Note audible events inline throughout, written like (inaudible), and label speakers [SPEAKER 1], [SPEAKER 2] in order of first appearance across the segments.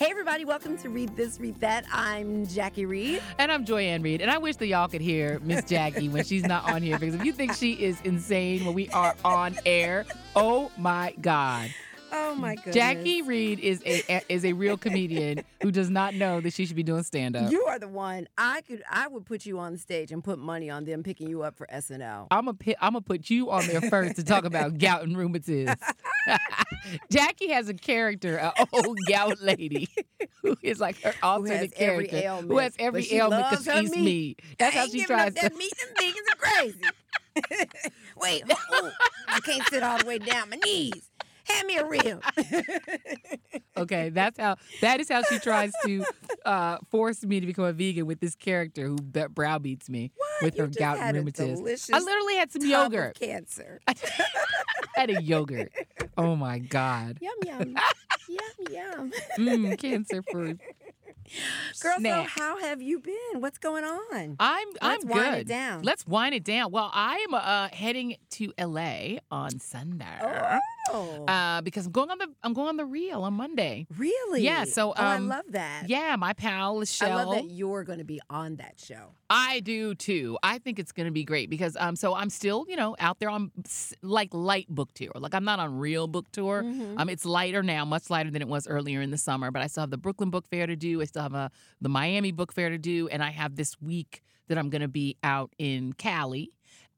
[SPEAKER 1] everybody. Welcome to Read This, Read That. I'm Jackie Reed.
[SPEAKER 2] And I'm Joyanne Reed. And I wish that y'all could hear Miss Jackie when she's not on here because if you think she is insane when we are on air, oh my God.
[SPEAKER 1] Oh my goodness.
[SPEAKER 2] Jackie Reed is a is a real comedian who does not know that she should be doing stand up.
[SPEAKER 1] You are the one. I could I would put you on stage and put money on them picking you up for SNL.
[SPEAKER 2] I'm a I'm gonna put you on there first to talk about gout and rheumatism. (laughs) Jackie has a character, an old gout lady (laughs) who is like her alternate
[SPEAKER 1] has every
[SPEAKER 2] character
[SPEAKER 1] ailment,
[SPEAKER 2] who has
[SPEAKER 1] but
[SPEAKER 2] every
[SPEAKER 1] she
[SPEAKER 2] ailment
[SPEAKER 1] loves
[SPEAKER 2] because
[SPEAKER 1] her
[SPEAKER 2] she's
[SPEAKER 1] meat.
[SPEAKER 2] me. That's
[SPEAKER 1] I
[SPEAKER 2] how
[SPEAKER 1] ain't
[SPEAKER 2] she
[SPEAKER 1] giving
[SPEAKER 2] tries.
[SPEAKER 1] up that meat. Them vegans are (laughs) crazy. Wait, oh, I can't sit all the way down my knees. Hand me a rib.
[SPEAKER 2] Okay, that's how that is how she tries to uh, force me to become a vegan with this character who be- browbeats me with
[SPEAKER 1] you
[SPEAKER 2] her
[SPEAKER 1] just
[SPEAKER 2] gout
[SPEAKER 1] had
[SPEAKER 2] and
[SPEAKER 1] a
[SPEAKER 2] rheumatism.
[SPEAKER 1] delicious
[SPEAKER 2] I literally had
[SPEAKER 1] Top
[SPEAKER 2] some
[SPEAKER 1] of
[SPEAKER 2] yogurt. (laughs)
[SPEAKER 1] Cancer.
[SPEAKER 2] I had a yogurt. Oh my god.
[SPEAKER 1] Yum
[SPEAKER 2] (laughs)
[SPEAKER 1] yum. yum yum.
[SPEAKER 2] Mm, cancer food.
[SPEAKER 1] Girl, so
[SPEAKER 2] Snack.
[SPEAKER 1] how have you been? What's going on?
[SPEAKER 2] I'm
[SPEAKER 1] Let's
[SPEAKER 2] I'm good.
[SPEAKER 1] wind it down.
[SPEAKER 2] Let's wind it down. Well, I am uh, heading to LA on Sunday.
[SPEAKER 1] Oh,
[SPEAKER 2] Uh, because I'm going on the I'm going on the reel on Monday.
[SPEAKER 1] really?
[SPEAKER 2] yeah, so,
[SPEAKER 1] oh, I
[SPEAKER 2] um,
[SPEAKER 1] love that.
[SPEAKER 2] Yeah, my pal
[SPEAKER 1] I
[SPEAKER 2] Michelle.
[SPEAKER 1] love that you're going to be on that show.
[SPEAKER 2] I do too. I think it's going to be great because um, so I'm still you know out there on s- like light book tour. Like I'm not on real book tour.
[SPEAKER 1] Mm-hmm.
[SPEAKER 2] Um, it's lighter now, much lighter than it was earlier in the summer. But I still have the Brooklyn Book Fair to do. I still have a, the Miami Book Fair to do, and I have this week that I'm going to be out in Cali.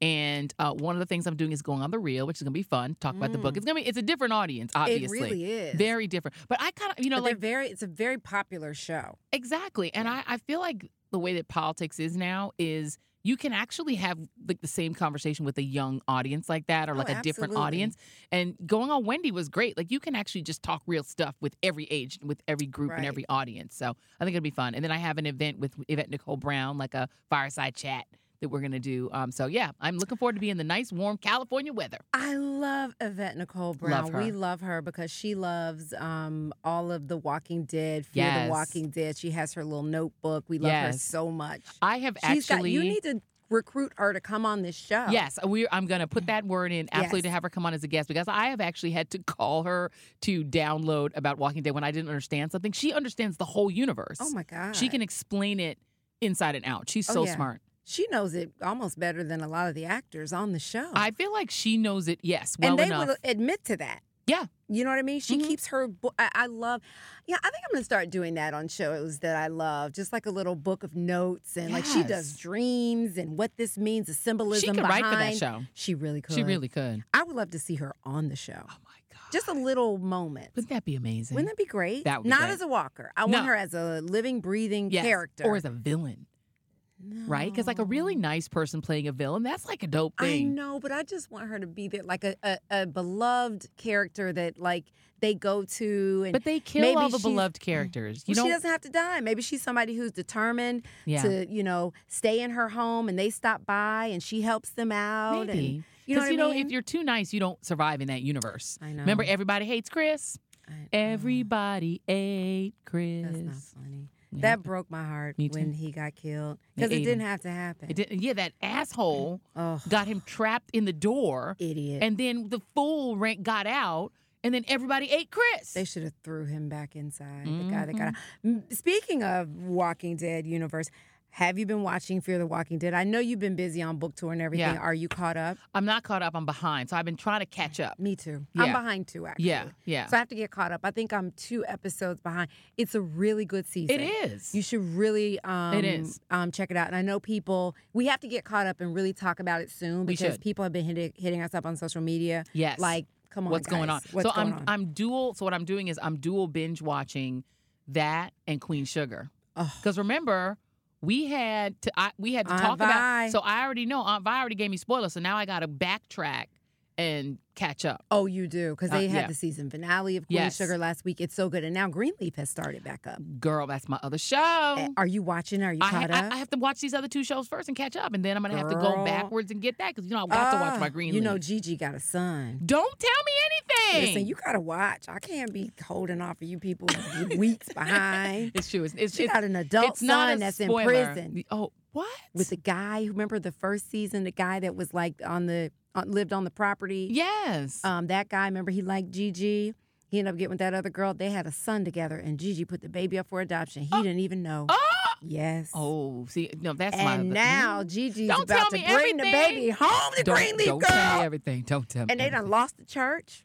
[SPEAKER 2] And uh, one of the things I'm doing is going on the reel, which is going to be fun. Talk about the book. It's going to be it's a different audience, obviously.
[SPEAKER 1] Mm. It really is.
[SPEAKER 2] Very different, but I kind of you know
[SPEAKER 1] But
[SPEAKER 2] like
[SPEAKER 1] they're very. It's a very popular show.
[SPEAKER 2] Exactly. And I, I feel like the way that politics is now is you can actually have like the same conversation with a young audience like that or
[SPEAKER 1] Oh,
[SPEAKER 2] like a different
[SPEAKER 1] absolutely.
[SPEAKER 2] audience. And going on Wendy was great. Like you can actually just talk real stuff with every age, with every group and
[SPEAKER 1] Right.
[SPEAKER 2] every audience. So I think it'll be fun. And then I have an event with Yvette Nicole Brown, like a fireside chat that we're gonna do. Um so yeah, I'm looking forward to being in the nice warm California weather.
[SPEAKER 1] I love Yvette Nicole Brown.
[SPEAKER 2] her.
[SPEAKER 1] We love her because she loves um, all of the Walking Dead, Fear
[SPEAKER 2] Yes.
[SPEAKER 1] the Walking Dead. She has her little notebook. We love her
[SPEAKER 2] Yes.
[SPEAKER 1] so much.
[SPEAKER 2] I have
[SPEAKER 1] She's got.
[SPEAKER 2] actually
[SPEAKER 1] You need to recruit her to come on this show.
[SPEAKER 2] Yes, we. I'm going to put that word in absolutely to
[SPEAKER 1] Oh. Yes.
[SPEAKER 2] have her come on as a guest because I have actually had to call her to download about Walking Dead when I didn't understand something. She understands the whole universe.
[SPEAKER 1] Oh my God.
[SPEAKER 2] She can explain it inside and out. She's
[SPEAKER 1] Oh,
[SPEAKER 2] so
[SPEAKER 1] yeah.
[SPEAKER 2] smart.
[SPEAKER 1] She knows it almost better than a lot of the actors on the show.
[SPEAKER 2] I feel like she knows it. Yes,
[SPEAKER 1] Oh.
[SPEAKER 2] well
[SPEAKER 1] and they
[SPEAKER 2] enough.
[SPEAKER 1] will admit to that.
[SPEAKER 2] Yeah.
[SPEAKER 1] You know what I mean? She
[SPEAKER 2] Mhm.
[SPEAKER 1] keeps her. bo- I, I love. Yeah, I think I'm gonna start doing that on shows that I love, just like a little book of notes, and like she does
[SPEAKER 2] Yes.
[SPEAKER 1] dreams and what this means, the
[SPEAKER 2] she
[SPEAKER 1] symbolism
[SPEAKER 2] could
[SPEAKER 1] behind.
[SPEAKER 2] write for that show.
[SPEAKER 1] She really could.
[SPEAKER 2] She really could.
[SPEAKER 1] I would love to see her on the show.
[SPEAKER 2] Oh my god!
[SPEAKER 1] Just a little moment.
[SPEAKER 2] wouldn't that be amazing?
[SPEAKER 1] Wouldn't that be great?
[SPEAKER 2] That would be
[SPEAKER 1] Not
[SPEAKER 2] great.
[SPEAKER 1] as a walker. I want
[SPEAKER 2] No.
[SPEAKER 1] her as a living, breathing
[SPEAKER 2] Yes,
[SPEAKER 1] character. Oh.
[SPEAKER 2] or as a villain, right? Because like a really nice person playing a villain, that's like a dope
[SPEAKER 1] I
[SPEAKER 2] thing.
[SPEAKER 1] know, but I just want her to be there, like a, a, a beloved character that like they go to, and
[SPEAKER 2] But they kill
[SPEAKER 1] Maybe
[SPEAKER 2] all the
[SPEAKER 1] she's-
[SPEAKER 2] beloved characters. You
[SPEAKER 1] she
[SPEAKER 2] don't.
[SPEAKER 1] doesn't have to die. Maybe she's somebody who's determined
[SPEAKER 2] Yeah.
[SPEAKER 1] to, you know, stay in her home, and they stop by, and she helps them out.
[SPEAKER 2] Maybe.
[SPEAKER 1] And, you know what
[SPEAKER 2] you
[SPEAKER 1] I
[SPEAKER 2] know,
[SPEAKER 1] mean?
[SPEAKER 2] if you're too nice, you don't survive in that universe.
[SPEAKER 1] I know.
[SPEAKER 2] Remember, e, everybody hates Chris.
[SPEAKER 1] I-
[SPEAKER 2] Everybody ate Chris.
[SPEAKER 1] oh, that's not funny.
[SPEAKER 2] Yeah.
[SPEAKER 1] That broke my heart
[SPEAKER 2] Me too.
[SPEAKER 1] when he got killed
[SPEAKER 2] They
[SPEAKER 1] because it
[SPEAKER 2] ate
[SPEAKER 1] didn't
[SPEAKER 2] him.
[SPEAKER 1] have to happen.
[SPEAKER 2] It didn't- yeah, that asshole
[SPEAKER 1] Oh,
[SPEAKER 2] got him trapped in the door,
[SPEAKER 1] idiot!
[SPEAKER 2] and then the fool rank got out, and then everybody ate Chris.
[SPEAKER 1] They should have threw him back inside. The guy that got out.
[SPEAKER 2] Mm-hmm.
[SPEAKER 1] M- Speaking of Walking Dead universe, have you been watching Fear the Walking Dead? I know you've been busy on book tour and everything.
[SPEAKER 2] Yeah.
[SPEAKER 1] Are you caught up?
[SPEAKER 2] I'm not caught up. I'm behind, so I've been trying to catch up.
[SPEAKER 1] Me too. I'm
[SPEAKER 2] Yeah.
[SPEAKER 1] behind too, actually.
[SPEAKER 2] Yeah, yeah.
[SPEAKER 1] So I have to get caught up. I think I'm two episodes behind. It's a really good season.
[SPEAKER 2] It is.
[SPEAKER 1] You should really um,
[SPEAKER 2] is.
[SPEAKER 1] um, check it out. And I know people, we have to get caught up and really talk about it soon
[SPEAKER 2] We
[SPEAKER 1] because
[SPEAKER 2] should.
[SPEAKER 1] people have been hitting, hitting us up on social media.
[SPEAKER 2] Yes.
[SPEAKER 1] Like, come on.
[SPEAKER 2] what's going on?
[SPEAKER 1] guys. What's
[SPEAKER 2] so
[SPEAKER 1] going
[SPEAKER 2] I'm
[SPEAKER 1] on?
[SPEAKER 2] I'm dual. So what I'm doing is I'm dual binge watching that and Queen Sugar.
[SPEAKER 1] Oh.
[SPEAKER 2] Because remember, we had to I, we had to
[SPEAKER 1] Aunt
[SPEAKER 2] talk
[SPEAKER 1] Vi.
[SPEAKER 2] about. So I already know Aunt Vi already gave me spoilers. So now I got to backtrack and catch up.
[SPEAKER 1] Oh, you do because
[SPEAKER 2] Uh,
[SPEAKER 1] they had
[SPEAKER 2] yeah.
[SPEAKER 1] the season finale of Queen
[SPEAKER 2] Yes.
[SPEAKER 1] Sugar last week. It's so good, and now Greenleaf has started back up.
[SPEAKER 2] Girl, that's my other show.
[SPEAKER 1] Uh, Are you watching? Are you
[SPEAKER 2] I,
[SPEAKER 1] caught
[SPEAKER 2] ha-
[SPEAKER 1] up?
[SPEAKER 2] I, I have to watch these other two shows first and catch up, and then I'm gonna have to go
[SPEAKER 1] Girl.
[SPEAKER 2] backwards and get that because you know I have to watch my
[SPEAKER 1] Ah,
[SPEAKER 2] green.
[SPEAKER 1] You know, Gigi got a son.
[SPEAKER 2] don't tell me anything.
[SPEAKER 1] Listen, you gotta watch. I can't be holding off for you people weeks behind.
[SPEAKER 2] it's true. It's, it's,
[SPEAKER 1] She
[SPEAKER 2] it's,
[SPEAKER 1] got an adult
[SPEAKER 2] it's not a
[SPEAKER 1] son that's in
[SPEAKER 2] spoiler.
[SPEAKER 1] prison
[SPEAKER 2] Oh, what?
[SPEAKER 1] with the guy. Remember the first season, the guy that was like on uh, the on, lived on the property.
[SPEAKER 2] yes.
[SPEAKER 1] Um, that guy. Remember he liked Gigi. He ended up getting with that other girl. They had a son together, and Gigi put the baby up for adoption. He didn't even know. Yes.
[SPEAKER 2] Oh, see, no, that's my. hmm?
[SPEAKER 1] and now Gigi's
[SPEAKER 2] Don't tell
[SPEAKER 1] about to
[SPEAKER 2] me
[SPEAKER 1] bring the
[SPEAKER 2] everything.
[SPEAKER 1] baby home to
[SPEAKER 2] don't,
[SPEAKER 1] Greenleaf
[SPEAKER 2] don't tell me
[SPEAKER 1] Girl.
[SPEAKER 2] everything. Don't tell me.
[SPEAKER 1] And they done
[SPEAKER 2] everything.
[SPEAKER 1] lost the church.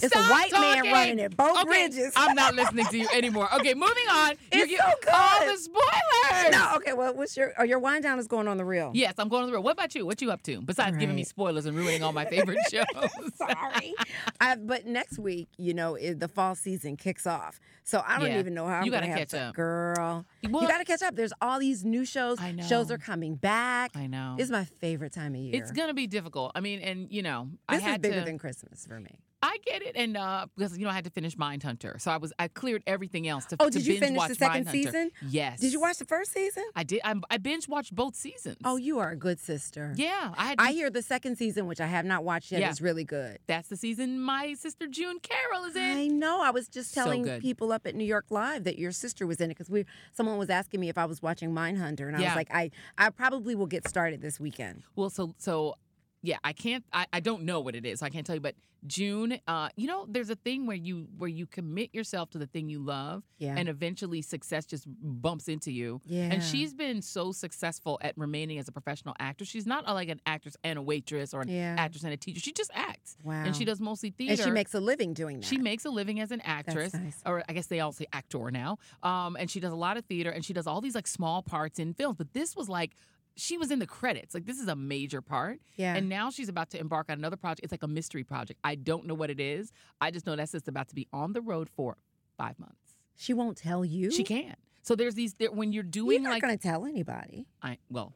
[SPEAKER 1] It's
[SPEAKER 2] Stop
[SPEAKER 1] a white
[SPEAKER 2] talking.
[SPEAKER 1] man running it. Both
[SPEAKER 2] okay,
[SPEAKER 1] bridges.
[SPEAKER 2] I'm not listening to you anymore. Okay, moving on.
[SPEAKER 1] (laughs)
[SPEAKER 2] You're
[SPEAKER 1] It's
[SPEAKER 2] gi-
[SPEAKER 1] so good.
[SPEAKER 2] all the spoilers.
[SPEAKER 1] no, okay. Well, what's your oh, your wind down is going on the real.
[SPEAKER 2] Yes, I'm going to the road. What about you? What you up to? Besides giving me
[SPEAKER 1] Right.
[SPEAKER 2] spoilers and ruining all
[SPEAKER 1] (laughs)
[SPEAKER 2] my favorite shows.
[SPEAKER 1] Sorry, I, but next week, you know, it, the fall season kicks off. So I don't
[SPEAKER 2] Yeah.
[SPEAKER 1] even know how I'm
[SPEAKER 2] You gotta
[SPEAKER 1] gonna have
[SPEAKER 2] catch
[SPEAKER 1] to-
[SPEAKER 2] up.
[SPEAKER 1] girl.
[SPEAKER 2] Well,
[SPEAKER 1] you got to catch up. There's all these new shows.
[SPEAKER 2] I
[SPEAKER 1] Shows
[SPEAKER 2] know.
[SPEAKER 1] are coming back.
[SPEAKER 2] I know.
[SPEAKER 1] It's my favorite time of year.
[SPEAKER 2] It's gonna be difficult. I mean, and you know, I
[SPEAKER 1] This is
[SPEAKER 2] had
[SPEAKER 1] bigger
[SPEAKER 2] to.
[SPEAKER 1] than Christmas for me.
[SPEAKER 2] I get it, and uh, because you know, I had to finish Mindhunter, so I was I cleared everything else to.
[SPEAKER 1] Oh,
[SPEAKER 2] to
[SPEAKER 1] did you
[SPEAKER 2] binge
[SPEAKER 1] finish
[SPEAKER 2] watch
[SPEAKER 1] the second
[SPEAKER 2] Mindhunter.
[SPEAKER 1] season?
[SPEAKER 2] Yes.
[SPEAKER 1] Did you watch the first season?
[SPEAKER 2] I did. I, I binge watched both seasons.
[SPEAKER 1] Oh, you are a good sister.
[SPEAKER 2] yeah. I had.
[SPEAKER 1] Mm. I hear the second season, which I have not watched yet,
[SPEAKER 2] Yeah.
[SPEAKER 1] is really good.
[SPEAKER 2] that's the season my sister June Carroll is in.
[SPEAKER 1] I know. I was just
[SPEAKER 2] So
[SPEAKER 1] telling
[SPEAKER 2] good.
[SPEAKER 1] people up at New York Live that your sister was in it because we someone was asking me if I was watching Mindhunter, and I
[SPEAKER 2] Yeah.
[SPEAKER 1] was like, I I probably will get started this weekend.
[SPEAKER 2] Well, so so yeah, I can't I, I don't know what it is. I can't tell you, but June, uh, you know, there's a thing where you where you commit yourself to the thing you love
[SPEAKER 1] Yeah.
[SPEAKER 2] and eventually success just bumps into you.
[SPEAKER 1] yeah.
[SPEAKER 2] And she's been so successful at remaining as a professional actor. She's not uh, like an actress and a waitress or an
[SPEAKER 1] yeah.
[SPEAKER 2] actress and a teacher. She just acts.
[SPEAKER 1] wow.
[SPEAKER 2] And she does mostly theater.
[SPEAKER 1] And she makes a living doing that.
[SPEAKER 2] She makes a living as an actress,
[SPEAKER 1] nice.
[SPEAKER 2] or I guess they all say actor now. Um, and she does a lot of theater, and she does all these like small parts in films. But this was like she was in the credits. Like this is a major part,
[SPEAKER 1] yeah.
[SPEAKER 2] and now she's about to embark on another project. It's like a mystery project. I don't know what it is. I just know that sister about to be on the road for five months.
[SPEAKER 1] she won't tell you.
[SPEAKER 2] She can. So there's these there, when you're
[SPEAKER 1] You're
[SPEAKER 2] doing
[SPEAKER 1] not
[SPEAKER 2] like
[SPEAKER 1] gonna tell anybody.
[SPEAKER 2] I well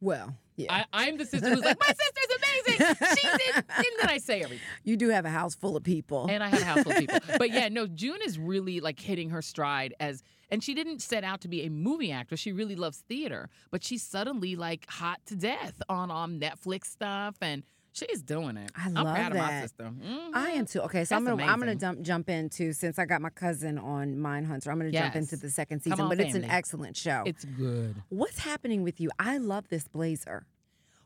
[SPEAKER 1] Well, yeah.
[SPEAKER 2] I, I'm the sister who's like my sister's amazing. She's in, and then I say everything.
[SPEAKER 1] you do have a house full of people.
[SPEAKER 2] (laughs) And I had a house full of people. But yeah, no, June is really like hitting her stride as and she didn't set out to be a movie actress. She really loves theater, but she's suddenly like hot to death on on Netflix stuff and she's doing it.
[SPEAKER 1] I
[SPEAKER 2] am
[SPEAKER 1] love
[SPEAKER 2] proud of my
[SPEAKER 1] that.
[SPEAKER 2] sister. Mhm.
[SPEAKER 1] I am too. Okay, so I'm
[SPEAKER 2] That's
[SPEAKER 1] gonna I'm gonna
[SPEAKER 2] amazing.
[SPEAKER 1] dump, jump into since I got my cousin on Mindhunter. I'm gonna jump
[SPEAKER 2] Yes.
[SPEAKER 1] into the second
[SPEAKER 2] Come
[SPEAKER 1] season,
[SPEAKER 2] on,
[SPEAKER 1] but it's an
[SPEAKER 2] family.
[SPEAKER 1] excellent show.
[SPEAKER 2] It's good.
[SPEAKER 1] What's happening with you? I love this blazer.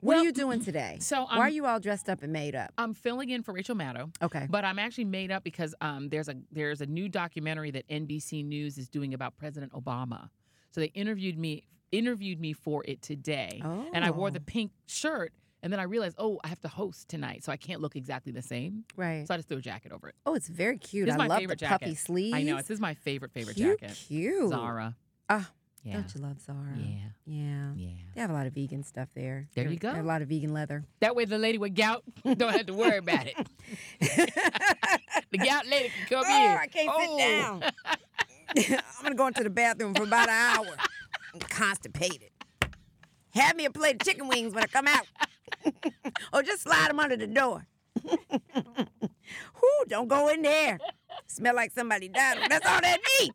[SPEAKER 1] What
[SPEAKER 2] Well,
[SPEAKER 1] are you doing today?
[SPEAKER 2] So
[SPEAKER 1] Why are
[SPEAKER 2] I'm
[SPEAKER 1] you all dressed up and made up?
[SPEAKER 2] I'm filling in for Rachel Maddow.
[SPEAKER 1] Okay.
[SPEAKER 2] But I'm actually made up because um, there's a there's a new documentary that NBC News is doing about President Obama. So they interviewed me interviewed me for it today,
[SPEAKER 1] Oh.
[SPEAKER 2] and I wore the pink shirt. And then I realized, oh, I have to host tonight, so I can't look exactly the same.
[SPEAKER 1] Oh, right.
[SPEAKER 2] So I just threw a jacket over it.
[SPEAKER 1] Oh, it's very cute.
[SPEAKER 2] This is
[SPEAKER 1] I
[SPEAKER 2] my
[SPEAKER 1] love the
[SPEAKER 2] favorite
[SPEAKER 1] puffy
[SPEAKER 2] jacket.
[SPEAKER 1] sleeves.
[SPEAKER 2] I know this is my favorite favorite
[SPEAKER 1] cute,
[SPEAKER 2] jacket.
[SPEAKER 1] Cute.
[SPEAKER 2] Zara.
[SPEAKER 1] Ah,
[SPEAKER 2] yeah,
[SPEAKER 1] Don't you love Zara?
[SPEAKER 2] yeah,
[SPEAKER 1] Yeah.
[SPEAKER 2] yeah.
[SPEAKER 1] They have a lot of vegan stuff there.
[SPEAKER 2] There you
[SPEAKER 1] They have
[SPEAKER 2] go.
[SPEAKER 1] A lot of vegan leather. (laughs)
[SPEAKER 2] That way, the lady with gout (laughs) don't have to worry about it. the gout lady can come in.
[SPEAKER 1] Oh, I can't
[SPEAKER 2] Oh.
[SPEAKER 1] sit down. (laughs) I'm gonna go into the bathroom for about an hour. I'm constipated. Have me a plate of chicken wings when I come out, (laughs) or just slide them under the door. (laughs) Whoo! Don't go in there. Smell like somebody died. That's all that means.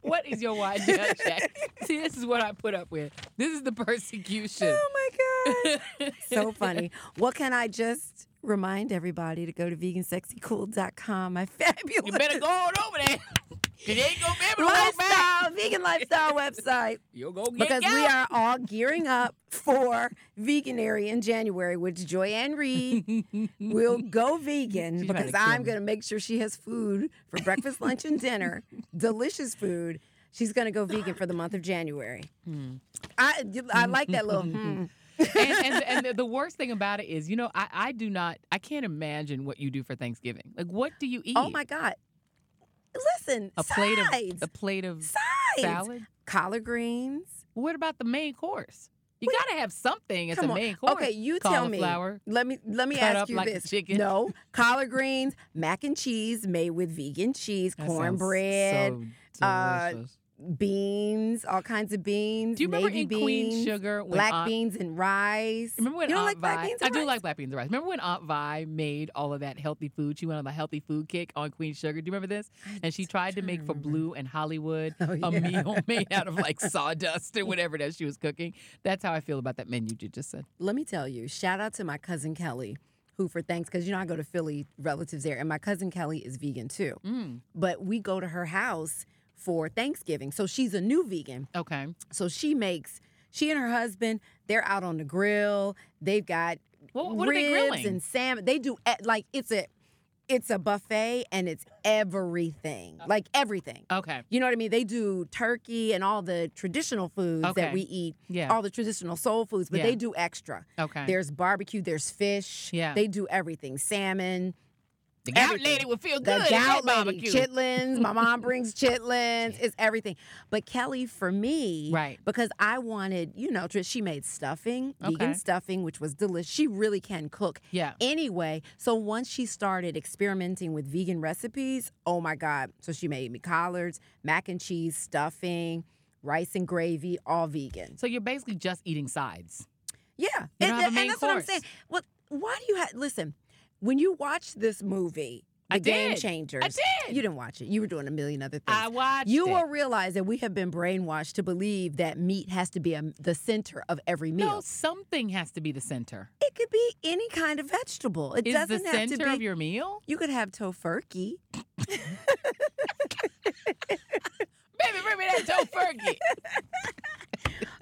[SPEAKER 2] What is your
[SPEAKER 1] (laughs)
[SPEAKER 2] wide down check? See, this is what I put up with. This is the persecution.
[SPEAKER 1] Oh my
[SPEAKER 2] (laughs)
[SPEAKER 1] god! so funny. Well, can I just remind everybody to go to vegansexycool.com? My (laughs) fabulous.
[SPEAKER 2] You better go on over there. You ain't gonna be able to walk back.
[SPEAKER 1] lifestyle,
[SPEAKER 2] (laughs)
[SPEAKER 1] vegan lifestyle website.
[SPEAKER 2] You'll go get
[SPEAKER 1] because we
[SPEAKER 2] gout.
[SPEAKER 1] are all gearing up for veganary in January, which Joyanne Reed
[SPEAKER 2] (laughs)
[SPEAKER 1] will go vegan
[SPEAKER 2] She's about to
[SPEAKER 1] because
[SPEAKER 2] kill
[SPEAKER 1] I'm
[SPEAKER 2] me.
[SPEAKER 1] going to make sure she has food for breakfast, lunch, and dinner. Delicious food. She's going to go vegan for the month of January.
[SPEAKER 2] Hmm.
[SPEAKER 1] I I like that
[SPEAKER 2] (laughs)
[SPEAKER 1] little. hmm.
[SPEAKER 2] and, and, and the- the worst thing about it is, you know, I, I do not, I can't imagine what you do for Thanksgiving. Like, what do you eat?
[SPEAKER 1] Oh my God! Listen,
[SPEAKER 2] A plate
[SPEAKER 1] sides,
[SPEAKER 2] of a plate of
[SPEAKER 1] sides,
[SPEAKER 2] salad.
[SPEAKER 1] collard greens.
[SPEAKER 2] What about the main course? You gotta have something as a
[SPEAKER 1] Come on.
[SPEAKER 2] main course.
[SPEAKER 1] Okay, you tell me.
[SPEAKER 2] Cauliflower.
[SPEAKER 1] Let me let me
[SPEAKER 2] Cut
[SPEAKER 1] ask
[SPEAKER 2] up
[SPEAKER 1] you
[SPEAKER 2] like a
[SPEAKER 1] this.
[SPEAKER 2] chicken. (laughs)
[SPEAKER 1] No, collard greens, mac and cheese made with vegan cheese,
[SPEAKER 2] That sounds
[SPEAKER 1] cornbread,
[SPEAKER 2] So
[SPEAKER 1] uh,
[SPEAKER 2] delicious.
[SPEAKER 1] beans, all kinds of beans.
[SPEAKER 2] do you remember
[SPEAKER 1] navy
[SPEAKER 2] in
[SPEAKER 1] beans,
[SPEAKER 2] Queen Sugar when
[SPEAKER 1] black
[SPEAKER 2] Aunt
[SPEAKER 1] beans and rice?
[SPEAKER 2] Remember when
[SPEAKER 1] you don't
[SPEAKER 2] Aunt
[SPEAKER 1] like black
[SPEAKER 2] Vi?
[SPEAKER 1] beans?
[SPEAKER 2] I
[SPEAKER 1] and
[SPEAKER 2] do
[SPEAKER 1] rice?
[SPEAKER 2] like black beans and rice. Remember when Aunt Vi made all of that healthy food? She went on the healthy food kick on Queen Sugar. Do you remember this?
[SPEAKER 1] I
[SPEAKER 2] And she tried to
[SPEAKER 1] trying to
[SPEAKER 2] make for
[SPEAKER 1] remember.
[SPEAKER 2] Blue and Hollywood
[SPEAKER 1] (laughs) Oh,
[SPEAKER 2] (laughs) a
[SPEAKER 1] yeah.
[SPEAKER 2] meal made out of
[SPEAKER 1] (laughs)
[SPEAKER 2] like sawdust or whatever it is she was cooking. That's how I feel about that menu you just said.
[SPEAKER 1] Let me tell you. Shout out to my cousin Kelly, who for thanks because you know I go to Philly relatives there, and my cousin Kelly is vegan too.
[SPEAKER 2] Mm,
[SPEAKER 1] But we go to her house for Thanksgiving, so she's a new vegan.
[SPEAKER 2] okay.
[SPEAKER 1] So she makes she and her husband. They're out on the grill. They've got
[SPEAKER 2] Well, what are
[SPEAKER 1] ribs
[SPEAKER 2] they grilling?
[SPEAKER 1] and salmon. They do eh, like e, it's a it's a buffet and it's everything. Like everything.
[SPEAKER 2] Okay.
[SPEAKER 1] You know what I mean? They do turkey and all the traditional foods
[SPEAKER 2] Okay.
[SPEAKER 1] that we eat,
[SPEAKER 2] Yeah.
[SPEAKER 1] all the traditional soul foods, but
[SPEAKER 2] Yeah.
[SPEAKER 1] they do extra.
[SPEAKER 2] Okay.
[SPEAKER 1] There's barbecue, there's fish.
[SPEAKER 2] Yeah.
[SPEAKER 1] They do everything. Salmon,
[SPEAKER 2] the gout
[SPEAKER 1] everything.
[SPEAKER 2] lady would feel good.
[SPEAKER 1] the
[SPEAKER 2] at that
[SPEAKER 1] gout lady,
[SPEAKER 2] barbecue.
[SPEAKER 1] chitlins. My mom
[SPEAKER 2] (laughs)
[SPEAKER 1] brings chitlins. It's everything. But Kelly, for me,
[SPEAKER 2] Right.
[SPEAKER 1] because I wanted, you know, Trish, she made stuffing,
[SPEAKER 2] Okay.
[SPEAKER 1] vegan stuffing, which was delicious. She really can cook.
[SPEAKER 2] Yeah.
[SPEAKER 1] Anyway, so once she started experimenting with vegan recipes, oh my God. So she made me collards, mac and cheese, stuffing, rice and gravy, all vegan.
[SPEAKER 2] So you're basically just eating sides.
[SPEAKER 1] Yeah. and,
[SPEAKER 2] don't have a
[SPEAKER 1] and
[SPEAKER 2] main
[SPEAKER 1] that's what I'm
[SPEAKER 2] course.
[SPEAKER 1] saying. Well, why do you have, listen, when you watch this movie, The
[SPEAKER 2] I
[SPEAKER 1] Game
[SPEAKER 2] did. I
[SPEAKER 1] Changers,
[SPEAKER 2] did.
[SPEAKER 1] you didn't watch it. You were doing a million other things.
[SPEAKER 2] I watched.
[SPEAKER 1] You
[SPEAKER 2] it.
[SPEAKER 1] will realize that we have been brainwashed to believe that meat has to be a, the center of every meal.
[SPEAKER 2] No, something has to be the center.
[SPEAKER 1] It could be any kind of vegetable. It
[SPEAKER 2] Is the
[SPEAKER 1] doesn't have to
[SPEAKER 2] center
[SPEAKER 1] be.
[SPEAKER 2] of your meal?
[SPEAKER 1] you could have tofurkey.
[SPEAKER 2] Baby, bring me that (laughs) tofurkey.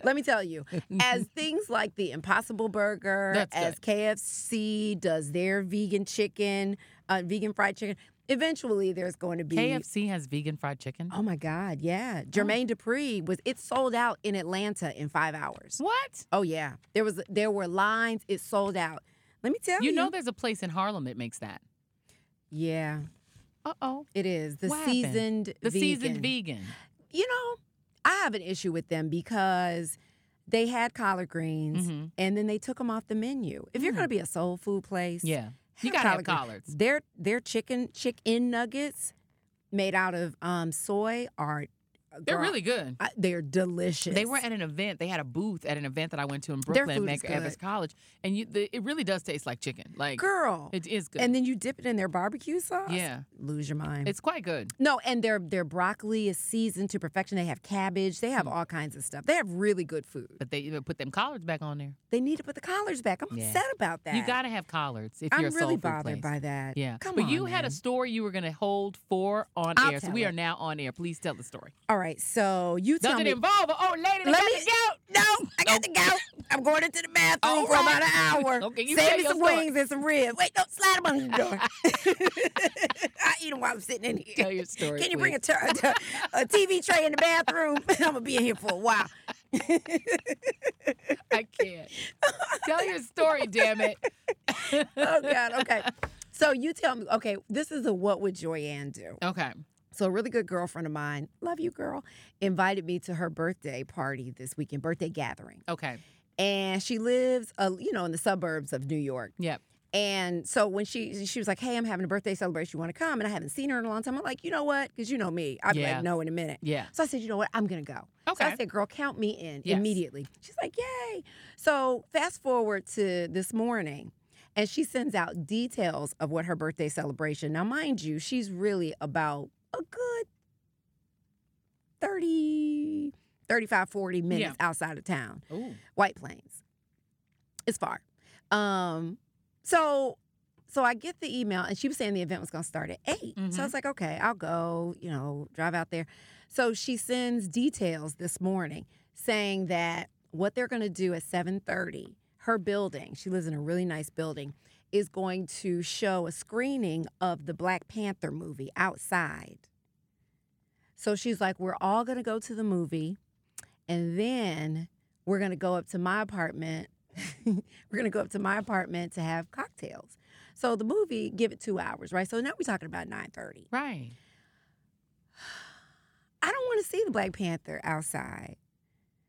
[SPEAKER 1] Let me tell (laughs) you,
[SPEAKER 2] (laughs)
[SPEAKER 1] as things like the Impossible Burger,
[SPEAKER 2] That's
[SPEAKER 1] as KFC does their vegan chicken, uh, vegan fried chicken, eventually there's going to be.
[SPEAKER 2] KFC has vegan fried chicken.
[SPEAKER 1] Oh my God, yeah. Jermaine Dupree was, it sold out in Atlanta in five hours.
[SPEAKER 2] What?
[SPEAKER 1] Oh yeah, there was there were lines. It sold out. Let me tell you.
[SPEAKER 2] You know there's a place in Harlem that makes that.
[SPEAKER 1] Yeah,
[SPEAKER 2] Uh-oh.
[SPEAKER 1] it is the
[SPEAKER 2] What happened?
[SPEAKER 1] seasoned
[SPEAKER 2] The
[SPEAKER 1] vegan.
[SPEAKER 2] seasoned vegan.
[SPEAKER 1] You know, I have an issue with them because they had collard greens
[SPEAKER 2] Mhm.
[SPEAKER 1] and then they took them off the menu. If you're
[SPEAKER 2] Mm.
[SPEAKER 1] gonna be a soul food place,
[SPEAKER 2] Yeah. You
[SPEAKER 1] have
[SPEAKER 2] gotta have
[SPEAKER 1] collard greens.
[SPEAKER 2] collards.
[SPEAKER 1] Their their chicken chicken nuggets made out of um, soy are uh,
[SPEAKER 2] They're
[SPEAKER 1] girl,
[SPEAKER 2] really good.
[SPEAKER 1] I- they're delicious.
[SPEAKER 2] They were at an event. They had a booth at an event that I went to in
[SPEAKER 1] Their
[SPEAKER 2] Brooklyn at
[SPEAKER 1] food is
[SPEAKER 2] Medgar Evers
[SPEAKER 1] good.
[SPEAKER 2] College, and you, the, it really does taste like chicken. Like
[SPEAKER 1] girl.
[SPEAKER 2] it is good.
[SPEAKER 1] And then you dip it in their barbecue sauce.
[SPEAKER 2] yeah,
[SPEAKER 1] lose your mind.
[SPEAKER 2] it's quite good.
[SPEAKER 1] No, and their their broccoli is seasoned to perfection. They have cabbage. They
[SPEAKER 2] Mm.
[SPEAKER 1] have all kinds of stuff. They have really good food.
[SPEAKER 2] But they even put them collards back on there.
[SPEAKER 1] They need to put the collars back. I'm
[SPEAKER 2] Yeah.
[SPEAKER 1] upset about that.
[SPEAKER 2] You gotta have collards if
[SPEAKER 1] I'm
[SPEAKER 2] you're a soul
[SPEAKER 1] really
[SPEAKER 2] food
[SPEAKER 1] bothered
[SPEAKER 2] place.
[SPEAKER 1] by that.
[SPEAKER 2] Yeah.
[SPEAKER 1] Come
[SPEAKER 2] but
[SPEAKER 1] on.
[SPEAKER 2] you had
[SPEAKER 1] man.
[SPEAKER 2] a story you were going to hold for on
[SPEAKER 1] I'll
[SPEAKER 2] air. So
[SPEAKER 1] tell
[SPEAKER 2] we
[SPEAKER 1] it.
[SPEAKER 2] are now on air. Please tell the story.
[SPEAKER 1] All right. So you tell
[SPEAKER 2] Does it
[SPEAKER 1] me.
[SPEAKER 2] involve an old lady that
[SPEAKER 1] Let
[SPEAKER 2] got
[SPEAKER 1] me- (laughs)
[SPEAKER 2] the gout?
[SPEAKER 1] no, I got to go. I'm going into the bathroom
[SPEAKER 2] All
[SPEAKER 1] for
[SPEAKER 2] right.
[SPEAKER 1] about an hour.
[SPEAKER 2] (laughs) Okay, you tell
[SPEAKER 1] Save me
[SPEAKER 2] your
[SPEAKER 1] some
[SPEAKER 2] story.
[SPEAKER 1] wings and some ribs. Wait, don't slide them under the
[SPEAKER 2] (laughs)
[SPEAKER 1] door. (laughs) I eat them while I'm sitting in here.
[SPEAKER 2] Tell your story.
[SPEAKER 1] Can you bring a,
[SPEAKER 2] please.
[SPEAKER 1] tur- a, tur- a TV tray in the bathroom? (laughs) I'm gonna be in here for a while.
[SPEAKER 2] I can't. tell your story,
[SPEAKER 1] (laughs)
[SPEAKER 2] damn it.
[SPEAKER 1] oh God. Okay. So you tell me. Okay, this is a what would Joyanne do?
[SPEAKER 2] Okay.
[SPEAKER 1] So a really good girlfriend of mine, love you, girl, invited me to her birthday party this weekend, birthday gathering,
[SPEAKER 2] Okay.
[SPEAKER 1] and she lives, uh, you know, in the suburbs of New York.
[SPEAKER 2] Yep.
[SPEAKER 1] And so when she she was like, "Hey, I'm having a birthday celebration. You want to come?" And I haven't seen her in a long time. I'm like, you know what? Because you know me, I'd be
[SPEAKER 2] Yeah.
[SPEAKER 1] like, no, in a minute.
[SPEAKER 2] Yeah.
[SPEAKER 1] So I said, you know what? I'm gonna go. So
[SPEAKER 2] Okay.
[SPEAKER 1] I said, girl, count me in
[SPEAKER 2] Yes.
[SPEAKER 1] immediately. She's like, yay. So fast forward to this morning, and she sends out details of what her birthday celebration. Now, mind you, she's really about a good 30, 35, 40 minutes outside of town,
[SPEAKER 2] Ooh.
[SPEAKER 1] White Plains. It's far. Um, so so I get the email and she was saying the event was gonna start at 8 So I was like, okay, I'll go, you know, drive out there. So she sends details this morning saying that what they're gonna do at 7:30, her building, she lives in a really nice building, is going to show a screening of the Black Panther movie outside. So she's like, we're all gonna go to the movie, and then we're gonna go up to my apartment. (laughs) we're gonna go up to my apartment to have cocktails. So the movie, give it two hours, right? So now we're talking about 9:30.
[SPEAKER 2] Right.
[SPEAKER 1] I don't want to see the Black Panther outside.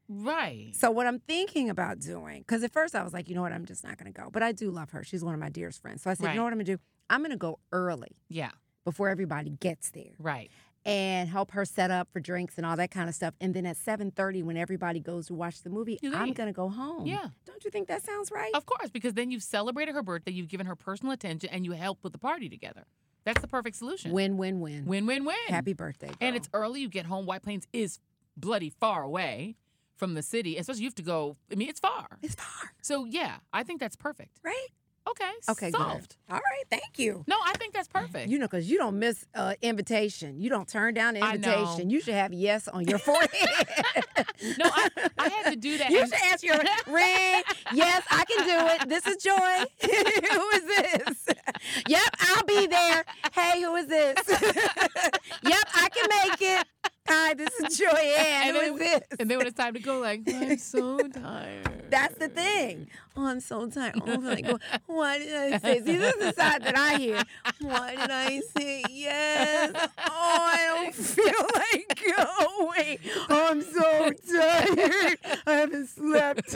[SPEAKER 2] Right.
[SPEAKER 1] So what I'm thinking about doing, because at first I was like, you know what, I'm just not gonna go. But I do love her. She's one of my dearest friends. So I said, you
[SPEAKER 2] Right.
[SPEAKER 1] know what I'm gonna do? I'm gonna go early
[SPEAKER 2] Yeah.
[SPEAKER 1] before everybody gets there
[SPEAKER 2] Right.
[SPEAKER 1] and help her set up for drinks and all that kind of stuff. And then at 7:30, when everybody goes to watch the movie,
[SPEAKER 2] You
[SPEAKER 1] I'm
[SPEAKER 2] leave.
[SPEAKER 1] gonna go home.
[SPEAKER 2] Yeah.
[SPEAKER 1] Don't you think that sounds right?
[SPEAKER 2] Of course, because then you've celebrated her birthday, you've given her personal attention, and you helped put the party together. That's the perfect solution.
[SPEAKER 1] Win, win, win.
[SPEAKER 2] win, win. win.
[SPEAKER 1] Happy birthday.
[SPEAKER 2] And
[SPEAKER 1] girl.
[SPEAKER 2] it's early. You get home. White Plains is bloody far away from the city, especially you have to go. I mean, it's far.
[SPEAKER 1] it's far,
[SPEAKER 2] So yeah, I think that's perfect.
[SPEAKER 1] right?
[SPEAKER 2] Okay.
[SPEAKER 1] Okay, good.
[SPEAKER 2] Solved.
[SPEAKER 1] All right, thank you.
[SPEAKER 2] No, I think that's perfect.
[SPEAKER 1] You know, because you don't miss uh, invitation. You don't turn down an
[SPEAKER 2] I know.
[SPEAKER 1] invitation. You should have yes on your forehead.
[SPEAKER 2] (laughs)
[SPEAKER 1] (laughs)
[SPEAKER 2] no, I, (laughs) I had to do that.
[SPEAKER 1] you
[SPEAKER 2] and-
[SPEAKER 1] should ask your ring. Yes, (laughs) I can do it. This is Joy. Who is this? yep, I'll be there. (laughs)
[SPEAKER 2] time to go like, "Oh, I'm so tired.
[SPEAKER 1] (laughs) That's the thing. Oh, I'm so tired. Oh, I'm like, why did I say? See, this is the side that I hear. Why did I say yes? Oh, I don't feel like going. Oh, I'm so tired. I haven't slept.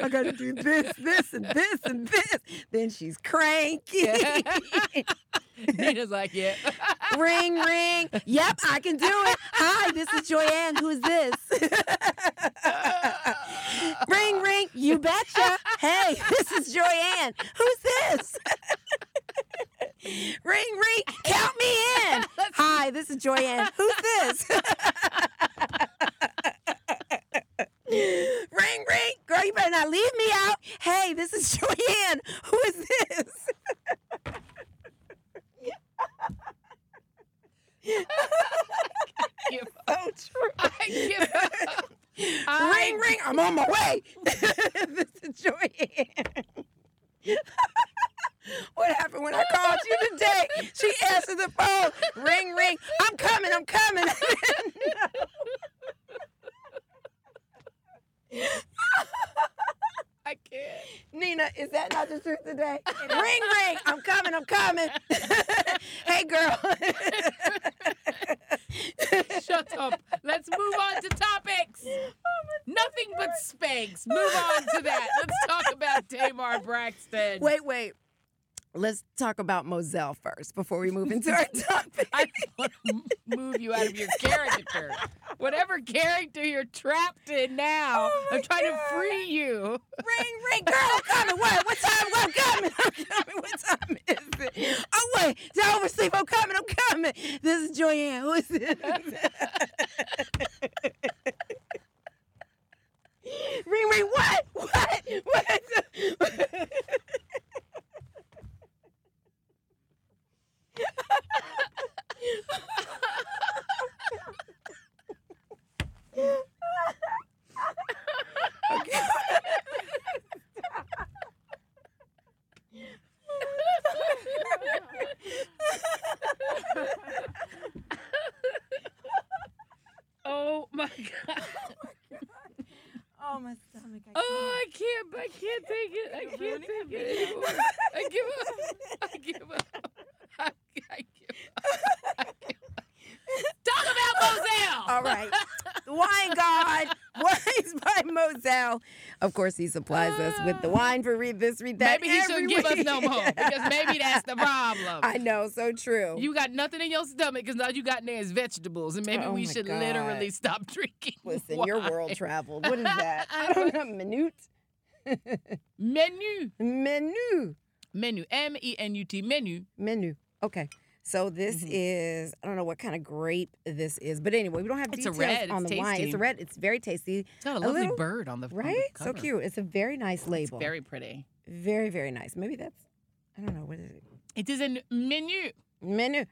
[SPEAKER 1] I got to do this, this, and this, and this. Then she's cranky.
[SPEAKER 2] (laughs) Nina's like, yeah.
[SPEAKER 1] (laughs)
[SPEAKER 2] (laughs)
[SPEAKER 1] ring, ring. Yep, I can do it. Hi, this is Joanne. Who is this? ring, ring. You betcha. Hey, (laughs) this is Joanne. Who's this? (laughs) ring, ring. Count me in. Hi, this is Joanne. Who's this? (laughs) ring, ring. Girl, you better not leave me out. Hey, this is Joanne. Who is this? (laughs)
[SPEAKER 2] Give up.
[SPEAKER 1] Oh, true.
[SPEAKER 2] (laughs) I give up. I-
[SPEAKER 1] ring, ring. I'm on my way. (laughs) this is Joanne. what happened when I called you today? She answered the phone. Ring, ring. I'm coming. I'm coming. (laughs)
[SPEAKER 2] I can't.
[SPEAKER 1] Nina, is that not the truth today? ring, ring. I'm coming. I'm coming. (laughs) hey, girl.
[SPEAKER 2] Shut up. Let's move on to (laughs) topics. Nothing but spanks. Move on to that. Let's talk about Tamar Braxton.
[SPEAKER 1] wait, wait. Let's talk about Moselle first before we move into our topic.
[SPEAKER 2] I want to move you out of your caricature. Whatever character you're trapped in now,
[SPEAKER 1] Oh my
[SPEAKER 2] I'm trying
[SPEAKER 1] God.
[SPEAKER 2] to free you.
[SPEAKER 1] ring, ring, girl, I'm coming. What? What time? Well, I'm coming. (laughs) I'm coming. What time is it? Oh wait, did I oversleep? I'm coming. I'm coming. This is Joanne. Who is this? (laughs) ring, ring. What? What? What?
[SPEAKER 2] Oh my god.
[SPEAKER 1] (laughs) Oh my stomach. I
[SPEAKER 2] Oh, I can't. I can't take it. I can't take it anymore. I give up. I give up. I, I give up. I give up. Talk about Moselle.
[SPEAKER 1] All right. The Wine
[SPEAKER 2] (laughs)
[SPEAKER 1] God, Wines by Moselle. Of course, he supplies us with the wine for read this, read that.
[SPEAKER 2] Maybe he
[SPEAKER 1] every
[SPEAKER 2] shouldn't give us
[SPEAKER 1] week.
[SPEAKER 2] no
[SPEAKER 1] (laughs)
[SPEAKER 2] more because maybe that's the problem.
[SPEAKER 1] I know, so true.
[SPEAKER 2] You got nothing in your stomach because all you got in there is vegetables, and maybe
[SPEAKER 1] Oh
[SPEAKER 2] we
[SPEAKER 1] my
[SPEAKER 2] should
[SPEAKER 1] God.
[SPEAKER 2] literally stop (laughs) drinking.
[SPEAKER 1] Listen, your world
[SPEAKER 2] wine.
[SPEAKER 1] traveled. What is
[SPEAKER 2] (laughs)
[SPEAKER 1] that? I don't know. (laughs) Minute?
[SPEAKER 2] menu,
[SPEAKER 1] Menu.
[SPEAKER 2] menu, M E N U T, menu.
[SPEAKER 1] Menu. Okay. So this
[SPEAKER 2] Mhm.
[SPEAKER 1] is I don't know what kind of grape this is, but anyway, we don't have
[SPEAKER 2] It's a
[SPEAKER 1] details
[SPEAKER 2] red.
[SPEAKER 1] on
[SPEAKER 2] It's
[SPEAKER 1] the wine. It's
[SPEAKER 2] tasty.
[SPEAKER 1] a red. It's very tasty,
[SPEAKER 2] It's got a lovely
[SPEAKER 1] little-
[SPEAKER 2] bird on the on the
[SPEAKER 1] right? So
[SPEAKER 2] cover.
[SPEAKER 1] cute. It's a very nice
[SPEAKER 2] It's
[SPEAKER 1] label.
[SPEAKER 2] very pretty.
[SPEAKER 1] very, very nice. Maybe that's I don't know what is it.
[SPEAKER 2] It is a menu.
[SPEAKER 1] Menu.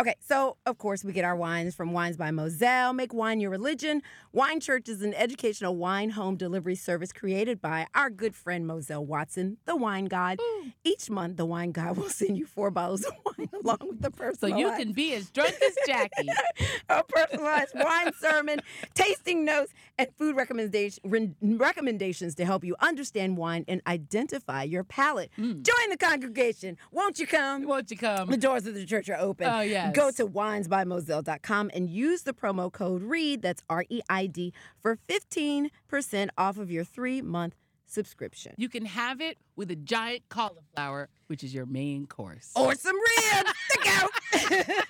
[SPEAKER 1] Okay, so of course we get our wines from Wines by Moselle. Make wine your religion. Wine Church is an educational wine home delivery service created by our good friend Moselle Watson, the wine god.
[SPEAKER 2] Ooh.
[SPEAKER 1] Each month, the wine god (laughs) will send you four bottles of wine (laughs) along with the
[SPEAKER 2] So
[SPEAKER 1] personalized,
[SPEAKER 2] you can be as drunk as Jackie.
[SPEAKER 1] (laughs) a personalized wine sermon, tasting notes, and food recommendation, ren- recommendations to help you understand wine and identify your palate.
[SPEAKER 2] Mm.
[SPEAKER 1] Join the congregation. Won't you come?
[SPEAKER 2] Won't you come?
[SPEAKER 1] The doors of the church are open.
[SPEAKER 2] Oh yes.
[SPEAKER 1] Go to winesbymoselle.com and use the promo code READ, that's R E I D, for 15% off of your three month subscription.
[SPEAKER 2] You can have it with a giant cauliflower, which is your main course.
[SPEAKER 1] Or some ribs to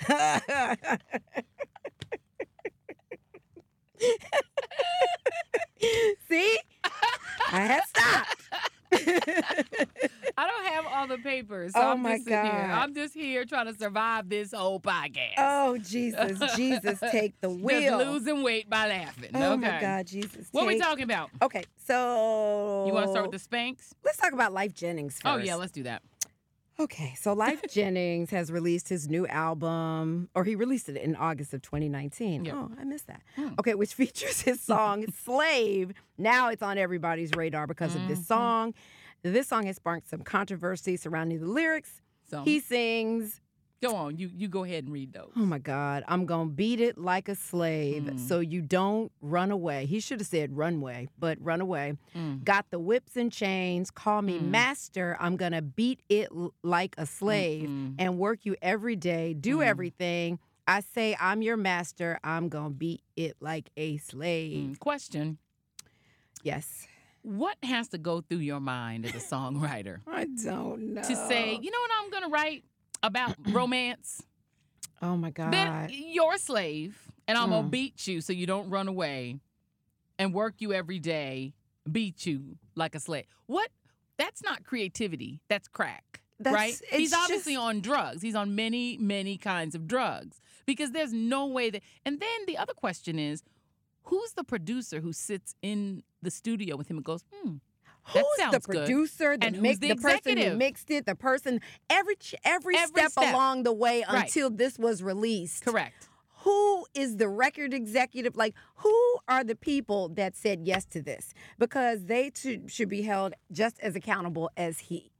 [SPEAKER 1] go. (laughs) See? I have stopped. (laughs)
[SPEAKER 2] I don't have all the papers. So
[SPEAKER 1] Oh,
[SPEAKER 2] I'm
[SPEAKER 1] my
[SPEAKER 2] just sitting Here.
[SPEAKER 1] God.
[SPEAKER 2] I'm just here trying to survive this whole podcast.
[SPEAKER 1] Oh, Jesus. Jesus, take the wheel.
[SPEAKER 2] Just losing weight by laughing.
[SPEAKER 1] Oh,
[SPEAKER 2] okay.
[SPEAKER 1] my God, Jesus.
[SPEAKER 2] What we
[SPEAKER 1] take-
[SPEAKER 2] talking about?
[SPEAKER 1] Okay, so.
[SPEAKER 2] You want to start with the Spanx?
[SPEAKER 1] Let's talk about Life Jennings first.
[SPEAKER 2] Oh yeah, let's do that.
[SPEAKER 1] Okay, so
[SPEAKER 2] (laughs)
[SPEAKER 1] Life Jennings has released his new album, or he released it in August of 2019.
[SPEAKER 2] Yeah.
[SPEAKER 1] Oh, I missed that.
[SPEAKER 2] Hmm.
[SPEAKER 1] Okay, which (laughs) features his
[SPEAKER 2] (laughs)
[SPEAKER 1] song Slave. Now it's on everybody's radar because of
[SPEAKER 2] Mhm.
[SPEAKER 1] this song. This song has sparked some controversy surrounding the lyrics.
[SPEAKER 2] So
[SPEAKER 1] He sings,
[SPEAKER 2] Go on. You you go ahead and read those.
[SPEAKER 1] Oh my God, I'm going to beat it like a slave
[SPEAKER 2] Mm.
[SPEAKER 1] so you don't run away. He should have said runway, but run away.
[SPEAKER 2] Mm.
[SPEAKER 1] Got the whips and chains, call me
[SPEAKER 2] Mm.
[SPEAKER 1] master. I'm going to beat it l- like a slave
[SPEAKER 2] Mm-mm.
[SPEAKER 1] and work you every day, do
[SPEAKER 2] Mm-hmm. Mm.
[SPEAKER 1] everything. I say I'm your master. I'm going to beat it like a slave.
[SPEAKER 2] Mm. Question:
[SPEAKER 1] Yes.
[SPEAKER 2] What has to go through your mind as a songwriter
[SPEAKER 1] I don't know.
[SPEAKER 2] to say, you know what I'm gonna write about (clears throat) romance?
[SPEAKER 1] oh my God.
[SPEAKER 2] Then you're a slave, and I'm gonna
[SPEAKER 1] Mm.
[SPEAKER 2] beat you so you don't run away, and work you every day, beat you like a slave. What? That's not creativity. That's crack.
[SPEAKER 1] That's-
[SPEAKER 2] right? He's
[SPEAKER 1] it's
[SPEAKER 2] obviously
[SPEAKER 1] just-
[SPEAKER 2] on drugs. He's on many, many kinds of drugs because there's no way that. And then the other question is, who's the producer who sits in the studio with him and goes, "Hmm, that
[SPEAKER 1] Who's the
[SPEAKER 2] sounds good.
[SPEAKER 1] producer, the,
[SPEAKER 2] And who's
[SPEAKER 1] mix,
[SPEAKER 2] the
[SPEAKER 1] the, person who
[SPEAKER 2] executive?
[SPEAKER 1] mixed it, the person every ch- every,
[SPEAKER 2] Every
[SPEAKER 1] step,
[SPEAKER 2] step.
[SPEAKER 1] along the way
[SPEAKER 2] Right.
[SPEAKER 1] until this was released?
[SPEAKER 2] correct."
[SPEAKER 1] Who is the record executive? Like, who are the people that said yes to this? Because they too should be held just as accountable as he.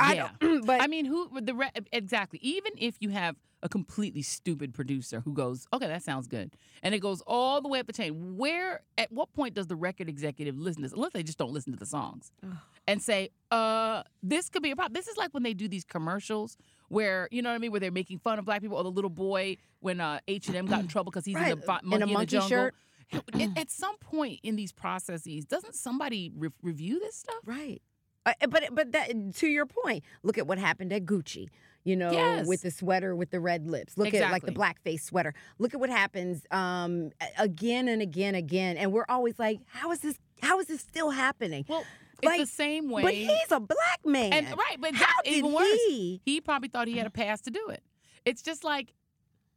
[SPEAKER 1] I
[SPEAKER 2] Yeah.
[SPEAKER 1] don't, (clears throat) but
[SPEAKER 2] I mean, who would the re- exactly? Even if you have a completely stupid producer who goes, "Okay, that sounds good," and it goes all the way up the chain. Where at what point does the record executive listen to this? Unless they just don't listen to the songs
[SPEAKER 1] Ugh.
[SPEAKER 2] and say, "Uh, this could be a problem." This is like when they do these commercials where you know what I mean, where they're making fun of black people or the little boy when uh H and
[SPEAKER 1] (clears throat)
[SPEAKER 2] M got in trouble because he's in
[SPEAKER 1] Right,
[SPEAKER 2] the bo-
[SPEAKER 1] in a
[SPEAKER 2] monkey in the
[SPEAKER 1] monkey
[SPEAKER 2] jungle.
[SPEAKER 1] shirt. (clears throat)
[SPEAKER 2] at, at some point in these processes, doesn't somebody re- review this stuff?
[SPEAKER 1] Right. Uh, but but that to your point, look at what happened at Gucci. You know,
[SPEAKER 2] Yes.
[SPEAKER 1] with the sweater with the red lips. Look at like the blackface sweater. Look at what happens um, a- again and again again, and we're always like, how is this? How is this still happening?
[SPEAKER 2] Well, it's
[SPEAKER 1] Like,
[SPEAKER 2] the same way.
[SPEAKER 1] But he's a black man.
[SPEAKER 2] And right, but
[SPEAKER 1] how
[SPEAKER 2] that's
[SPEAKER 1] did
[SPEAKER 2] even worse.
[SPEAKER 1] he?
[SPEAKER 2] He probably thought he had a pass to do it. It's just like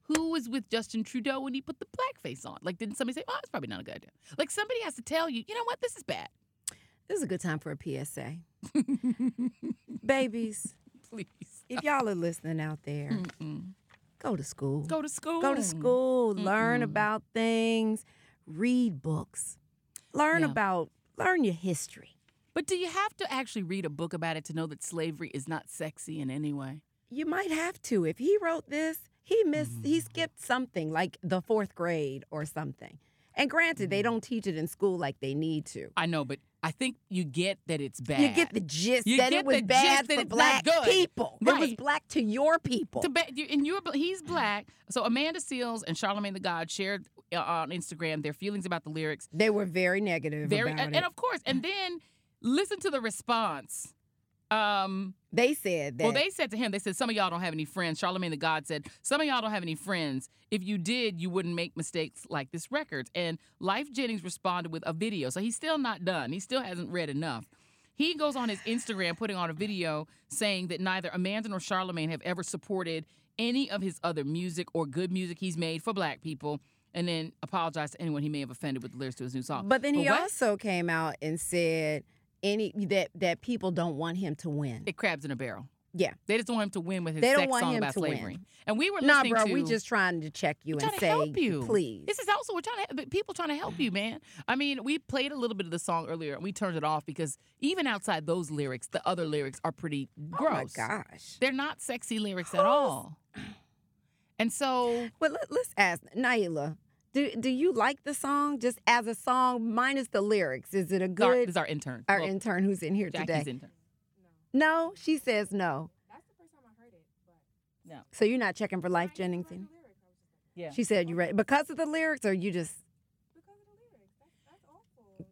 [SPEAKER 2] who was with Justin Trudeau when he put the blackface on? Like, didn't somebody say, "Oh, it's probably not a good idea"? Like, somebody has to tell you, you know what, this is bad. (laughs)
[SPEAKER 1] This is a good time for a PSA, babies.
[SPEAKER 2] Please,
[SPEAKER 1] If y'all are listening out there,
[SPEAKER 2] Mm-mm.
[SPEAKER 1] go to school.
[SPEAKER 2] Mm. go to school.
[SPEAKER 1] Go to school. Learn
[SPEAKER 2] Mm-mm.
[SPEAKER 1] about things. Read books. Learn
[SPEAKER 2] Yeah.
[SPEAKER 1] about. Learn your history.
[SPEAKER 2] But do you have to actually read a book about it to know that slavery is not sexy in any way?
[SPEAKER 1] You might have to. If he wrote this, he missed he
[SPEAKER 2] Mm-hmm.
[SPEAKER 1] skipped something like the 4th grade or something. And granted,
[SPEAKER 2] Mm-hmm.
[SPEAKER 1] they don't teach it in school like they need to.
[SPEAKER 2] I know, but I think you get that it's bad.
[SPEAKER 1] You get the gist
[SPEAKER 2] You
[SPEAKER 1] that
[SPEAKER 2] get
[SPEAKER 1] it was
[SPEAKER 2] the
[SPEAKER 1] bad
[SPEAKER 2] gist that
[SPEAKER 1] for
[SPEAKER 2] it's
[SPEAKER 1] black
[SPEAKER 2] not good.
[SPEAKER 1] people. It was
[SPEAKER 2] Right.
[SPEAKER 1] black to your people.
[SPEAKER 2] To ba- you- and you're bl- he's black. So Amanda Seals and Charlamagne the God shared uh, on Instagram their feelings about the lyrics.
[SPEAKER 1] They were very negative
[SPEAKER 2] very
[SPEAKER 1] about
[SPEAKER 2] and,
[SPEAKER 1] it.
[SPEAKER 2] and of course and then listen to the response um
[SPEAKER 1] they said that.
[SPEAKER 2] well they said to him they said some of y'all don't have any friends charlemagne the god said some of y'all don't have any friends if you did you wouldn't make mistakes like this record and life jennings responded with a video so he's still not done he still hasn't read enough he goes on his Instagram putting on a video saying that neither Amanda nor Charlemagne have ever supported any of his other music or good music he's made for black people, and then apologized to anyone he may have offended with the lyrics to his new song.
[SPEAKER 1] but then he
[SPEAKER 2] what-
[SPEAKER 1] also came out and said any that that people don't want him to win.
[SPEAKER 2] it crabs in a barrel.
[SPEAKER 1] Yeah.
[SPEAKER 2] they just want him to win with his
[SPEAKER 1] They don't
[SPEAKER 2] sex
[SPEAKER 1] want
[SPEAKER 2] song
[SPEAKER 1] him
[SPEAKER 2] about
[SPEAKER 1] to win.
[SPEAKER 2] slavery. And we were
[SPEAKER 1] nah,
[SPEAKER 2] listening
[SPEAKER 1] bro,
[SPEAKER 2] to.
[SPEAKER 1] we just trying to check you
[SPEAKER 2] We're
[SPEAKER 1] and
[SPEAKER 2] trying to
[SPEAKER 1] say
[SPEAKER 2] help you.
[SPEAKER 1] please.
[SPEAKER 2] This is also we're trying to but people trying to help you, man. I mean, we played a little bit of the song earlier and we turned it off because even outside those lyrics, the other lyrics are pretty gross.
[SPEAKER 1] Oh my gosh.
[SPEAKER 2] They're not sexy lyrics at all. And so
[SPEAKER 1] Well, let, let's ask Naila. Do do you like the song just as a song minus the lyrics? Is it a
[SPEAKER 2] our,
[SPEAKER 1] good?
[SPEAKER 2] this is our intern.
[SPEAKER 1] our
[SPEAKER 2] Well,
[SPEAKER 1] intern who's in here
[SPEAKER 2] Jackie's
[SPEAKER 1] today.
[SPEAKER 2] intern.
[SPEAKER 1] No, she says no.
[SPEAKER 2] No.
[SPEAKER 1] So you're not checking for Life Jennings? any-
[SPEAKER 2] Yeah.
[SPEAKER 1] She said you read because of the lyrics, or you just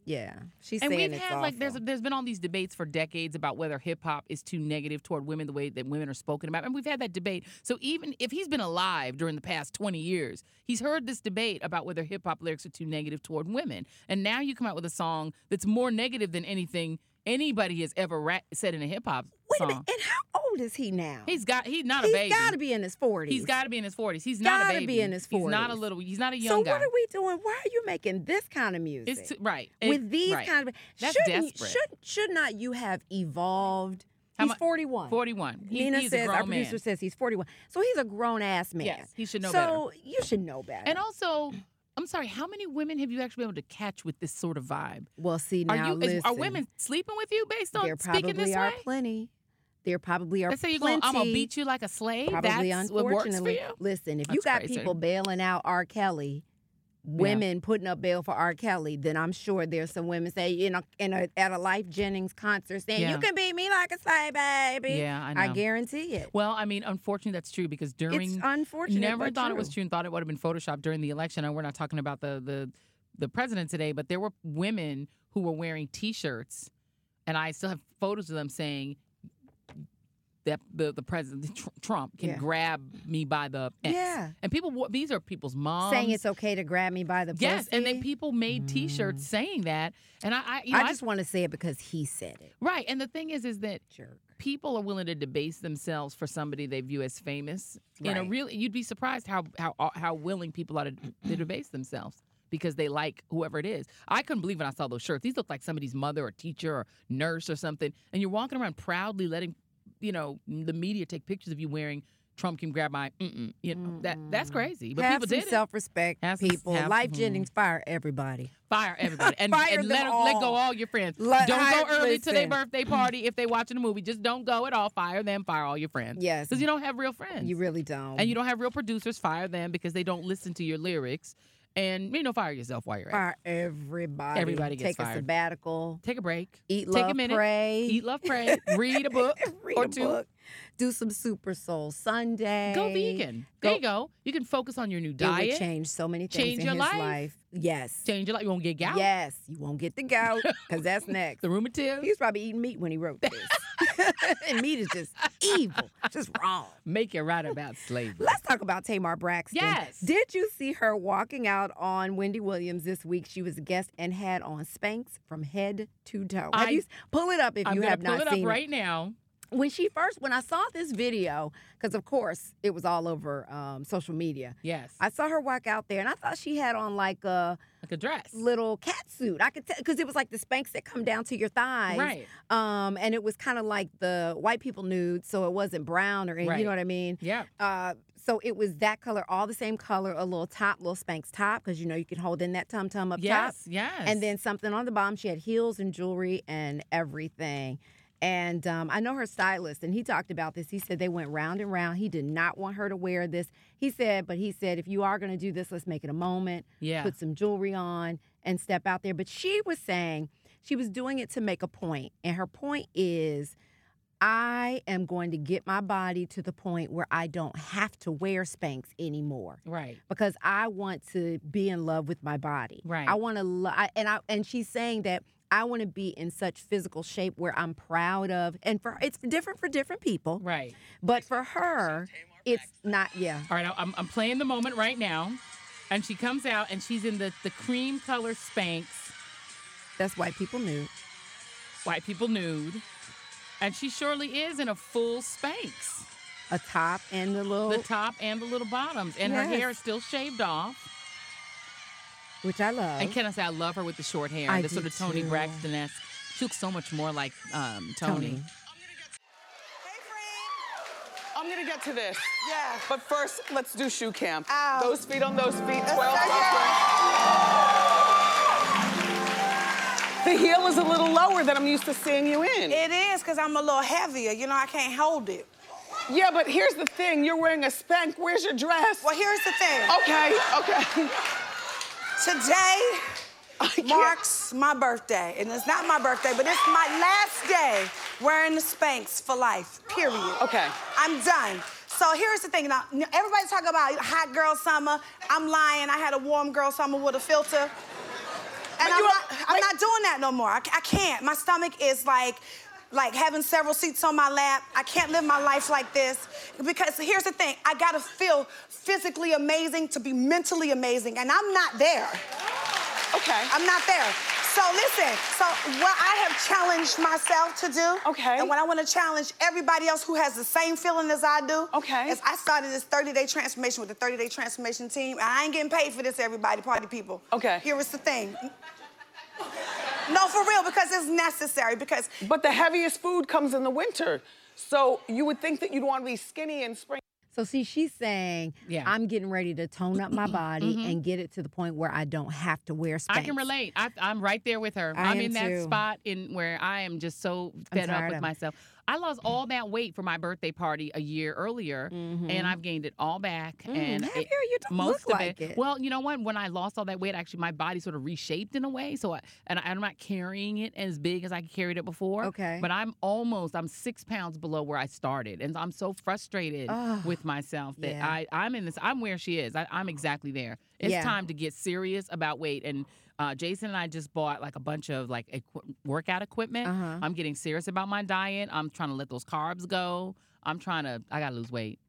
[SPEAKER 1] yeah. She's
[SPEAKER 2] and
[SPEAKER 1] saying
[SPEAKER 2] we've
[SPEAKER 1] it's
[SPEAKER 2] had like there's
[SPEAKER 1] awful.
[SPEAKER 2] there's been all these debates for decades about whether hip hop is too negative toward women the way that women are spoken about and we've had that debate so even if he's been alive during the past 20 years he's heard this debate about whether hip hop lyrics are too negative toward women and now you come out with a song that's more negative than anything anybody has ever ra- said in a hip hop
[SPEAKER 1] Wait a
[SPEAKER 2] song
[SPEAKER 1] minute. And how old is he now?
[SPEAKER 2] he's got he's not a
[SPEAKER 1] he's
[SPEAKER 2] baby
[SPEAKER 1] got to be in his 40s.
[SPEAKER 2] he's got to be in his 40s he's not a
[SPEAKER 1] Gotta be
[SPEAKER 2] baby
[SPEAKER 1] in his
[SPEAKER 2] he's not a
[SPEAKER 1] 40s.
[SPEAKER 2] little he's not a
[SPEAKER 1] So
[SPEAKER 2] young
[SPEAKER 1] what
[SPEAKER 2] guy
[SPEAKER 1] are we doing? Why are you making this kind of music?
[SPEAKER 2] it's too, right It-
[SPEAKER 1] with these
[SPEAKER 2] right.
[SPEAKER 1] kind of
[SPEAKER 2] That's
[SPEAKER 1] shouldn't,
[SPEAKER 2] desperate.
[SPEAKER 1] Should should not you have evolved?
[SPEAKER 2] How
[SPEAKER 1] he's
[SPEAKER 2] mu-
[SPEAKER 1] 41.
[SPEAKER 2] 41 He-
[SPEAKER 1] Nina
[SPEAKER 2] he's a
[SPEAKER 1] says
[SPEAKER 2] grown
[SPEAKER 1] our producer
[SPEAKER 2] man.
[SPEAKER 1] says he's 41. So he's a grown ass man.
[SPEAKER 2] yes he should know better
[SPEAKER 1] so you should know better.
[SPEAKER 2] And also, I'm sorry, how many women have you actually been able to catch with this sort of vibe?
[SPEAKER 1] well, see
[SPEAKER 2] Are
[SPEAKER 1] now,
[SPEAKER 2] you is- are
[SPEAKER 1] listen,
[SPEAKER 2] women sleeping with you based on
[SPEAKER 1] There
[SPEAKER 2] speaking
[SPEAKER 1] probably
[SPEAKER 2] this
[SPEAKER 1] are
[SPEAKER 2] way?
[SPEAKER 1] plenty. there probably are
[SPEAKER 2] They say you're going,
[SPEAKER 1] plenty.
[SPEAKER 2] I'm gonna beat you like a slave.
[SPEAKER 1] Probably
[SPEAKER 2] That's what works for
[SPEAKER 1] unfortunately.
[SPEAKER 2] you.
[SPEAKER 1] Listen, if you
[SPEAKER 2] That's
[SPEAKER 1] got
[SPEAKER 2] crazy.
[SPEAKER 1] people bailing out R. Kelly, women putting up bail for R. Kelly, then I'm sure there's some women say in a, in a at a Life Jennings concert saying,
[SPEAKER 2] Yeah.
[SPEAKER 1] You can beat me like a slave, baby.
[SPEAKER 2] Yeah, I know.
[SPEAKER 1] I, guarantee it.
[SPEAKER 2] well, I mean, unfortunately, that's true because during
[SPEAKER 1] it's unfortunate.
[SPEAKER 2] never
[SPEAKER 1] but
[SPEAKER 2] thought it was
[SPEAKER 1] true.
[SPEAKER 2] true and thought it would have been photoshopped during the election. And we're not talking about the the the president today, but there were women who were wearing T-shirts, and I still have photos of them saying that the the president Tr- Trump can
[SPEAKER 1] Yeah.
[SPEAKER 2] grab me by the X.
[SPEAKER 1] Yeah.
[SPEAKER 2] and people wa- these are people's moms
[SPEAKER 1] Saying it's okay to grab me by the
[SPEAKER 2] Um, Yes, and then
[SPEAKER 1] pussy.
[SPEAKER 2] people made T-shirts saying that, and I, I, you know,
[SPEAKER 1] I just want to say it because he said it.
[SPEAKER 2] right. And the thing is, is that
[SPEAKER 1] Jerk.
[SPEAKER 2] people are willing to debase themselves for somebody they view as famous. In a
[SPEAKER 1] Right.
[SPEAKER 2] really, you'd be surprised how how uh, how willing people are to, to debase themselves because they like whoever it is. I couldn't believe when I saw those shirts. These look like somebody's mother or teacher or nurse or something, and you're walking around proudly letting, you know, the media take pictures of you wearing Trump can grab my, mm-mm. you know, that that's crazy. But
[SPEAKER 1] Mm. have
[SPEAKER 2] people
[SPEAKER 1] some
[SPEAKER 2] did it.
[SPEAKER 1] self-respect,
[SPEAKER 2] Have some-
[SPEAKER 1] people.
[SPEAKER 2] have-
[SPEAKER 1] Life
[SPEAKER 2] mhm.
[SPEAKER 1] Jennings fire everybody.
[SPEAKER 2] Fire
[SPEAKER 1] (laughs)
[SPEAKER 2] everybody and,
[SPEAKER 1] Fire
[SPEAKER 2] and let,
[SPEAKER 1] them
[SPEAKER 2] let go
[SPEAKER 1] all.
[SPEAKER 2] all your friends.
[SPEAKER 1] Let-
[SPEAKER 2] don't
[SPEAKER 1] I-
[SPEAKER 2] go early to their
[SPEAKER 1] listen.
[SPEAKER 2] birthday party if they watching a movie. Just don't go at all. Fire them. Fire all your friends.
[SPEAKER 1] Yes,
[SPEAKER 2] Because you don't have real friends.
[SPEAKER 1] you really don't.
[SPEAKER 2] and you don't have real producers. Fire them because they don't listen to your lyrics. And you know, fire yourself while you're at it.
[SPEAKER 1] fire everybody.
[SPEAKER 2] Everybody gets
[SPEAKER 1] Take a
[SPEAKER 2] fired.
[SPEAKER 1] sabbatical.
[SPEAKER 2] Take a break.
[SPEAKER 1] Eat,
[SPEAKER 2] Take a
[SPEAKER 1] love,
[SPEAKER 2] minute.
[SPEAKER 1] pray.
[SPEAKER 2] Eat, love, pray. Read
[SPEAKER 1] (laughs)
[SPEAKER 2] a book.
[SPEAKER 1] Read
[SPEAKER 2] or
[SPEAKER 1] a
[SPEAKER 2] two.
[SPEAKER 1] book. Do some Super Soul Sunday.
[SPEAKER 2] Go vegan. There
[SPEAKER 1] Go-
[SPEAKER 2] you go. You can focus on your new
[SPEAKER 1] It would
[SPEAKER 2] diet.
[SPEAKER 1] change so many things
[SPEAKER 2] Change
[SPEAKER 1] in
[SPEAKER 2] your
[SPEAKER 1] his
[SPEAKER 2] life.
[SPEAKER 1] life. Yes.
[SPEAKER 2] Change your life. You won't get gout.
[SPEAKER 1] Yes. You won't get the gout because that's next.
[SPEAKER 2] (laughs) The rheumatism.
[SPEAKER 1] He was probably eating meat when he wrote this. (laughs) and meat is just evil, just wrong.
[SPEAKER 2] Make it right about slavery.
[SPEAKER 1] Let's talk about Tamar Braxton.
[SPEAKER 2] Yes.
[SPEAKER 1] Did you see her walking out on Wendy Williams this week? She was a guest and had on Spanx from head to toe. Have
[SPEAKER 2] I-
[SPEAKER 1] you, pull it up if
[SPEAKER 2] I'm
[SPEAKER 1] you
[SPEAKER 2] gonna
[SPEAKER 1] have
[SPEAKER 2] pull
[SPEAKER 1] not
[SPEAKER 2] it up
[SPEAKER 1] seen it.
[SPEAKER 2] right now.
[SPEAKER 1] when she first when I saw this video, because of course it was all over um, social media.
[SPEAKER 2] Yes.
[SPEAKER 1] I saw her walk out there, and I thought she had on like a
[SPEAKER 2] like a dress.
[SPEAKER 1] little cat suit. I could tell because it was like the spanks that come down to your thighs,
[SPEAKER 2] Right.
[SPEAKER 1] Um, and it was kind of like the white people nude, so it wasn't brown or any,
[SPEAKER 2] Right.
[SPEAKER 1] you know what I mean.
[SPEAKER 2] Yeah.
[SPEAKER 1] Uh, so it was that color, all the same color, a little top, little spanks top, because you know you can hold in that tum tum up top.
[SPEAKER 2] Yes. Yes.
[SPEAKER 1] And then something on the bottom. She had heels and jewelry and everything. And um, I know her stylist, and he talked about this. He said they went round and round. He did not want her to wear this. He said, but he said, if you are going to do this, let's make it a moment,
[SPEAKER 2] yeah.
[SPEAKER 1] put some jewelry on, and step out there. But she was saying she was doing it to make a point. And her point is, I am going to get my body to the point where I don't have to wear Spanx anymore
[SPEAKER 2] Right.
[SPEAKER 1] because I want to be in love with my body.
[SPEAKER 2] Right.
[SPEAKER 1] I want to lo- I, and I and she's saying that I want to be in such physical shape where I'm proud of and for it's different for different people,
[SPEAKER 2] Right.
[SPEAKER 1] but for her it's not yeah.
[SPEAKER 2] All right, I- I'm, I'm playing the moment right now. And she comes out and she's in the, the cream color Spanx,
[SPEAKER 1] That's why people knew.
[SPEAKER 2] white people nude. And she surely is in a full Spanx,
[SPEAKER 1] A top and the little
[SPEAKER 2] the top and the little bottoms. And her
[SPEAKER 1] Oh. Yes.
[SPEAKER 2] hair is still shaved off.
[SPEAKER 1] which I love.
[SPEAKER 2] And can I say, I love her with the short hair,
[SPEAKER 1] Uh-huh. I
[SPEAKER 2] the
[SPEAKER 1] do
[SPEAKER 2] sort of Tony
[SPEAKER 1] too.
[SPEAKER 2] Braxton esque. She looks so much more like um, Tony.
[SPEAKER 1] Tony.
[SPEAKER 3] Hey, friend.
[SPEAKER 4] I'm gonna get to this.
[SPEAKER 3] Yeah.
[SPEAKER 4] But first, let's do shoe camp.
[SPEAKER 3] Ow.
[SPEAKER 4] Those feet on those feet, 12
[SPEAKER 3] go,
[SPEAKER 4] something. The heel is a little lower than I'm used to seeing you in.
[SPEAKER 3] It is because I'm a little heavier. You know, I can't hold it.
[SPEAKER 4] yeah, but here's the thing you're wearing a spank. Where's your dress?
[SPEAKER 3] Well, here's the thing.
[SPEAKER 4] Okay,
[SPEAKER 3] (laughs)
[SPEAKER 4] okay.
[SPEAKER 3] Today
[SPEAKER 4] I (laughs) can't-
[SPEAKER 3] marks my birthday, and it's not my birthday, but it's my last day wearing the Spanx for life. Period.
[SPEAKER 4] Okay.
[SPEAKER 3] I'm done. So here's the thing. Now n- everybody's talking about hot girl summer. I'm lying. I had a warm girl summer with a filter. And I'm,
[SPEAKER 4] you
[SPEAKER 3] not,
[SPEAKER 4] are-
[SPEAKER 3] I'm
[SPEAKER 4] wait.
[SPEAKER 3] not doing that no more. I, c- I can't. My stomach is like, like having several seats on my lap. I can't live my life like this because here's the thing. I gotta feel physically amazing to be mentally amazing, and I'm not there.
[SPEAKER 4] Okay.
[SPEAKER 3] I'm not there. So listen, so what I have challenged myself to do,
[SPEAKER 4] Okay.
[SPEAKER 3] and what I want to challenge everybody else who has the same feeling as I do,
[SPEAKER 4] Okay.
[SPEAKER 3] is I started this 30-day transformation with the 30-day transformation team. And I ain't getting paid for this, everybody, party people.
[SPEAKER 4] Okay.
[SPEAKER 3] Here is the thing. (laughs) No, for real, because it's necessary. Because
[SPEAKER 4] but the heaviest food comes in the winter. So you would think that you'd wanna be skinny in spring.
[SPEAKER 1] So see, she's saying,
[SPEAKER 2] Yeah. Mm-hmm.
[SPEAKER 1] I'm getting ready to tone up my body and get it to the point where I don't have to wear Spanx.
[SPEAKER 2] I can relate. I, I'm right there with her.
[SPEAKER 1] I
[SPEAKER 2] am
[SPEAKER 1] am
[SPEAKER 2] in that
[SPEAKER 1] too.
[SPEAKER 2] spot in where I am just so fed up
[SPEAKER 1] tired of
[SPEAKER 2] with
[SPEAKER 1] it.
[SPEAKER 2] myself. I lost all that weight for my birthday party a year earlier,
[SPEAKER 1] Mm-hmm.
[SPEAKER 2] and I've gained it all back. And
[SPEAKER 1] Have
[SPEAKER 2] it-
[SPEAKER 1] Mm, you? You don't
[SPEAKER 2] most
[SPEAKER 1] look
[SPEAKER 2] of
[SPEAKER 1] like it.
[SPEAKER 2] Well, you know what? When I lost all that weight, actually, my body sort of reshaped in a way. So, I, and I'm not carrying it as big as I carried it before.
[SPEAKER 1] Okay.
[SPEAKER 2] But I'm almost. I'm six pounds below where I started, and I'm so frustrated
[SPEAKER 1] Ugh.
[SPEAKER 2] with myself that
[SPEAKER 1] Yeah.
[SPEAKER 2] I I'm in this. I'm where she is. I, I'm exactly there. It's
[SPEAKER 1] Yeah.
[SPEAKER 2] time to get serious about weight. And uh, Jason and I just bought like a bunch of like equi- workout equipment.
[SPEAKER 1] Uh-huh.
[SPEAKER 2] I'm getting serious about my diet. I'm trying to let those carbs go. I'm trying to. I gotta lose weight.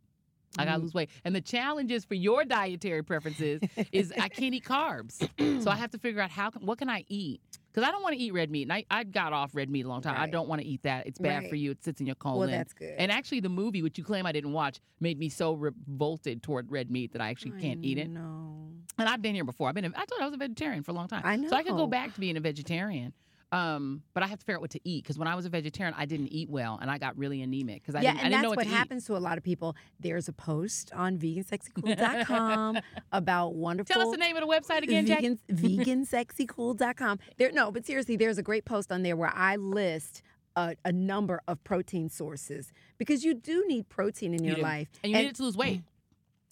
[SPEAKER 2] I
[SPEAKER 1] Mm-hmm.
[SPEAKER 2] gotta lose weight. And the challenge is for your dietary preferences is I can't eat carbs. so
[SPEAKER 1] (clears throat)
[SPEAKER 2] I have to figure out how can, what can I eat because I don't want to eat red meat. And I, I got off red meat a long time. I
[SPEAKER 1] Right.
[SPEAKER 2] don't want to eat that. It's bad for
[SPEAKER 1] Right.
[SPEAKER 2] you. It sits in your colon.
[SPEAKER 1] Well, that's good.
[SPEAKER 2] And actually, the movie which you claim I didn't watch made me so revolted toward red meat that I actually can't eat it.
[SPEAKER 1] No.
[SPEAKER 2] And I've been here before. I've been. A, I thought I was a vegetarian for a long time.
[SPEAKER 1] I
[SPEAKER 2] So I could go
[SPEAKER 1] know.
[SPEAKER 2] back to being a vegetarian. Um, but I have to figure out what to eat because when I was a vegetarian, I didn't eat well and I got really anemic because I
[SPEAKER 1] yeah,
[SPEAKER 2] didn't, I
[SPEAKER 1] and
[SPEAKER 2] didn't
[SPEAKER 1] that's
[SPEAKER 2] know what,
[SPEAKER 1] what,
[SPEAKER 2] to eat.
[SPEAKER 1] happens to a lot of people. There's a post on
[SPEAKER 2] (laughs)
[SPEAKER 1] vegansexycool.com about wonderful
[SPEAKER 2] Tell us the name of the website again, Jackie.
[SPEAKER 1] vegan,
[SPEAKER 2] (laughs)
[SPEAKER 1] vegansexycool.com. There, no, but seriously, there's a great post on there where I list a, a number of protein sources because you do need protein in your
[SPEAKER 2] do.
[SPEAKER 1] life
[SPEAKER 2] And you needed to lose weight.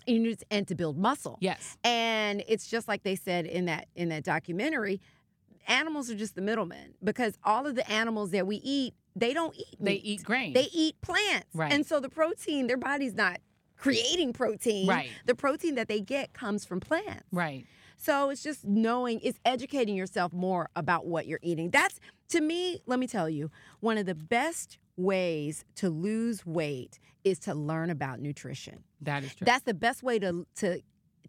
[SPEAKER 1] you need- and to build muscle.
[SPEAKER 2] Yes.
[SPEAKER 1] And it's just like they said in that in that documentary, animals are just the middlemen because all of the animals that we eat, they don't eat
[SPEAKER 2] They
[SPEAKER 1] meat.
[SPEAKER 2] eat grain.
[SPEAKER 1] They eat plants.
[SPEAKER 2] Right.
[SPEAKER 1] And so the protein, their body's not creating protein.
[SPEAKER 2] Right.
[SPEAKER 1] The protein that they get comes from plants.
[SPEAKER 2] Right.
[SPEAKER 1] So it's just knowing, it's educating yourself more about what you're eating. That's, to me, let me tell you, one of the best ways to lose weight is to learn about nutrition.
[SPEAKER 2] That is true.
[SPEAKER 1] That's the best way to to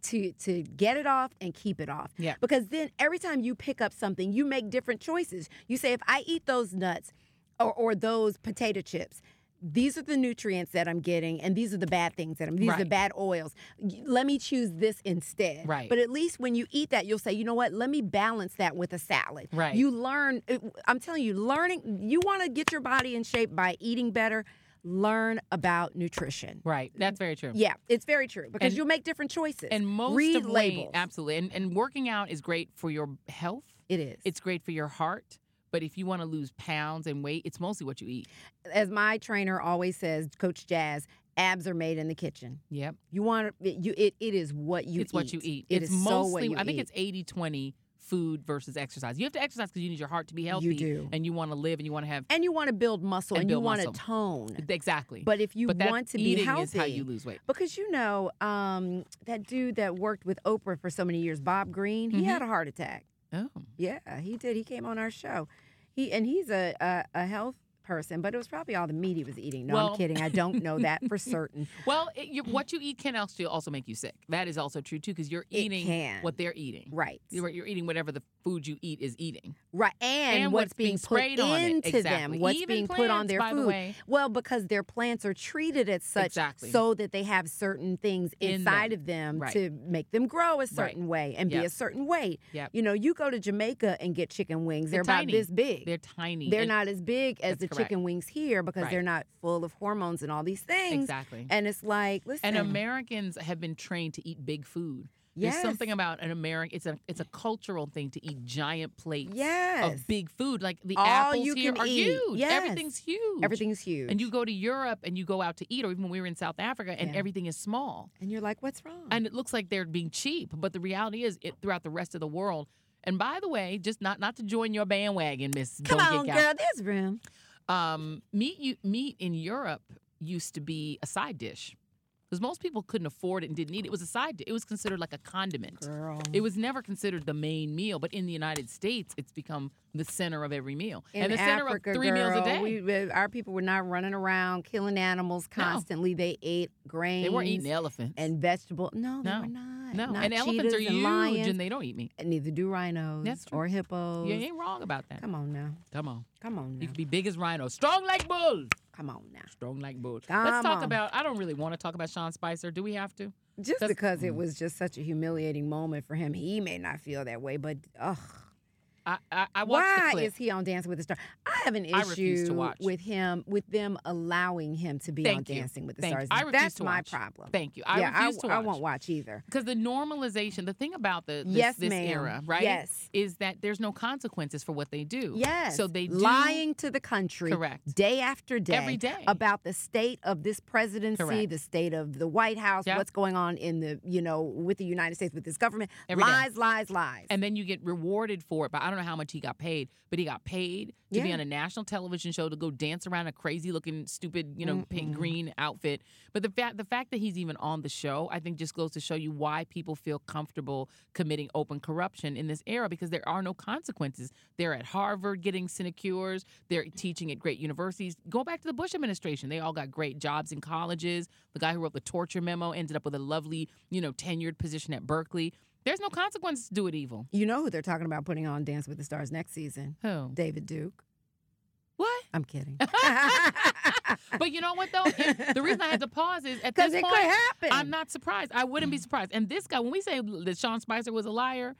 [SPEAKER 1] to to get it off and keep it off.
[SPEAKER 2] Yeah.
[SPEAKER 1] Because then every time you pick up something, you make different choices. You say, if I eat those nuts or, or those potato chips, these are the nutrients that I'm getting, and these are the bad things that I'm. These are the
[SPEAKER 2] Right.
[SPEAKER 1] bad oils. Y- Let me choose this instead.
[SPEAKER 2] Right.
[SPEAKER 1] But at least when you eat that, you'll say, you know what? Let me balance that with a salad.
[SPEAKER 2] Right.
[SPEAKER 1] You learn. it- I'm telling you, learning. You want to get your body in shape by eating better. Learn about nutrition.
[SPEAKER 2] right. That's very true.
[SPEAKER 1] Yeah, it's very true because
[SPEAKER 2] And-
[SPEAKER 1] you'll make different choices.
[SPEAKER 2] And most
[SPEAKER 1] Read
[SPEAKER 2] of weight-
[SPEAKER 1] labels.
[SPEAKER 2] absolutely. And, and working out is great for your health.
[SPEAKER 1] It is.
[SPEAKER 2] It's great for your heart. But if you want to lose pounds and weight, it's mostly what you eat.
[SPEAKER 1] As my trainer always says, Coach Jazz, abs are made in the kitchen.
[SPEAKER 2] Yep.
[SPEAKER 1] You want to, you it, it is what you
[SPEAKER 2] it's
[SPEAKER 1] eat.
[SPEAKER 2] what you eat.
[SPEAKER 1] It
[SPEAKER 2] it's
[SPEAKER 1] is so
[SPEAKER 2] mostly,
[SPEAKER 1] what you
[SPEAKER 2] I think
[SPEAKER 1] eat.
[SPEAKER 2] it's 80 20 food versus exercise. You have to exercise because you need your heart to be healthy.
[SPEAKER 1] do.
[SPEAKER 2] And you want to live and you want to have.
[SPEAKER 1] and you want to build muscle
[SPEAKER 2] And
[SPEAKER 1] and,
[SPEAKER 2] build
[SPEAKER 1] you want to
[SPEAKER 2] muscle.
[SPEAKER 1] tone.
[SPEAKER 2] Exactly.
[SPEAKER 1] But if you
[SPEAKER 2] But that
[SPEAKER 1] want to be
[SPEAKER 2] eating
[SPEAKER 1] healthy,
[SPEAKER 2] is how you lose weight.
[SPEAKER 1] Because you know, um, that dude that worked with Oprah for so many years, Bob Green, he
[SPEAKER 2] Mm-hmm.
[SPEAKER 1] had a heart attack.
[SPEAKER 2] Oh.
[SPEAKER 1] Yeah, he did. He came on our show. He and he's a a, a health person, but it was probably all the meat he was eating. No,
[SPEAKER 2] Well-
[SPEAKER 1] I'm kidding. I don't know that
[SPEAKER 2] (laughs)
[SPEAKER 1] for certain.
[SPEAKER 2] Well, it,
[SPEAKER 1] (clears throat)
[SPEAKER 2] you, what you eat can also also make you sick. That is also true too, because you're
[SPEAKER 1] It
[SPEAKER 2] eating
[SPEAKER 1] can.
[SPEAKER 2] what they're eating.
[SPEAKER 1] Right.
[SPEAKER 2] You're, you're eating whatever the food you eat is eating.
[SPEAKER 1] Right, and,
[SPEAKER 2] And
[SPEAKER 1] what's,
[SPEAKER 2] what's being
[SPEAKER 1] being, put
[SPEAKER 2] sprayed on it.
[SPEAKER 1] into
[SPEAKER 2] Exactly.
[SPEAKER 1] them, what's
[SPEAKER 2] Even
[SPEAKER 1] being put on
[SPEAKER 2] plants,
[SPEAKER 1] their
[SPEAKER 2] by the
[SPEAKER 1] food.
[SPEAKER 2] way.
[SPEAKER 1] Well, because their plants are treated as such,
[SPEAKER 2] Exactly.
[SPEAKER 1] so that they have certain things
[SPEAKER 2] In
[SPEAKER 1] inside
[SPEAKER 2] them.
[SPEAKER 1] of them
[SPEAKER 2] Right.
[SPEAKER 1] to make them grow a certain way and be a
[SPEAKER 2] Yep.
[SPEAKER 1] certain weight.
[SPEAKER 2] Yep.
[SPEAKER 1] You know, you go to Jamaica and get chicken wings;
[SPEAKER 2] They're
[SPEAKER 1] they're, about
[SPEAKER 2] tiny.
[SPEAKER 1] this big.
[SPEAKER 2] They're tiny.
[SPEAKER 1] They're
[SPEAKER 2] and-
[SPEAKER 1] not as big as
[SPEAKER 2] That's
[SPEAKER 1] the
[SPEAKER 2] correct.
[SPEAKER 1] chicken wings here because
[SPEAKER 2] Right.
[SPEAKER 1] they're not full of hormones and all these things.
[SPEAKER 2] Exactly.
[SPEAKER 1] And it's like, listen,
[SPEAKER 2] And Americans have been trained to eat big food. There's
[SPEAKER 1] Yes.
[SPEAKER 2] something about an American. It's a it's a cultural thing to eat giant plates
[SPEAKER 1] Yes.
[SPEAKER 2] of big food. Like the
[SPEAKER 1] All
[SPEAKER 2] apples
[SPEAKER 1] you
[SPEAKER 2] here
[SPEAKER 1] can
[SPEAKER 2] are
[SPEAKER 1] eat.
[SPEAKER 2] huge.
[SPEAKER 1] Yes.
[SPEAKER 2] Everything's huge.
[SPEAKER 1] everything's huge.
[SPEAKER 2] And you go to Europe and you go out to eat, or even when we were in South Africa, and
[SPEAKER 1] Yeah.
[SPEAKER 2] everything is small.
[SPEAKER 1] and you're like, what's wrong?
[SPEAKER 2] and it looks like they're being cheap but the reality is it throughout the rest of the world and by the way just not not to join your bandwagon miss
[SPEAKER 1] Come
[SPEAKER 2] Don't
[SPEAKER 1] on,
[SPEAKER 2] Get
[SPEAKER 1] girl, there's room.
[SPEAKER 2] Gal. um meat you meat in europe used to be a side dish because most people couldn't afford it and didn't eat it. It was a side dish. It was considered like a condiment.
[SPEAKER 1] Girl.
[SPEAKER 2] It was never considered the main meal. But in the United States, it's become the center of every meal.
[SPEAKER 1] In
[SPEAKER 2] and the center
[SPEAKER 1] Africa,
[SPEAKER 2] of three
[SPEAKER 1] girl,
[SPEAKER 2] meals a day.
[SPEAKER 1] We, our people were not running around killing animals constantly. They ate grains.
[SPEAKER 2] they weren't eating elephants.
[SPEAKER 1] and vegetable. No, they
[SPEAKER 2] No.
[SPEAKER 1] were not.
[SPEAKER 2] no.
[SPEAKER 1] Not
[SPEAKER 2] and elephants
[SPEAKER 1] cheetahs
[SPEAKER 2] are
[SPEAKER 1] and
[SPEAKER 2] huge
[SPEAKER 1] lions,
[SPEAKER 2] and they don't eat meat.
[SPEAKER 1] and neither do rhinos
[SPEAKER 2] That's true.
[SPEAKER 1] or hippos.
[SPEAKER 2] You ain't wrong about that.
[SPEAKER 1] Come on now.
[SPEAKER 2] Come on.
[SPEAKER 1] Come on
[SPEAKER 2] You
[SPEAKER 1] now.
[SPEAKER 2] can be big as rhino, strong like bulls.
[SPEAKER 1] Come on now.
[SPEAKER 2] Strong like bulls. Let's
[SPEAKER 1] Come
[SPEAKER 2] talk
[SPEAKER 1] on.
[SPEAKER 2] about. I don't really want to talk about Sean Spicer. Do we have to?
[SPEAKER 1] Just
[SPEAKER 2] That's- Mm.
[SPEAKER 1] because it was just such a humiliating moment for him, he may not feel that way, but ugh.
[SPEAKER 2] I I, I watched the
[SPEAKER 1] Why
[SPEAKER 2] clip.
[SPEAKER 1] is he on Dancing with the Stars? I have an
[SPEAKER 2] I refuse to
[SPEAKER 1] issue
[SPEAKER 2] watch.
[SPEAKER 1] with him, with them alling him to be on
[SPEAKER 2] Thank you.
[SPEAKER 1] Dancing with the
[SPEAKER 2] Thank you.
[SPEAKER 1] Stars.
[SPEAKER 2] I refuse
[SPEAKER 1] That's
[SPEAKER 2] to
[SPEAKER 1] my
[SPEAKER 2] watch.
[SPEAKER 1] problem.
[SPEAKER 2] Thank you. I
[SPEAKER 1] yeah,
[SPEAKER 2] refuse
[SPEAKER 1] I,
[SPEAKER 2] to
[SPEAKER 1] I
[SPEAKER 2] watch.
[SPEAKER 1] won't watch either.
[SPEAKER 2] Because the normalization, the thing about the this,
[SPEAKER 1] Yes,
[SPEAKER 2] this
[SPEAKER 1] ma'am.
[SPEAKER 2] era, right?
[SPEAKER 1] Yes.
[SPEAKER 2] Is that there's no consequences for what they do.
[SPEAKER 1] Yes.
[SPEAKER 2] So they do
[SPEAKER 1] lying to the country,
[SPEAKER 2] Correct.
[SPEAKER 1] Day after day,
[SPEAKER 2] Every day.
[SPEAKER 1] about the state of this presidency,
[SPEAKER 2] Correct.
[SPEAKER 1] the state of the White House,
[SPEAKER 2] Yep.
[SPEAKER 1] what's going on in the you know with the United States with this government.
[SPEAKER 2] Every day.
[SPEAKER 1] lies, lies, lies.
[SPEAKER 2] And then you get rewarded for it. But I don't know how much he got paid, but he got paid to be
[SPEAKER 1] Yeah.
[SPEAKER 2] on a national television show to go dance around a crazy looking, stupid, you know, pink green outfit. But the fact the fact that he's even on the show, I think just goes to show you why people feel comfortable committing open corruption in this era because there are no consequences. They're at Harvard getting sinecures, they're teaching at great universities. Go back to the Bush administration. They all got great jobs in colleges. The guy who wrote the torture memo ended up with a lovely, you know, tenured position at Berkeley. There's no consequences to do it evil.
[SPEAKER 1] you know who they're talking about putting on Dance with the Stars next season?
[SPEAKER 2] Who?
[SPEAKER 1] David Duke.
[SPEAKER 2] What?
[SPEAKER 1] I'm
[SPEAKER 2] (laughs)
[SPEAKER 1] kidding.
[SPEAKER 2] But you know what though? It- the reason I
[SPEAKER 1] (laughs)
[SPEAKER 2] had to pause is at
[SPEAKER 1] 'Cause
[SPEAKER 2] this
[SPEAKER 1] it could
[SPEAKER 2] point,
[SPEAKER 1] happen. Mm.
[SPEAKER 2] I'm not surprised. I wouldn't be surprised. And this guy, when we say that Sean Spicer was a liar,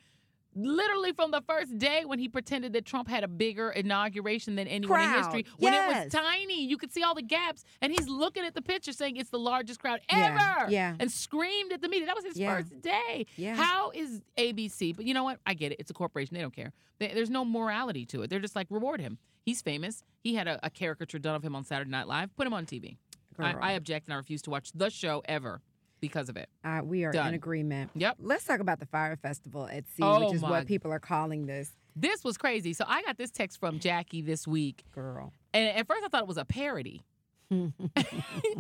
[SPEAKER 2] literally from the first day when he pretended that Trump had a bigger inauguration than anyone in history,
[SPEAKER 1] Crowd,
[SPEAKER 2] when it
[SPEAKER 1] yes.
[SPEAKER 2] was tiny, you could see all the gaps, and he's looking at the picture saying it's the largest crowd
[SPEAKER 1] Yeah,
[SPEAKER 2] ever,
[SPEAKER 1] yeah.
[SPEAKER 2] and screamed at the media. That was his
[SPEAKER 1] Yeah.
[SPEAKER 2] first day.
[SPEAKER 1] Yeah.
[SPEAKER 2] How is ABC? But you know what? I get it. It's a corporation. They don't care. They, there's no morality to it. They're just like reward him. He's famous. He had a, a caricature done of him on Saturday Night Live. Put him on TV.
[SPEAKER 1] (laughs)
[SPEAKER 2] I,
[SPEAKER 1] Girl.
[SPEAKER 2] I object and I refuse to watch the show ever because of it.
[SPEAKER 1] Uh, we are
[SPEAKER 2] Done.
[SPEAKER 1] in agreement.
[SPEAKER 2] Yep.
[SPEAKER 1] Let's talk about the fire festival at sea,
[SPEAKER 2] Oh,
[SPEAKER 1] which is
[SPEAKER 2] my-
[SPEAKER 1] what people are calling this
[SPEAKER 2] This was crazy. So I got this text from Jackie this week,
[SPEAKER 1] girl.
[SPEAKER 2] and at first I thought it was a parody.
[SPEAKER 1] (laughs)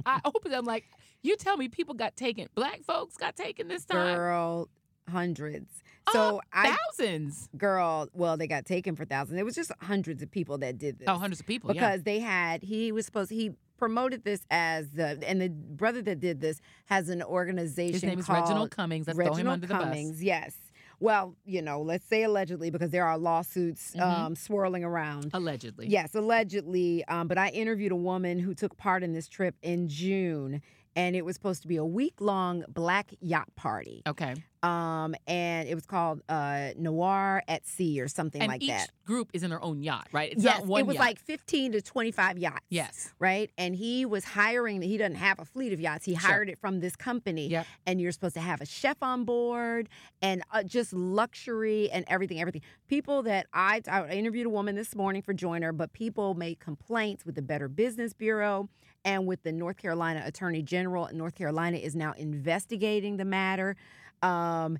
[SPEAKER 2] I opened. it, I'm like, you tell me people got taken. Black folks got taken this time.
[SPEAKER 1] Girl, hundreds. So
[SPEAKER 2] Uh,
[SPEAKER 1] I
[SPEAKER 2] thousands.
[SPEAKER 1] girl, well, they got taken for thousands. It was just hundreds of people that did this.
[SPEAKER 2] Oh, hundreds of people. yeah.
[SPEAKER 1] because they had he was supposed he promoted this as the and the brother that did this has an organization.
[SPEAKER 2] His name is
[SPEAKER 1] called
[SPEAKER 2] Reginald Cummings. Let's throw him
[SPEAKER 1] Reginald
[SPEAKER 2] under the
[SPEAKER 1] Cummings. Yes. Well, you know, let's say allegedly because there are lawsuits
[SPEAKER 2] Mm-hmm.
[SPEAKER 1] um, swirling around.
[SPEAKER 2] bus. Allegedly.
[SPEAKER 1] Yes, allegedly. Um, but I interviewed a woman who took part in this trip in June, and it was supposed to be a week long black yacht party.
[SPEAKER 2] Okay.
[SPEAKER 1] Um, and it was called uh, Noir at Sea or something
[SPEAKER 2] and
[SPEAKER 1] like
[SPEAKER 2] each
[SPEAKER 1] that.
[SPEAKER 2] group is in their own yacht, right? It's
[SPEAKER 1] yes,
[SPEAKER 2] not one
[SPEAKER 1] it was
[SPEAKER 2] yacht.
[SPEAKER 1] like 15 to 25 yachts.
[SPEAKER 2] Yes.
[SPEAKER 1] Right? And he was hiring, he doesn't have a fleet of yachts. He
[SPEAKER 2] Sure.
[SPEAKER 1] hired it from this company.
[SPEAKER 2] Yep.
[SPEAKER 1] And you're supposed to have a chef on board and uh, just luxury and everything, everything. People that I, I interviewed a woman this morning for Joiner, but people made complaints with the Better Business Bureau and with the North Carolina Attorney General. And North Carolina is now investigating the matter. Um,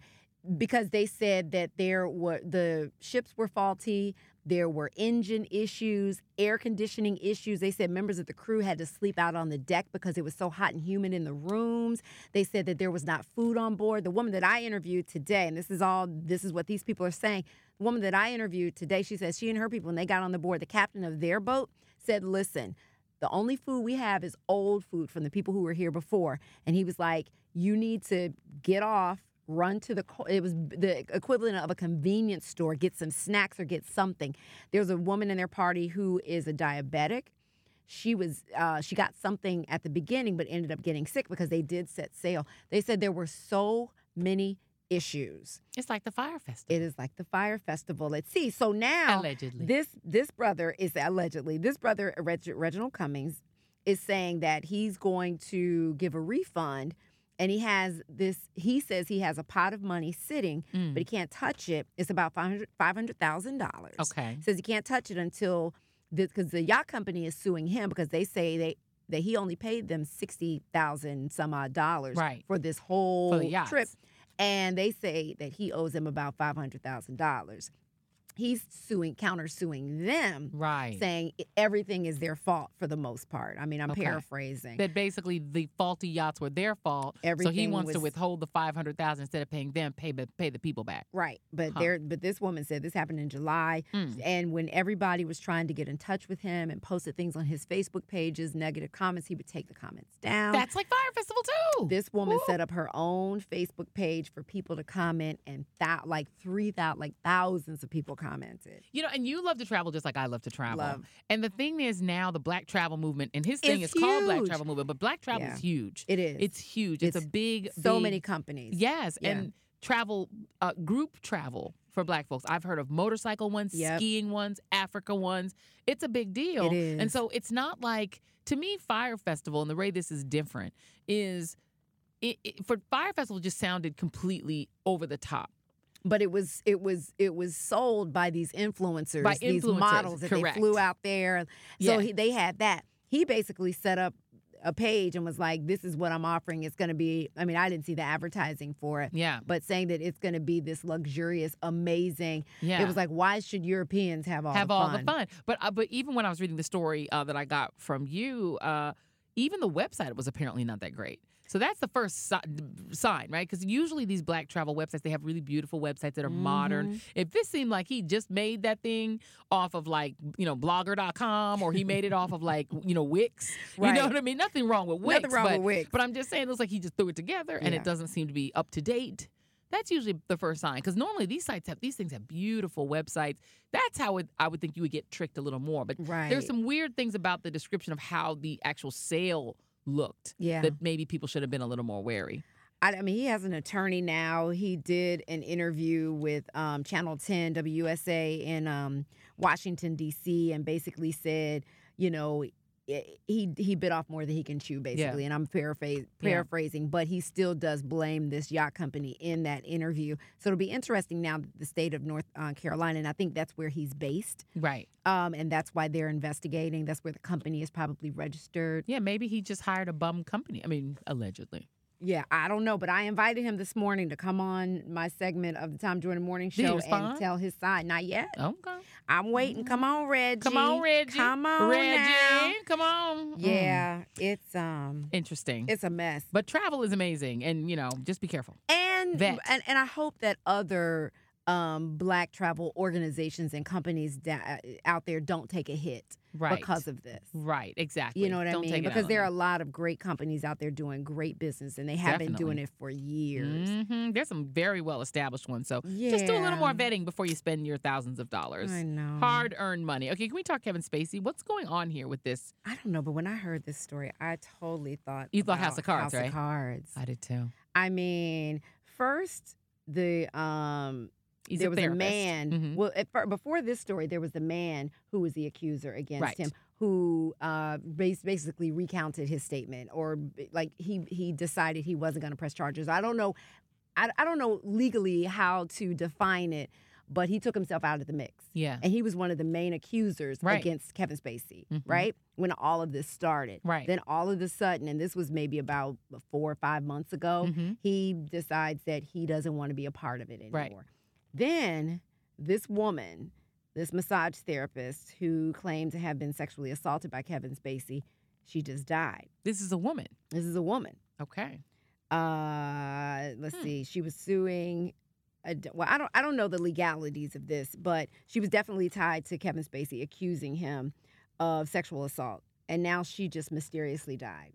[SPEAKER 1] because they said that there were the ships were faulty there were engine issues air conditioning issues they said members of the crew had to sleep out on the deck because it was so hot and humid in the rooms they said that there was not food on board the woman that i interviewed today and this is all this is what these people are saying the woman that i interviewed today she says she and her people when they got on the board the captain of their boat said listen the only food we have is old food from the people who were here before. And he was like, you need to get off, run to the, co- it was the equivalent of a convenience store, get some snacks or get something. There's a woman in their party who is a diabetic. She was, uh, she got something at the beginning, but ended up getting sick because they did set sail. They said there were so many issues.
[SPEAKER 2] It's like the fire festival.
[SPEAKER 1] It is like the fire festival at sea. So now,
[SPEAKER 2] Allegedly.
[SPEAKER 1] this this brother is allegedly this brother Reg- Reginald Cummings is saying that he's going to give a refund, and he has this. He says he has a pot of money sitting, but he can't touch it. It's about five hundred five hundred thousand dollars.
[SPEAKER 2] okay.
[SPEAKER 1] Says he can't touch it until this because the yacht company is suing him because they say they that he only paid them sixty thousand some odd dollars
[SPEAKER 2] Right.
[SPEAKER 1] for this whole
[SPEAKER 2] yachts.
[SPEAKER 1] trip, and they say that he owes them about five hundred thousand dollars. He's suing, counter suing them,
[SPEAKER 2] Right.
[SPEAKER 1] saying i- everything is their fault for the most part. I mean, I'm
[SPEAKER 2] Okay.
[SPEAKER 1] paraphrasing.
[SPEAKER 2] that basically the faulty yachts were their fault. so he
[SPEAKER 1] Everything
[SPEAKER 2] wants to
[SPEAKER 1] was-
[SPEAKER 2] withhold the five hundred thousand instead of paying them, pay the pay the people back.
[SPEAKER 1] Right, but
[SPEAKER 2] Huh.
[SPEAKER 1] there, but this woman said this happened in July,
[SPEAKER 2] Mm.
[SPEAKER 1] and when everybody was trying to get in touch with him and posted things on his Facebook pages, negative comments, he would take the comments down.
[SPEAKER 2] That's like fire festival too.
[SPEAKER 1] Um, this woman
[SPEAKER 2] Woo.
[SPEAKER 1] set up her own Facebook page for people to comment, and that like three thousand, like thousands of people commented.
[SPEAKER 2] you know, and you love to travel just like I love to travel.
[SPEAKER 1] Love.
[SPEAKER 2] And the thing is now the black travel movement, and his thing
[SPEAKER 1] It's
[SPEAKER 2] is called black
[SPEAKER 1] huge.
[SPEAKER 2] travel movement, but black travel
[SPEAKER 1] Yeah.
[SPEAKER 2] is huge.
[SPEAKER 1] It is.
[SPEAKER 2] It's huge. It's, a
[SPEAKER 1] It's
[SPEAKER 2] big
[SPEAKER 1] so
[SPEAKER 2] big-
[SPEAKER 1] many companies.
[SPEAKER 2] Yes,
[SPEAKER 1] Yeah.
[SPEAKER 2] and travel, uh, group travel for black folks. I've heard of motorcycle ones,
[SPEAKER 1] Yep.
[SPEAKER 2] skiing ones, Africa ones. It's a big deal.
[SPEAKER 1] It is.
[SPEAKER 2] And so it's not like, to me, Fire Festival and the way this is different is it, it, for Fire Festival just sounded completely over the top.
[SPEAKER 1] but it was it was it was sold by these influencers,
[SPEAKER 2] By
[SPEAKER 1] these
[SPEAKER 2] influencers,
[SPEAKER 1] models that
[SPEAKER 2] correct.
[SPEAKER 1] they flew out there. So
[SPEAKER 2] Yeah.
[SPEAKER 1] he, they had that. He basically set up a page and was like, "This is what I'm offering. It's going to be." I mean, I didn't see the advertising for it.
[SPEAKER 2] Yeah.
[SPEAKER 1] But saying that it's going to be this luxurious, amazing.
[SPEAKER 2] Yeah.
[SPEAKER 1] It was like, why should Europeans have all
[SPEAKER 2] have
[SPEAKER 1] the
[SPEAKER 2] all
[SPEAKER 1] fun?
[SPEAKER 2] the fun. But uh, but even when I was reading the story uh, that I got from you, uh, even the website was apparently not that great. So that's the first si- sign, right? Because usually these black travel websites they have really beautiful websites that are
[SPEAKER 1] Mm-hmm.
[SPEAKER 2] modern. If this seemed like he just made that thing off of like you know Blogger.com or he made it off of like you know Wix, you know
[SPEAKER 1] Right.
[SPEAKER 2] what I mean? Nothing wrong with Wix,
[SPEAKER 1] Nothing wrong
[SPEAKER 2] but,
[SPEAKER 1] with Wix.
[SPEAKER 2] but I'm just saying it looks like he just threw it together and it
[SPEAKER 1] Yeah.
[SPEAKER 2] doesn't seem to be up to date. That's usually the first sign because normally these sites have these things have beautiful websites. That's how it, I would think you would get tricked a little more. But
[SPEAKER 1] Right.
[SPEAKER 2] there's some weird things about the description of how the actual sale looked
[SPEAKER 1] Yeah.
[SPEAKER 2] that maybe people should have been a little more wary.
[SPEAKER 1] I, I mean, he has an attorney now. He did an interview with um, Channel 10 WUSA in um, Washington, D.C., and basically said, you know, i- he he bit off more than he can chew, basically. And I'm paraphrase,
[SPEAKER 2] Yeah.
[SPEAKER 1] paraphrasing, but he still does blame this yacht company in that interview. So it'll be interesting now that the state of North uh, Carolina, and I think that's where he's based,
[SPEAKER 2] Right.
[SPEAKER 1] um, and that's why they're investigating. That's where the company is probably registered.
[SPEAKER 2] Yeah, maybe he just hired a bum company. I mean, allegedly.
[SPEAKER 1] Yeah, I don't know, but I invited him this morning to come on my segment of the Tom Jordan Morning
[SPEAKER 2] he
[SPEAKER 1] Show
[SPEAKER 2] respond?
[SPEAKER 1] and tell his side. Not yet.
[SPEAKER 2] Okay.
[SPEAKER 1] I'm waiting. Come on, Reggie.
[SPEAKER 2] Come on, Reggie.
[SPEAKER 1] Come on,
[SPEAKER 2] Reggie.
[SPEAKER 1] now.
[SPEAKER 2] Come on. Mm.
[SPEAKER 1] Yeah, it's um,
[SPEAKER 2] Interesting.
[SPEAKER 1] it's a mess.
[SPEAKER 2] but travel is amazing, and you know, just be careful.
[SPEAKER 1] And
[SPEAKER 2] Vet.
[SPEAKER 1] and and I hope that other um black travel organizations and companies da- uh, out there don't take a hit
[SPEAKER 2] Right.
[SPEAKER 1] because of this.
[SPEAKER 2] Right. Exactly.
[SPEAKER 1] You know what
[SPEAKER 2] Don't
[SPEAKER 1] I mean?
[SPEAKER 2] Take it
[SPEAKER 1] Because
[SPEAKER 2] out
[SPEAKER 1] there are a
[SPEAKER 2] on
[SPEAKER 1] lot of great companies out there doing great business, and they have been doing
[SPEAKER 2] Definitely.
[SPEAKER 1] it for years.
[SPEAKER 2] them. Mhm. There's some very well established ones. So just do a little more
[SPEAKER 1] Yeah.
[SPEAKER 2] vetting before you spend your thousands of dollars.
[SPEAKER 1] I know.
[SPEAKER 2] Hard earned money. Okay, can we talk Kevin Spacey? What's going on here with this?
[SPEAKER 1] I don't know, but when I heard this story, I totally thought
[SPEAKER 2] You thought House
[SPEAKER 1] about
[SPEAKER 2] of Cards,
[SPEAKER 1] House
[SPEAKER 2] right?
[SPEAKER 1] Of cards.
[SPEAKER 2] I did too.
[SPEAKER 1] I mean, first the um
[SPEAKER 2] He's
[SPEAKER 1] there
[SPEAKER 2] a
[SPEAKER 1] was a
[SPEAKER 2] therapist.
[SPEAKER 1] man. (laughs)
[SPEAKER 2] Mhm.
[SPEAKER 1] Well, at, fir- before this story, there was the man who was the accuser against
[SPEAKER 2] Right.
[SPEAKER 1] him, who uh, bas- basically recounted his statement, or b- like he he decided he wasn't going to press charges. I don't know, I, I don't know legally how to define it, but he took himself out of the mix.
[SPEAKER 2] Yeah.
[SPEAKER 1] And he was one of the main accusers
[SPEAKER 2] Right.
[SPEAKER 1] against Kevin Spacey,
[SPEAKER 2] Mhm.
[SPEAKER 1] right? When all of this started.
[SPEAKER 2] Right.
[SPEAKER 1] Then all of a sudden, and this was maybe about four or five months ago,
[SPEAKER 2] Mhm.
[SPEAKER 1] he decides that he doesn't want to be a part of it anymore.
[SPEAKER 2] Right.
[SPEAKER 1] Then this woman, this massage therapist who claimed to have been sexually assaulted by Kevin Spacey, she just died.
[SPEAKER 2] This is a woman.
[SPEAKER 1] This is a woman.
[SPEAKER 2] Okay.
[SPEAKER 1] Uh, let's
[SPEAKER 2] Hmm.
[SPEAKER 1] see. She was suing. A, d- well, I don't. I don't know the legalities of this, but she was definitely tied to Kevin Spacey, accusing him of sexual assault, and now she just mysteriously died.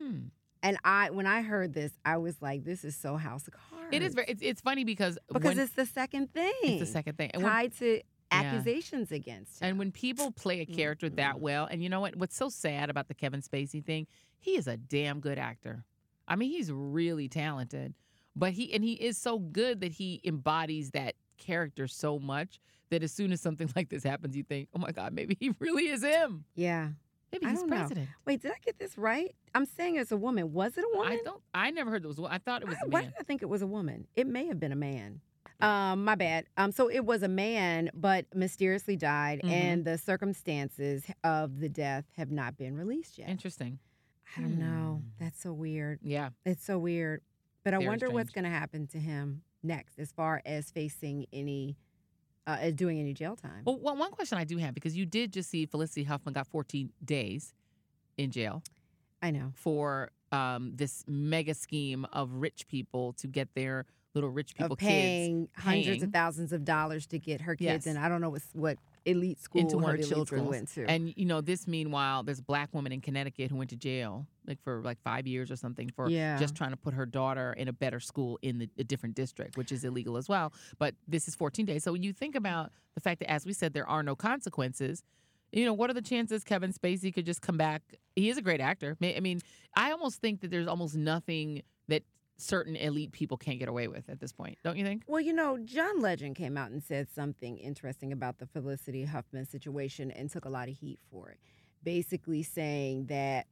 [SPEAKER 2] Hmm.
[SPEAKER 1] And I, when I heard this, I was like, "This is so House of Cards."
[SPEAKER 2] It is very. It's, it's funny because
[SPEAKER 1] because
[SPEAKER 2] when-
[SPEAKER 1] it's the second thing.
[SPEAKER 2] it's the second thing. And when-
[SPEAKER 1] tied to accusations against him.
[SPEAKER 2] And when people play a character that well, and you know what? What's so sad about the Kevin Spacey thing? He is a damn good actor. I mean, he's really talented, but he and he is so good that he embodies that character so much that as soon as something (laughs) like this happens, you think, "Oh my God, maybe he really is him.
[SPEAKER 1] yeah.
[SPEAKER 2] Maybe
[SPEAKER 1] I
[SPEAKER 2] he's
[SPEAKER 1] don't know.
[SPEAKER 2] president."
[SPEAKER 1] Wait, did I get this right? I'm saying it's a woman. Was it a woman?
[SPEAKER 2] I don't. I never heard it was. a wo- I thought it was
[SPEAKER 1] I-
[SPEAKER 2] a
[SPEAKER 1] Why
[SPEAKER 2] man.
[SPEAKER 1] did I think it was a woman? It may have been a man. Um, my bad. Um, so it was a man, but mysteriously died,
[SPEAKER 2] Mhm.
[SPEAKER 1] and the circumstances of the death have not been released yet.
[SPEAKER 2] Interesting.
[SPEAKER 1] I don't know.
[SPEAKER 2] Hmm.
[SPEAKER 1] That's so weird.
[SPEAKER 2] Yeah.
[SPEAKER 1] It's so weird. But I
[SPEAKER 2] Very
[SPEAKER 1] wonder what's
[SPEAKER 2] strange.
[SPEAKER 1] going to happen to him next, as far as facing any, uh, as doing any jail time.
[SPEAKER 2] Well, one one question I do have because you did just see Felicity Huffman got 14 days in jail.
[SPEAKER 1] I know.
[SPEAKER 2] for um, this mega scheme of rich people to get their little rich people
[SPEAKER 1] of paying
[SPEAKER 2] kids
[SPEAKER 1] hundreds
[SPEAKER 2] paying
[SPEAKER 1] of thousands of dollars to get her
[SPEAKER 2] Yes.
[SPEAKER 1] kids, and I don't know what what elite school
[SPEAKER 2] into one
[SPEAKER 1] her
[SPEAKER 2] of the elite
[SPEAKER 1] children
[SPEAKER 2] schools.
[SPEAKER 1] went to.
[SPEAKER 2] And you know, this meanwhile, there's a black woman in Connecticut who went to jail like for like five years or something for
[SPEAKER 1] Yeah.
[SPEAKER 2] just trying to put her daughter in a better school in the, a different district, which is illegal as well. But this is 14 days. So when you think about the fact that, as we said, there are no consequences. You know, what are the chances Kevin Spacey could just come back? He is a great actor. Ma- I mean, I almost think that there's almost nothing that certain elite people can't get away with at this point, don't you think?
[SPEAKER 1] Well, you know, John Legend came out and said something interesting about the Felicity Huffman situation and took a lot of heat for it. Basically saying that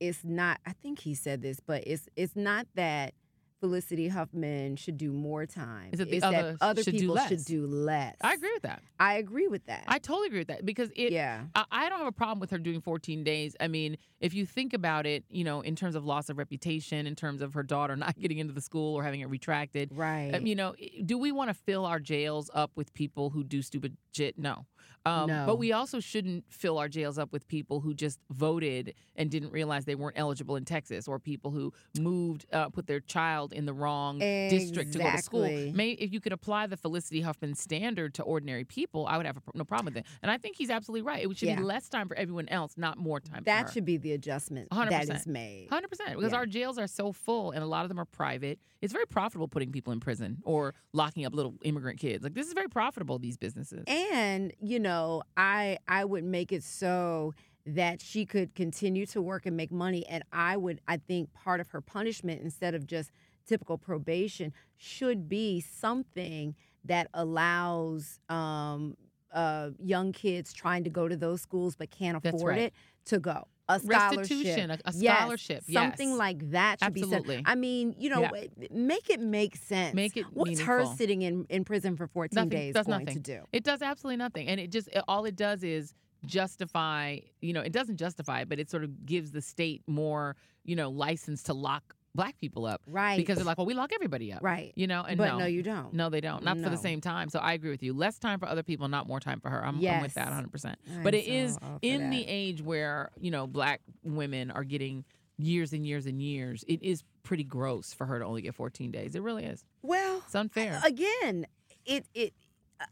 [SPEAKER 1] it's not I think he said this, but it's it's not that Felicity Huffman should do more time.
[SPEAKER 2] Is it the
[SPEAKER 1] it's
[SPEAKER 2] others
[SPEAKER 1] that other
[SPEAKER 2] should do
[SPEAKER 1] people should
[SPEAKER 2] less?
[SPEAKER 1] do less.
[SPEAKER 2] I agree with that.
[SPEAKER 1] I agree with that.
[SPEAKER 2] I totally agree with that because it.
[SPEAKER 1] yeah.
[SPEAKER 2] I- I don't have a problem with her doing 14 days. I mean, if you think about it, you know, in terms of loss of reputation, in terms of her daughter (laughs) not getting into the school or having it retracted,
[SPEAKER 1] Right.
[SPEAKER 2] Um, you know, i- do we want to fill our jails up with people who do stupid shit? No. Um,
[SPEAKER 1] No.
[SPEAKER 2] But we also shouldn't fill our jails up with people who just voted and didn't realize they weren't eligible in Texas, or people who moved, uh, put their child in the wrong district to go to
[SPEAKER 1] Exactly.
[SPEAKER 2] school. May, if you could apply the Felicity Huffman standard to ordinary people, I would have a, pro- no problem with it. And I think he's absolutely right. It should
[SPEAKER 1] Yeah.
[SPEAKER 2] be less time for everyone else, not more time.
[SPEAKER 1] that
[SPEAKER 2] for her.
[SPEAKER 1] should be the adjustment that
[SPEAKER 2] 100%.
[SPEAKER 1] is made.
[SPEAKER 2] Hundred percent, because
[SPEAKER 1] Yeah.
[SPEAKER 2] our jails are so full, and a lot of them are private. It's very profitable putting people in prison or locking up little immigrant kids. Like this is very profitable. These businesses.
[SPEAKER 1] and you know i i would make it so that she could continue to work and make money and i would i think part of her punishment instead of just typical probation should be something that allows um uh, young kids trying to go to those schools but can't
[SPEAKER 2] That's
[SPEAKER 1] afford
[SPEAKER 2] right.
[SPEAKER 1] it to go a scholarship
[SPEAKER 2] Restitution, a- a scholarship,
[SPEAKER 1] yes, something
[SPEAKER 2] yes.
[SPEAKER 1] like that should be
[SPEAKER 2] Absolutely.
[SPEAKER 1] sent. I mean, you know,
[SPEAKER 2] Yeah.
[SPEAKER 1] it- make it make sense.
[SPEAKER 2] Make it
[SPEAKER 1] What's her
[SPEAKER 2] meaningful.
[SPEAKER 1] sitting in, in prison for 14
[SPEAKER 2] Nothing-
[SPEAKER 1] days
[SPEAKER 2] does
[SPEAKER 1] going
[SPEAKER 2] nothing.
[SPEAKER 1] to do?
[SPEAKER 2] It does absolutely nothing, and it just it- all it does is justify. You know, it doesn't justify, it, but it sort of gives the state more, you know, license to lock black people up
[SPEAKER 1] Right.
[SPEAKER 2] because they're like, well, we lock everybody up,
[SPEAKER 1] Right.
[SPEAKER 2] You know, and
[SPEAKER 1] but
[SPEAKER 2] Uh, no,
[SPEAKER 1] no, you don't.
[SPEAKER 2] No, they don't. Not for
[SPEAKER 1] No.
[SPEAKER 2] the same time. So I agree with you. Less time for other people, not more time for her. I'm, I'm with
[SPEAKER 1] Yes.
[SPEAKER 2] that 100. percent
[SPEAKER 1] I'm
[SPEAKER 2] But it
[SPEAKER 1] so
[SPEAKER 2] is
[SPEAKER 1] all for
[SPEAKER 2] in the
[SPEAKER 1] that.
[SPEAKER 2] age where you know black women are getting years and years and years. It is pretty gross for her to only get 14 days. It really is.
[SPEAKER 1] Well,
[SPEAKER 2] It's unfair.
[SPEAKER 1] again, it it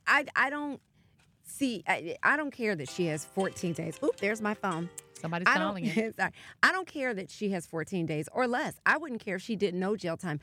[SPEAKER 1] I I don't see I, I don't care that she has 14 days. Oop, there's my phone.
[SPEAKER 2] Somebody's
[SPEAKER 1] I don't (laughs)
[SPEAKER 2] calling it.
[SPEAKER 1] sorry. I don't care that she has 14 days or less. I wouldn't care if she didn't know jail time.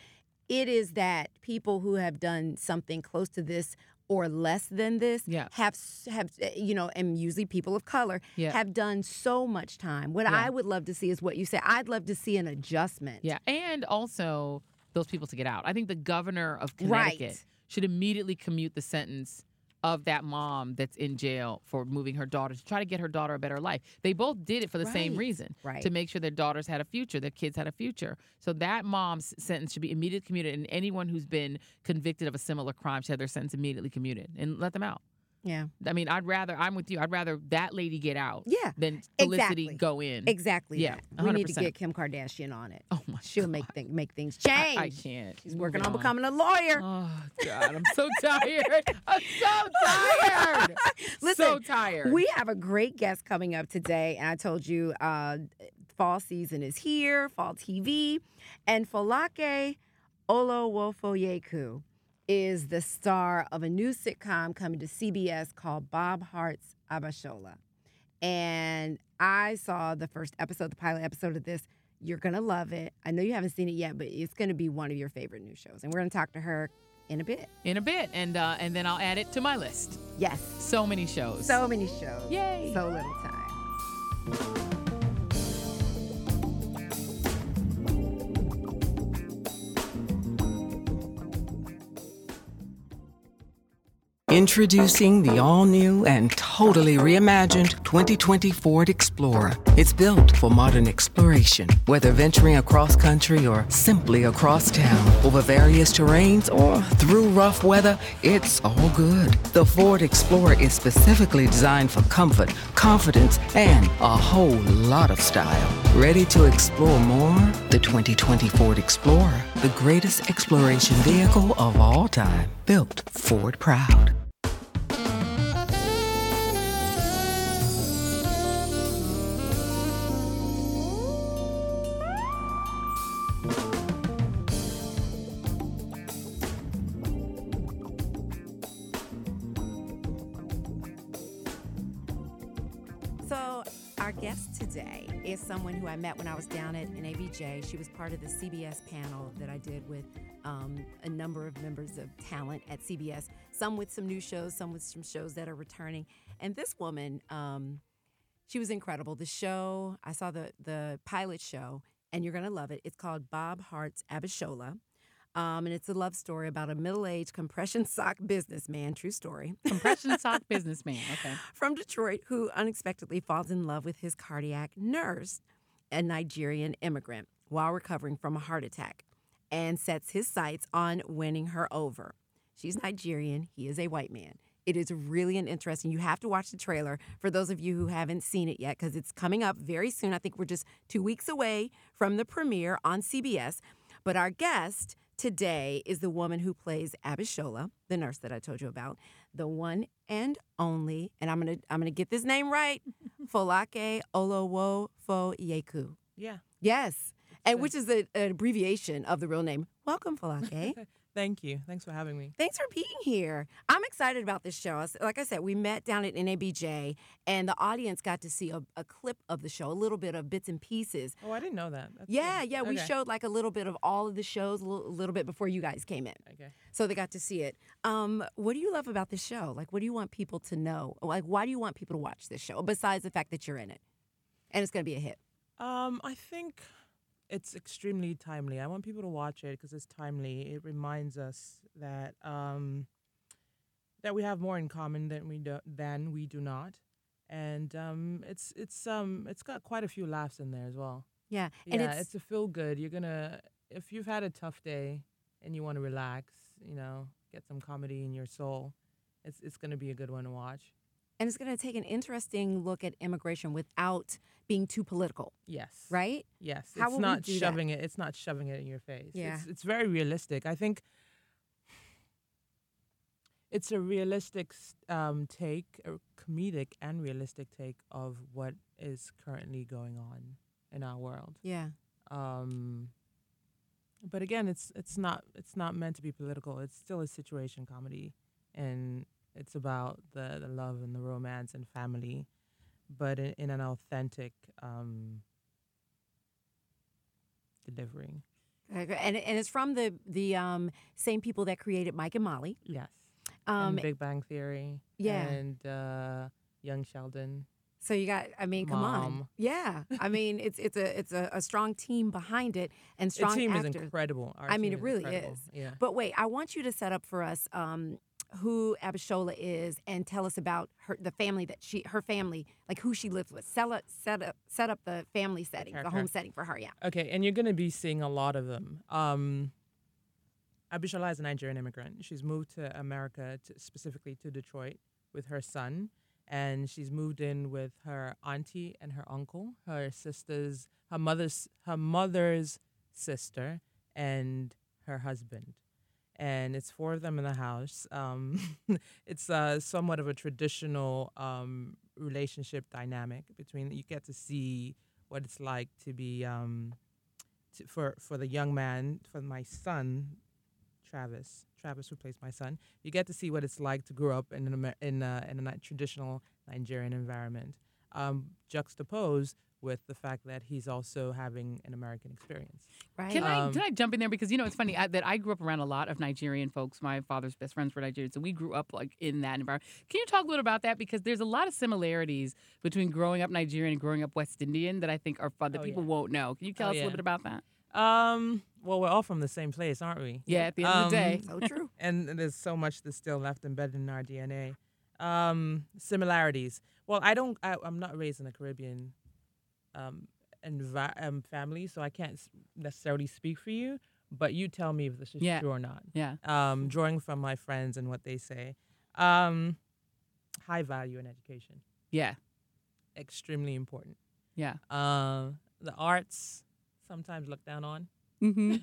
[SPEAKER 1] It is that people who have done something close to this or less than this
[SPEAKER 2] Yeah.
[SPEAKER 1] have s- have uh, you know and usually people of color
[SPEAKER 2] Yeah.
[SPEAKER 1] have done so much time. What
[SPEAKER 2] Yeah.
[SPEAKER 1] I would love to see is what you say. I'd love to see an adjustment.
[SPEAKER 2] Yeah, and also those people to get out. I think the governor of
[SPEAKER 1] Right.
[SPEAKER 2] Connecticut should immediately commute the sentence of that mom that's in jail for moving her daughter to try to get her daughter a better life. They both did it for the same
[SPEAKER 1] Right,
[SPEAKER 2] reason,
[SPEAKER 1] right.
[SPEAKER 2] To make sure their daughters had a future, their kids had a future. So that mom's sentence should be immediately commuted, and anyone who's been convicted of a similar crime should have their sentence immediately commuted and let them out.
[SPEAKER 1] Yeah.
[SPEAKER 2] I mean, I'd rather I'm with you. I'd rather that lady get out,
[SPEAKER 1] Yeah,
[SPEAKER 2] than
[SPEAKER 1] exactly.
[SPEAKER 2] Felicity go in.
[SPEAKER 1] Exactly.
[SPEAKER 2] Yeah,
[SPEAKER 1] that. We need to
[SPEAKER 2] 100%.
[SPEAKER 1] get Kim Kardashian on it.
[SPEAKER 2] Oh my
[SPEAKER 1] She'll
[SPEAKER 2] God.
[SPEAKER 1] make th- make things
[SPEAKER 2] I-
[SPEAKER 1] change.
[SPEAKER 2] I, can't.
[SPEAKER 1] She's working
[SPEAKER 2] Moving
[SPEAKER 1] on becoming a lawyer.
[SPEAKER 2] Oh God, I'm so tired. I'm so tired.
[SPEAKER 1] (laughs) Listen,
[SPEAKER 2] so tired.
[SPEAKER 1] We have a great guest coming up today, and I told you uh, fall season is here, fall TV, and Folake Olowofoyeku is the star of a new sitcom coming to CBS called Bob Hart's Abashola. And I saw the first episode, the pilot episode of this. You're gonna love it. I know you haven't seen it yet, but it's gonna be one of your favorite new shows. And we're gonna talk to her in a bit.
[SPEAKER 2] in a bit, and uh, and then I'll add it to my list.
[SPEAKER 1] Yes.
[SPEAKER 2] So many shows.
[SPEAKER 1] So (laughs) many shows.
[SPEAKER 2] Yay.
[SPEAKER 1] So little time.
[SPEAKER 5] Introducing the all new and totally reimagined 2020 Ford Explorer. It's built for modern exploration, whether venturing across country or simply across town, over various terrains or through rough weather, it's all good. The Ford Explorer is specifically designed for comfort, confidence, and a whole lot of style. Ready to explore more? The 2020 Ford Explorer, the greatest exploration vehicle of all time, built Ford proud.
[SPEAKER 1] So, our guest today is someone who I met when I was down at NABJ. She was part of the CBS panel that I did with um, a number of members of talent at CBS, some with some new shows, some with some shows that are returning. And this woman, um, she was incredible. The show, I saw the, the pilot show, and you're going to love it. It's called Bob Hart's Abishola. Um, and it's a love story about a middle aged compression sock businessman, true story,
[SPEAKER 2] Compression sock businessman. Okay.
[SPEAKER 1] from Detroit who unexpectedly falls in love with his cardiac nurse, a Nigerian immigrant, while recovering from a heart attack and sets his sights on winning her over. She's Nigerian, he is a white man. It is really an interesting. You have to watch the trailer for those of you who haven't seen it yet because it's coming up very soon. I think we're just two weeks away from the premiere on CBS. But our guest today is the woman who plays Abishola, the nurse that I told you about, the one and only, and I'm gonna I'm gonna get this name right, Folake Olowofo Yeku.
[SPEAKER 6] Yeah.
[SPEAKER 1] Yes, and which is the an abbreviation of the real name. Welcome, Folake.
[SPEAKER 6] (laughs) Thank you. Thanks for having me.
[SPEAKER 1] Thanks for being here. I'm excited about this show. I s- Like I said, we met down at NABJ, and the audience got to see a, a clip of the show, a little bit of bits and pieces.
[SPEAKER 6] Oh, I didn't know that. That's
[SPEAKER 1] Yeah,
[SPEAKER 6] good.
[SPEAKER 1] yeah. We
[SPEAKER 6] Okay.
[SPEAKER 1] showed like a little bit of all of the shows a little, little bit before you guys came in.
[SPEAKER 6] Okay.
[SPEAKER 1] So they got to see it. Um, what do you love about this show? Like, what do you want people to know? Like, why do you want people to watch this show besides the fact that you're in it? And it's going to be a hit.
[SPEAKER 6] Um, I think it's extremely timely. I want people to watch it because it's timely. It reminds us that um, that we have more in common than we do than we do not, and um, it's it's um it's got quite a few laughs in there as well.
[SPEAKER 1] Yeah.
[SPEAKER 6] Yeah,
[SPEAKER 1] And
[SPEAKER 6] it's, a feel good. You're gonna if you've had a tough day and you want to relax, you know, get some comedy in your soul. It's it's gonna be a good one to watch.
[SPEAKER 1] and it's going to take an interesting look at immigration without being too political,
[SPEAKER 6] Yes.
[SPEAKER 1] right?
[SPEAKER 6] Yes,
[SPEAKER 1] How will
[SPEAKER 6] it's
[SPEAKER 1] we
[SPEAKER 6] not
[SPEAKER 1] do that?
[SPEAKER 6] shoving it. It's not shoving it in your face.
[SPEAKER 1] Yeah.
[SPEAKER 6] it's, it's very realistic. I think it's a realistic s- um, take, a comedic and realistic take of what is currently going on in our world.
[SPEAKER 1] Yeah.
[SPEAKER 6] Um, but again, it's it's not it's not meant to be political. It's still a situation comedy, and it's about the, the love and the romance and family, but in, in an authentic um, delivering.
[SPEAKER 1] Okay, And, and it's from the the um, same people that created Mike and Molly.
[SPEAKER 6] Yes,
[SPEAKER 1] Um,
[SPEAKER 6] and Big Bang Theory.
[SPEAKER 1] yeah.
[SPEAKER 6] and uh, Young Sheldon.
[SPEAKER 1] So you got, I mean, come on,
[SPEAKER 6] Mom.
[SPEAKER 1] yeah.
[SPEAKER 6] (laughs)
[SPEAKER 1] I mean, it's it's a it's a, a strong team behind it and strong
[SPEAKER 6] the team
[SPEAKER 1] actors.
[SPEAKER 6] is incredible. Our
[SPEAKER 1] I mean,
[SPEAKER 6] team
[SPEAKER 1] it
[SPEAKER 6] is
[SPEAKER 1] really
[SPEAKER 6] incredible.
[SPEAKER 1] is.
[SPEAKER 6] Yeah.
[SPEAKER 1] But wait, I want you to set up for us um, who Abishola is and tell us about her the family that she her family like who she lives with. Set up set up set up the family setting, the home
[SPEAKER 6] character.
[SPEAKER 1] setting for her. Yeah.
[SPEAKER 6] Okay, and you're going to be seeing a lot of them. Um, Abishola is a Nigerian immigrant. She's moved to America, to, specifically to Detroit, with her son, and she's moved in with her auntie and her uncle, her sister's, her mother's, her mother's sister, and her husband. And it's four of them in the house. Um, (laughs) it's uh, somewhat of a traditional um, relationship dynamic between. You get to see what it's like to be um, to, for for the young man, for my son, Travis. Travis, who plays my son, you get to see what it's like to grow up in an Amer- in a, in a ni- traditional Nigerian environment, um, juxtaposed with the fact that he's also having an American experience.
[SPEAKER 1] Right.
[SPEAKER 2] (laughs) Can I
[SPEAKER 6] Um,
[SPEAKER 2] can I jump in there because you know it's funny I, that I grew up around a lot of Nigerian folks. My father's best friends were Nigerians, so we grew up like in that environment. Can you talk a little about that because there's a lot of similarities between growing up Nigerian and growing up West Indian that I think are fun that
[SPEAKER 6] Oh,
[SPEAKER 2] people
[SPEAKER 6] yeah.
[SPEAKER 2] won't know. Can you tell
[SPEAKER 6] Oh,
[SPEAKER 2] us a little
[SPEAKER 6] yeah.
[SPEAKER 2] bit about that?
[SPEAKER 6] Um, well, we're all from the same place, aren't we?
[SPEAKER 2] Yeah, at the end of the
[SPEAKER 6] Um,
[SPEAKER 2] day,
[SPEAKER 1] so
[SPEAKER 6] (laughs)
[SPEAKER 1] true.
[SPEAKER 6] and there's so much that's still left embedded in our DNA. Um, similarities. Well, I don't. I, I'm not raised in a Caribbean um, envi- um, family, so I can't s- necessarily speak for you. But you tell me if this is
[SPEAKER 2] Yeah.
[SPEAKER 6] true or not.
[SPEAKER 2] yeah,
[SPEAKER 6] Um, drawing from my friends and what they say. Um, high value in education,
[SPEAKER 2] yeah,
[SPEAKER 6] extremely important.
[SPEAKER 2] yeah.
[SPEAKER 6] Um, the arts sometimes looked down on.
[SPEAKER 2] hmm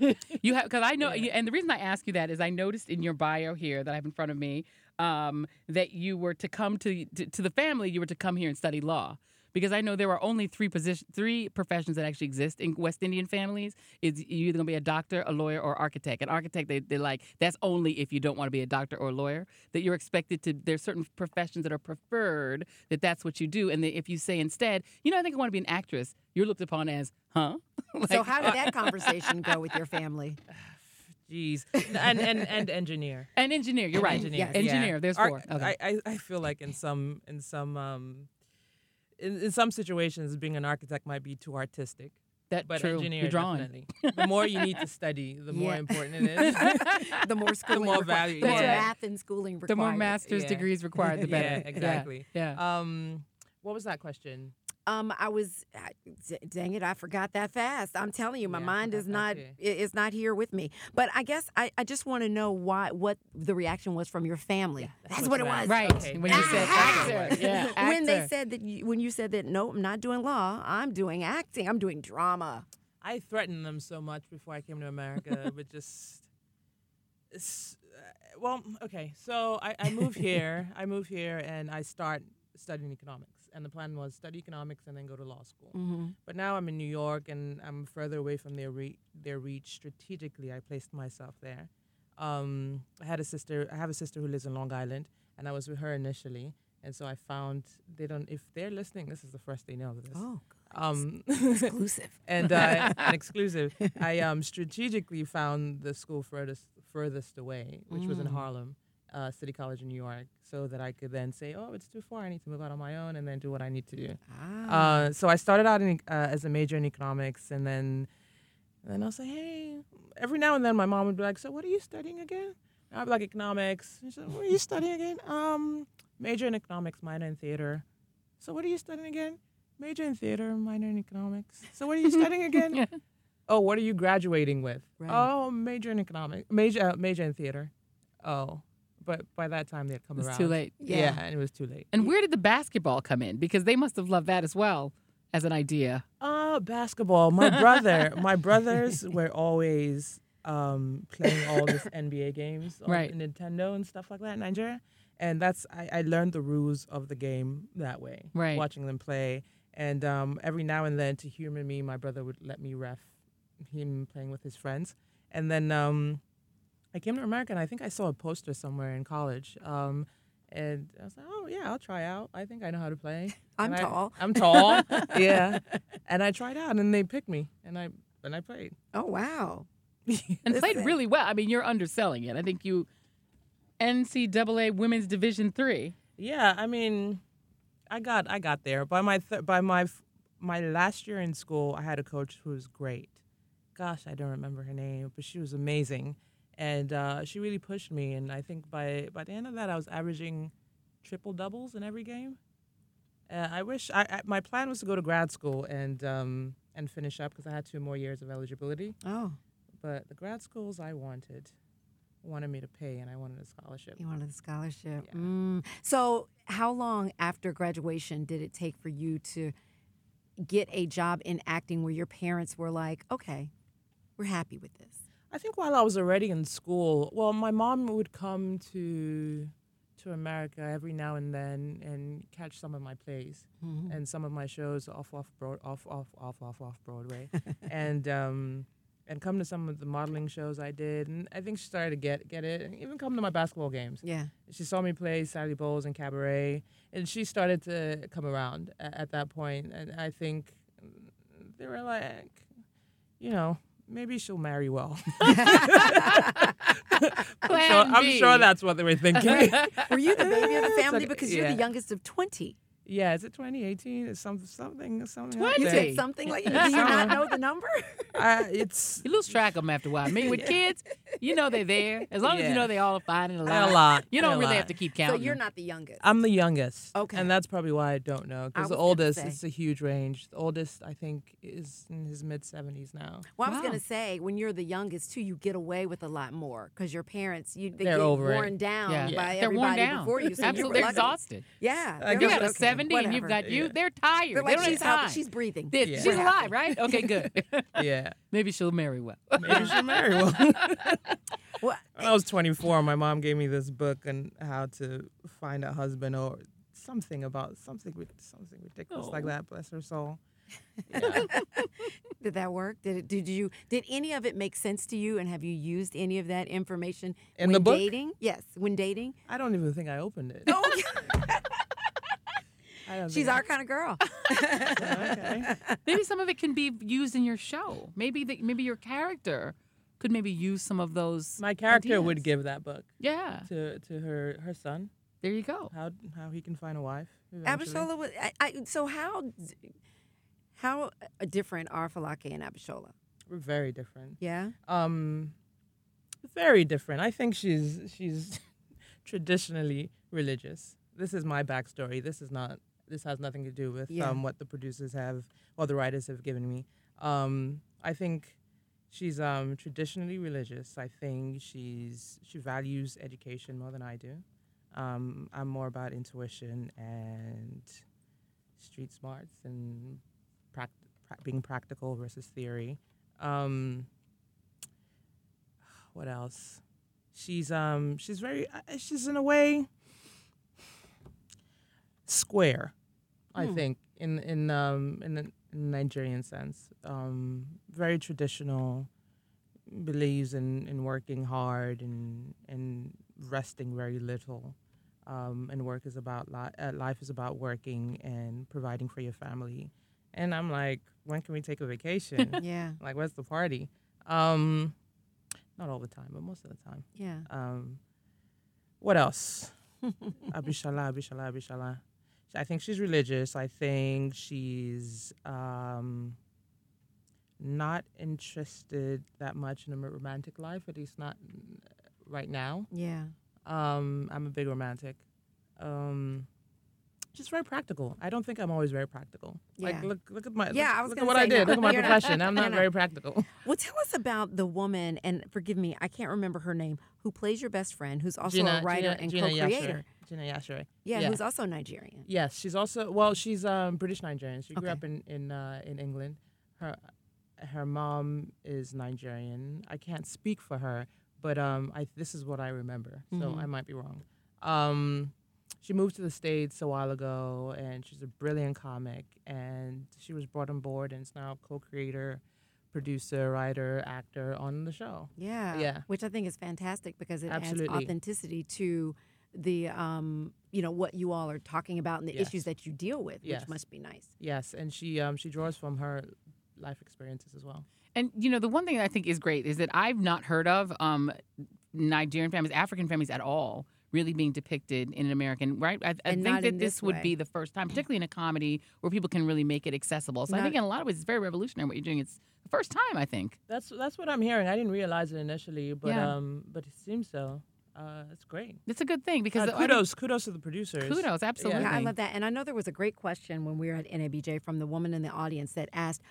[SPEAKER 2] You have because I know,
[SPEAKER 6] Yeah.
[SPEAKER 2] and the reason I ask you that is I noticed in your bio here that I have in front of me um, that you were to come to, to to the family. You were to come here and study law because I know there are only three position three professions that actually exist in West Indian families. Is you're either gonna be a doctor, a lawyer, or architect. An architect, they they like that's only if you don't want to be a doctor or a lawyer. That you're expected to. There's certain professions that are preferred that that's what you do. And that if you say instead, you know, I think I want to be an actress, you're looked upon as, huh?
[SPEAKER 6] Oh
[SPEAKER 1] so how did that conversation go with your
[SPEAKER 6] (laughs)
[SPEAKER 1] family?
[SPEAKER 2] (laughs)
[SPEAKER 6] Jeez, and and and engineer.
[SPEAKER 2] An engineer. You're
[SPEAKER 6] An
[SPEAKER 2] right.
[SPEAKER 6] Engineer.
[SPEAKER 1] Yes.
[SPEAKER 2] Engineer, there's
[SPEAKER 6] Ar-
[SPEAKER 2] four. Okay.
[SPEAKER 6] I, I, I feel like in some in some um in, in some situations being an architect might be too artistic.
[SPEAKER 2] That
[SPEAKER 6] But
[SPEAKER 2] true.
[SPEAKER 6] engineering,
[SPEAKER 2] You're drawing.
[SPEAKER 6] definitely. The more you need to study, the more
[SPEAKER 1] Yeah.
[SPEAKER 6] important it is.
[SPEAKER 1] (laughs) the more schooling,
[SPEAKER 6] more
[SPEAKER 1] requi-
[SPEAKER 6] value
[SPEAKER 1] the
[SPEAKER 6] you
[SPEAKER 1] more
[SPEAKER 6] get.
[SPEAKER 1] math and schooling required.
[SPEAKER 2] The more master's
[SPEAKER 6] Yeah.
[SPEAKER 2] degrees required, the better. (laughs)
[SPEAKER 6] (laughs) yeah, exactly.
[SPEAKER 2] Yeah.
[SPEAKER 6] Um, what was that question?
[SPEAKER 1] Um, I was, I- d- dang it, I forgot that fast. I'm telling you, my
[SPEAKER 6] Yeah, I
[SPEAKER 1] mind
[SPEAKER 6] forgot
[SPEAKER 1] is
[SPEAKER 6] that
[SPEAKER 1] not
[SPEAKER 6] too.
[SPEAKER 1] i- is not here with me. But I guess I, I just want to know why what the reaction was from your family. that's, what it
[SPEAKER 6] you
[SPEAKER 1] was. Ah,
[SPEAKER 6] asked.
[SPEAKER 2] Right.
[SPEAKER 6] Okay,
[SPEAKER 2] When you
[SPEAKER 6] that's
[SPEAKER 2] said
[SPEAKER 6] what it
[SPEAKER 2] actor. (laughs)
[SPEAKER 6] was.
[SPEAKER 1] (laughs)
[SPEAKER 2] Yeah.
[SPEAKER 1] When they
[SPEAKER 2] actor.
[SPEAKER 1] said that, you, when you said that, no, I'm not doing law. I'm doing acting. I'm doing drama.
[SPEAKER 6] I threatened them so much before I came to America, but just. It's, uh, well, okay. So I, I move here. I move here and I start studying economics. And the plan was study economics and then go to law school. But now I'm in New York and I'm further away from their re- their reach. Strategically, I placed myself there. Um, I had a sister. I have a sister who lives in Long Island, and I was with her initially. And so I found they don't. If they're listening, this is the first they know of this.
[SPEAKER 1] Oh,
[SPEAKER 6] um,
[SPEAKER 1] (laughs) Exclusive.
[SPEAKER 6] and uh, an exclusive. I um, strategically found the school furthest furthest away, which was in Harlem, uh, City College in New York, so that I could then say, "Oh, it's too far. I need to move out on my own," and then do what I need to do. Uh, so I started out in, uh, as a major in economics, and then and then I'll say, "Hey," every now and then my mom would be like, "So what are you studying again?" And I'd be like, "Economics." And she's like, "What are you studying again?" Um, major in economics, minor in theater. So what are you studying again? Major in theater, minor in economics.
[SPEAKER 2] (laughs)
[SPEAKER 6] So what are you studying again? Oh, what are you graduating with? Oh, major in economics, major uh, major in theater. Oh, but by that time they had come
[SPEAKER 2] It's
[SPEAKER 6] around.
[SPEAKER 2] too late.
[SPEAKER 6] Yeah.
[SPEAKER 1] Yeah.
[SPEAKER 6] and it was too late.
[SPEAKER 2] And where did the basketball come in? Because they must have loved that as well as an idea.
[SPEAKER 6] Uh, basketball. My brother,
[SPEAKER 2] (laughs)
[SPEAKER 6] my brothers were always um, playing all these NBA games on
[SPEAKER 2] Right.
[SPEAKER 6] Nintendo and stuff like that in Nigeria. And that's I, I learned the rules of the game that way,
[SPEAKER 2] Right.
[SPEAKER 6] watching them play. And um, every now and then, to humor me, my brother would let me ref him playing with his friends. And then um, I came to America, and I think I saw a poster somewhere in college. Um, and I was like, oh yeah, I'll try out. I think I know how to play.
[SPEAKER 1] (laughs) I'm
[SPEAKER 6] And I-
[SPEAKER 1] tall.
[SPEAKER 6] I'm tall.
[SPEAKER 1] (laughs)
[SPEAKER 6] yeah. (laughs) And I tried out and they picked me and I and I played.
[SPEAKER 1] Oh wow.
[SPEAKER 2] And played
[SPEAKER 1] Listen.
[SPEAKER 2] really well. I mean, you're underselling it. I think you NCAA Women's Division Three.
[SPEAKER 6] Yeah, I mean I got I got there. By my th- by my f- my last year in school, I had a coach who was great. Gosh, I don't remember her name, but she was amazing. And uh, she really pushed me and I think by by the end of that I was averaging triple doubles in every game. Uh, I wish I, I my plan was to go to grad school and um, and finish up because I had two more years of eligibility.
[SPEAKER 1] Oh,
[SPEAKER 6] but the grad schools I wanted wanted me to pay, and I wanted a scholarship.
[SPEAKER 1] you wanted a scholarship. Mm. So, how long after graduation did it take for you to get a job in acting where your parents were like, "Okay, we're happy with this."
[SPEAKER 6] I think while I was already in school, well, my mom would come to to America every now and then and catch some of my plays and some of my shows off off broad off off off off off Broadway, and um, and come to some of the modeling shows I did, and I think she started to get get it, and even come to my basketball games.
[SPEAKER 1] Yeah.
[SPEAKER 6] she saw me play Sally Bowles and Cabaret, and she started to come around at, at that point. And I think mm, they were like, you know, maybe she'll marry well. (laughs)
[SPEAKER 2] Plan
[SPEAKER 6] so I'm
[SPEAKER 2] B.
[SPEAKER 6] sure that's what they were thinking.
[SPEAKER 1] Were you the baby
[SPEAKER 2] (laughs)
[SPEAKER 1] of the
[SPEAKER 6] It's
[SPEAKER 1] family
[SPEAKER 6] okay,
[SPEAKER 1] because you're the
[SPEAKER 6] yeah.
[SPEAKER 1] youngest of twenty?
[SPEAKER 6] yeah, is it 2018? It's some, something, something.
[SPEAKER 1] You
[SPEAKER 6] Like
[SPEAKER 2] Twenty.
[SPEAKER 6] that.
[SPEAKER 1] said something like, "Do you not know the number?" (laughs)
[SPEAKER 6] I, it's
[SPEAKER 2] You lose track of them after a while. I mean, with kids, you know they're there. As long as you
[SPEAKER 6] Yeah.
[SPEAKER 2] know they all are fine and
[SPEAKER 6] They're
[SPEAKER 2] alive.
[SPEAKER 6] alive.
[SPEAKER 2] You don't
[SPEAKER 6] They're
[SPEAKER 2] really
[SPEAKER 6] alive.
[SPEAKER 2] have to keep
[SPEAKER 1] so
[SPEAKER 2] counting.
[SPEAKER 1] you're not the youngest.
[SPEAKER 6] I'm the youngest.
[SPEAKER 1] Okay.
[SPEAKER 6] And that's probably why I don't know.
[SPEAKER 1] I
[SPEAKER 6] Because the
[SPEAKER 1] was gonna
[SPEAKER 6] oldest,
[SPEAKER 1] say.
[SPEAKER 6] it's a huge range. The oldest, I think, is in his mid 70s now.
[SPEAKER 1] Well, I was
[SPEAKER 2] Wow.
[SPEAKER 1] gonna say when you're the youngest too, you get away with a lot more because your parents you they
[SPEAKER 6] They're
[SPEAKER 1] get
[SPEAKER 6] over it.
[SPEAKER 1] worn down
[SPEAKER 2] Yeah.
[SPEAKER 1] by
[SPEAKER 2] they're
[SPEAKER 1] everybody
[SPEAKER 2] worn down.
[SPEAKER 1] before you. So you were
[SPEAKER 2] Absolutely, they're
[SPEAKER 1] lucky.
[SPEAKER 2] exhausted.
[SPEAKER 1] Yeah,
[SPEAKER 6] I
[SPEAKER 1] they're
[SPEAKER 2] You
[SPEAKER 6] guess-
[SPEAKER 1] like,
[SPEAKER 2] got a
[SPEAKER 1] okay,
[SPEAKER 2] 70 and you've
[SPEAKER 1] whatever.
[SPEAKER 2] got you. They're tired.
[SPEAKER 1] They're like,
[SPEAKER 2] they don't
[SPEAKER 1] she's,
[SPEAKER 2] have
[SPEAKER 1] out,
[SPEAKER 2] time. (laughs)
[SPEAKER 1] she's breathing.
[SPEAKER 2] They-
[SPEAKER 6] Yeah.
[SPEAKER 2] She's
[SPEAKER 1] We're
[SPEAKER 2] alive, right? Okay, good.
[SPEAKER 1] (laughs)
[SPEAKER 6] Yeah.
[SPEAKER 2] Maybe she'll marry well.
[SPEAKER 6] Maybe she'll marry (laughs) well.
[SPEAKER 1] Well,
[SPEAKER 6] When I was 24, my mom gave me this book on how to find a husband or something about something rid- something ridiculous like that. Bless her soul.
[SPEAKER 1] Did that work? Did it? Did you? Did any of it make sense to you? And have you used any of that information
[SPEAKER 6] In
[SPEAKER 1] when
[SPEAKER 6] the book?
[SPEAKER 1] dating? Yes, when dating.
[SPEAKER 6] I don't even think I opened it. (laughs) I don't
[SPEAKER 1] She's
[SPEAKER 6] think
[SPEAKER 1] our kind of (laughs) girl.
[SPEAKER 6] I- okay.
[SPEAKER 2] maybe some of it can be used in your show. Maybe the, maybe your character could maybe use some of those.
[SPEAKER 6] My character
[SPEAKER 2] ideas.
[SPEAKER 6] would give that book
[SPEAKER 2] Yeah,
[SPEAKER 6] to to her her son.
[SPEAKER 2] there you go.
[SPEAKER 6] How how he can find a wife. eventually.
[SPEAKER 1] Abishola was. I, I, so how? d- How uh, different are Falake and Abishola?
[SPEAKER 6] We're very different.
[SPEAKER 1] Yeah.
[SPEAKER 6] um very different. I think she's she's (laughs) traditionally religious. This is my backstory. This is not this has nothing to do with
[SPEAKER 1] Yeah.
[SPEAKER 6] um, what the producers have or the writers have given me. Um, I think she's um, traditionally religious. I think she's she values education more than I do. Um, I'm more about intuition and street smarts and prac- pra- being practical versus theory. Um, what else? She's um she's very uh, she's in a way square, I think in in um in the in Nigerian sense. Um, very traditional, believes in in working hard and and resting very little. Um, and work is about li- uh, life is about working and providing for your family. And I'm like, when can we take a vacation?
[SPEAKER 1] Yeah.
[SPEAKER 6] Like, where's the party? Um, not all the time, but most of the time.
[SPEAKER 1] Yeah.
[SPEAKER 6] Um, what
[SPEAKER 1] (laughs)
[SPEAKER 6] else? Abishala, Abishala, Abishala. I think she's religious. I think she's um, not interested that much in a romantic life, at least not mm, right now.
[SPEAKER 1] Yeah.
[SPEAKER 6] Um, I'm a big romantic. Um, just very practical. I don't think I'm always very practical. Like
[SPEAKER 1] Yeah.
[SPEAKER 6] look, look at my
[SPEAKER 1] Yeah,
[SPEAKER 6] look,
[SPEAKER 1] I was
[SPEAKER 6] look at
[SPEAKER 1] gonna
[SPEAKER 6] what
[SPEAKER 1] say
[SPEAKER 6] I did.
[SPEAKER 1] no,
[SPEAKER 6] Look at
[SPEAKER 1] (laughs)
[SPEAKER 6] my
[SPEAKER 1] you're not.
[SPEAKER 6] profession. I'm
[SPEAKER 1] You're
[SPEAKER 6] not
[SPEAKER 1] not.
[SPEAKER 6] very practical.
[SPEAKER 1] Well, tell us about the woman, and forgive me, I can't remember her name, who plays your best friend, who's also a writer and co-creator.
[SPEAKER 6] Gina Yashire.
[SPEAKER 1] Yeah,
[SPEAKER 6] Yeah.
[SPEAKER 1] who's also Nigerian.
[SPEAKER 6] Yes, she's also well. She's um, British Nigerian. She grew
[SPEAKER 1] Okay.
[SPEAKER 6] up in in uh, in England. Her her mom is Nigerian. I can't speak for her, but um, I this is what I remember. So
[SPEAKER 1] Mm-hmm.
[SPEAKER 6] I might be wrong. Um, she moved to the states a while ago, and she's a brilliant comic. And she was brought on board, and is now co-creator, producer, writer, actor on the show.
[SPEAKER 1] Yeah.
[SPEAKER 6] Yeah.
[SPEAKER 1] Which I think is fantastic because it
[SPEAKER 6] Absolutely.
[SPEAKER 1] adds authenticity to the um, you know, what you all are talking about and the
[SPEAKER 6] Yes.
[SPEAKER 1] issues that you deal with,
[SPEAKER 6] Yes.
[SPEAKER 1] which must be nice.
[SPEAKER 6] Yes, and she um, she draws from her life experiences as well.
[SPEAKER 2] And you know, the one thing I think is great is that I've not heard of um, Nigerian families, African families at all, really being depicted in an American right. I, I
[SPEAKER 1] And
[SPEAKER 2] think
[SPEAKER 1] not
[SPEAKER 2] that
[SPEAKER 1] in
[SPEAKER 2] this,
[SPEAKER 1] this
[SPEAKER 2] would
[SPEAKER 1] way.
[SPEAKER 2] be the first time, particularly in a comedy, where people can really make it accessible. So I
[SPEAKER 1] Not-
[SPEAKER 2] think in a lot of ways, it's very revolutionary what you're doing. It's the first time I think.
[SPEAKER 6] That's that's what I'm hearing. I didn't realize it initially, but
[SPEAKER 2] Yeah.
[SPEAKER 6] um, but it seems so. Uh, it's great.
[SPEAKER 2] It's a good thing because
[SPEAKER 6] Uh,
[SPEAKER 2] I don't-
[SPEAKER 6] kudos, kudos to the producers.
[SPEAKER 2] kudos, absolutely.
[SPEAKER 1] Yeah, I love that. And I know there was a great question when we were at NABJ from the woman in the audience that asked,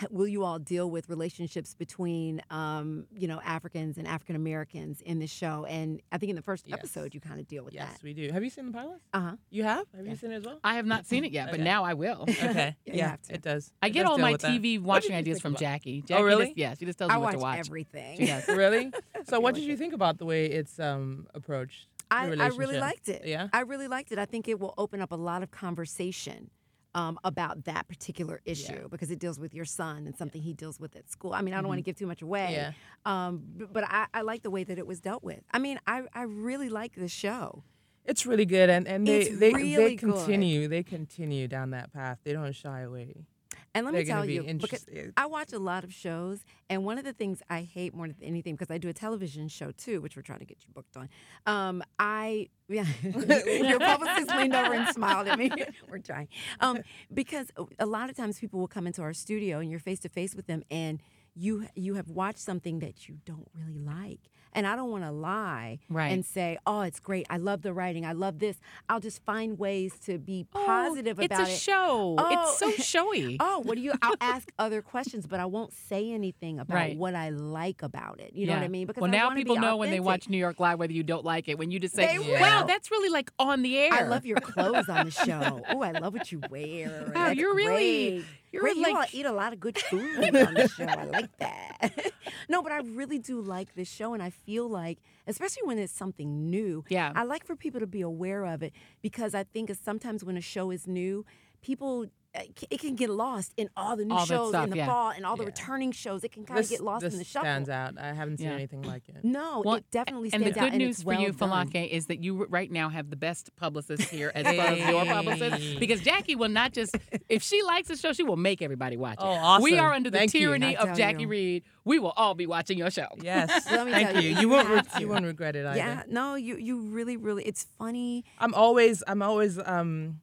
[SPEAKER 1] "H- "Will you all deal with relationships between, um, you know, Africans and African Americans in this show?" And I think in the first
[SPEAKER 6] Yes.
[SPEAKER 1] episode you kind of deal with
[SPEAKER 6] Yes,
[SPEAKER 1] that.
[SPEAKER 6] we do. Have you seen the pilot?
[SPEAKER 1] Uh huh.
[SPEAKER 6] You have? Have you seen it as well?
[SPEAKER 2] I have not seen it yet, but
[SPEAKER 6] Okay.
[SPEAKER 2] now I will.
[SPEAKER 6] Okay.
[SPEAKER 1] (laughs) Yeah, you have to.
[SPEAKER 6] it does.
[SPEAKER 2] I
[SPEAKER 6] It
[SPEAKER 2] get
[SPEAKER 6] does
[SPEAKER 2] all
[SPEAKER 6] deal
[SPEAKER 2] my
[SPEAKER 6] with that.
[SPEAKER 2] TV
[SPEAKER 6] What did
[SPEAKER 2] watching
[SPEAKER 6] you
[SPEAKER 2] ideas
[SPEAKER 6] think
[SPEAKER 2] from
[SPEAKER 6] about- Oh,
[SPEAKER 2] Jackie. Jackie
[SPEAKER 6] really?
[SPEAKER 2] Just, yeah, she just tells
[SPEAKER 1] I
[SPEAKER 2] me what
[SPEAKER 1] watch,
[SPEAKER 2] to watch.
[SPEAKER 1] everything.
[SPEAKER 2] She
[SPEAKER 1] (laughs)
[SPEAKER 2] does.
[SPEAKER 6] really? So, what did you think about the way it's um approached? the
[SPEAKER 1] I, I really
[SPEAKER 6] relationship?
[SPEAKER 1] liked it.
[SPEAKER 6] Yeah.
[SPEAKER 1] I really liked it. I think it will open up a lot of conversation um, about that particular issue because it deals with your son and something he deals with at school. I mean, I don't want to give too much away,
[SPEAKER 6] Mm-hmm. Yeah.
[SPEAKER 1] um, b- but I, I like the way that it was dealt with. I mean, I, I really like the show.
[SPEAKER 6] It's really good, and and they
[SPEAKER 1] It's
[SPEAKER 6] they,
[SPEAKER 1] really
[SPEAKER 6] they
[SPEAKER 1] good.
[SPEAKER 6] continue they continue down that path. They don't shy away.
[SPEAKER 1] And let
[SPEAKER 6] They're
[SPEAKER 1] me
[SPEAKER 6] gonna
[SPEAKER 1] tell
[SPEAKER 6] be
[SPEAKER 1] you, because
[SPEAKER 2] eh,
[SPEAKER 6] interested.
[SPEAKER 1] I watch a lot of shows, and one of the things I hate more than anything, because I do a television show too, which we're trying to get you booked on. Um, I (laughs) yeah, your publicist leaned over and smiled
[SPEAKER 2] (laughs)
[SPEAKER 1] at me. (laughs) we're trying, um, because a lot of times people will come into our studio, and you're face to face with them, and you you have watched something that you don't really like, and I don't want to lie
[SPEAKER 2] Right.
[SPEAKER 1] and say, oh, it's great, I love the writing, I love this. I'll just find ways to be
[SPEAKER 2] Oh,
[SPEAKER 1] positive about
[SPEAKER 2] it's a
[SPEAKER 1] it.
[SPEAKER 2] show.
[SPEAKER 1] Oh.
[SPEAKER 2] It's so showy.
[SPEAKER 1] Oh, what do you? I'll ask other questions, but I won't say anything about
[SPEAKER 2] Right.
[SPEAKER 1] what I like about it. You know what I mean?
[SPEAKER 2] well,
[SPEAKER 1] I
[SPEAKER 2] now
[SPEAKER 1] wanna be
[SPEAKER 2] people know when they watch
[SPEAKER 1] authentic.
[SPEAKER 2] New York Live whether you don't like it. When you just say,
[SPEAKER 1] They will.
[SPEAKER 2] "Wow, that's really like on the air."
[SPEAKER 1] I love your clothes on the show. Oh, I love what you wear.
[SPEAKER 2] (laughs) Wow,
[SPEAKER 1] That's
[SPEAKER 2] you're really-
[SPEAKER 1] great.
[SPEAKER 2] you're
[SPEAKER 1] Great, you all
[SPEAKER 2] like-
[SPEAKER 1] eat a lot of good food on the show. I like that. (laughs) no, but I really do like this show, and I feel like, especially when it's something new.
[SPEAKER 2] Yeah.
[SPEAKER 1] I like for people to be aware of it because I think sometimes when a show is new, people. eh, It can get lost in all the new
[SPEAKER 2] All that
[SPEAKER 1] shows
[SPEAKER 2] stuff,
[SPEAKER 1] in the
[SPEAKER 2] yeah.
[SPEAKER 1] fall and all the
[SPEAKER 6] Yeah.
[SPEAKER 1] returning shows. It can kind of get lost
[SPEAKER 6] this
[SPEAKER 1] in the shuffle.
[SPEAKER 6] stands out. I haven't seen
[SPEAKER 2] Yeah.
[SPEAKER 6] anything like it.
[SPEAKER 1] No,
[SPEAKER 2] Well,
[SPEAKER 1] it definitely
[SPEAKER 2] and
[SPEAKER 1] stands
[SPEAKER 2] the good
[SPEAKER 1] out. and
[SPEAKER 2] news
[SPEAKER 1] it's
[SPEAKER 2] for
[SPEAKER 1] well
[SPEAKER 2] you,
[SPEAKER 1] done.
[SPEAKER 2] Falake, is that you right now have the best publicist here as well as your publicist. Because Jackie will not just, if she likes a show, she will make everybody watch it.
[SPEAKER 6] Oh, awesome.
[SPEAKER 2] We are under the
[SPEAKER 6] Thank you.
[SPEAKER 2] tyranny
[SPEAKER 1] I
[SPEAKER 2] of
[SPEAKER 1] tell
[SPEAKER 2] Jackie
[SPEAKER 1] you.
[SPEAKER 2] Reed. We will all be watching your show.
[SPEAKER 6] Yes.
[SPEAKER 1] (laughs) Let me
[SPEAKER 6] Thank
[SPEAKER 1] tell you,
[SPEAKER 6] you.
[SPEAKER 1] you
[SPEAKER 6] won't re-
[SPEAKER 1] have to.
[SPEAKER 6] you won't regret it either.
[SPEAKER 1] Yeah, no, you you really, really, it's funny.
[SPEAKER 6] I'm always I'm always um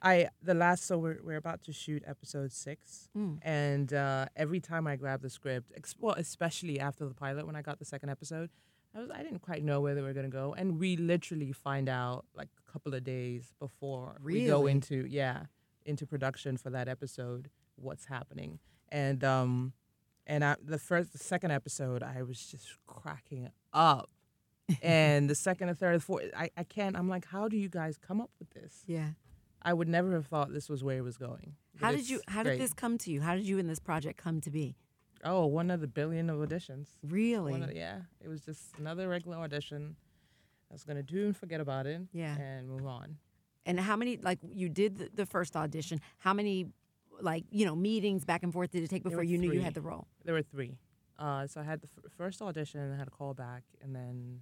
[SPEAKER 6] I the last so we're, we're about to shoot episode six, and uh, every time I grab the script, ex- well, especially after the pilot when I got the second episode, I was I didn't quite know where they were gonna go, and we literally find out like a couple of days before we go
[SPEAKER 1] Really?
[SPEAKER 6] into yeah into production for that episode what's happening, and um and I, the first the second episode I was just cracking up. and the second, and third, fourth, I, I can't. I'm like, how do you guys come up with this?
[SPEAKER 1] Yeah.
[SPEAKER 6] I would never have thought this was where it was going. but
[SPEAKER 1] How did
[SPEAKER 6] it's
[SPEAKER 1] you? How did
[SPEAKER 6] great.
[SPEAKER 1] this come to you? How did you and this project come to be?
[SPEAKER 6] Oh, one of the billion of auditions.
[SPEAKER 1] Really?
[SPEAKER 6] One of, yeah, it was just another regular audition. I was gonna do and forget about it.
[SPEAKER 1] Yeah.
[SPEAKER 6] and move on.
[SPEAKER 1] and how many? Like you did the, the first audition. How many? Like you know, meetings back and forth did it take before
[SPEAKER 6] were
[SPEAKER 1] you knew you
[SPEAKER 6] three.
[SPEAKER 1] had the role?
[SPEAKER 6] There were three. Uh, so I had the f- first audition, I had a call back, and then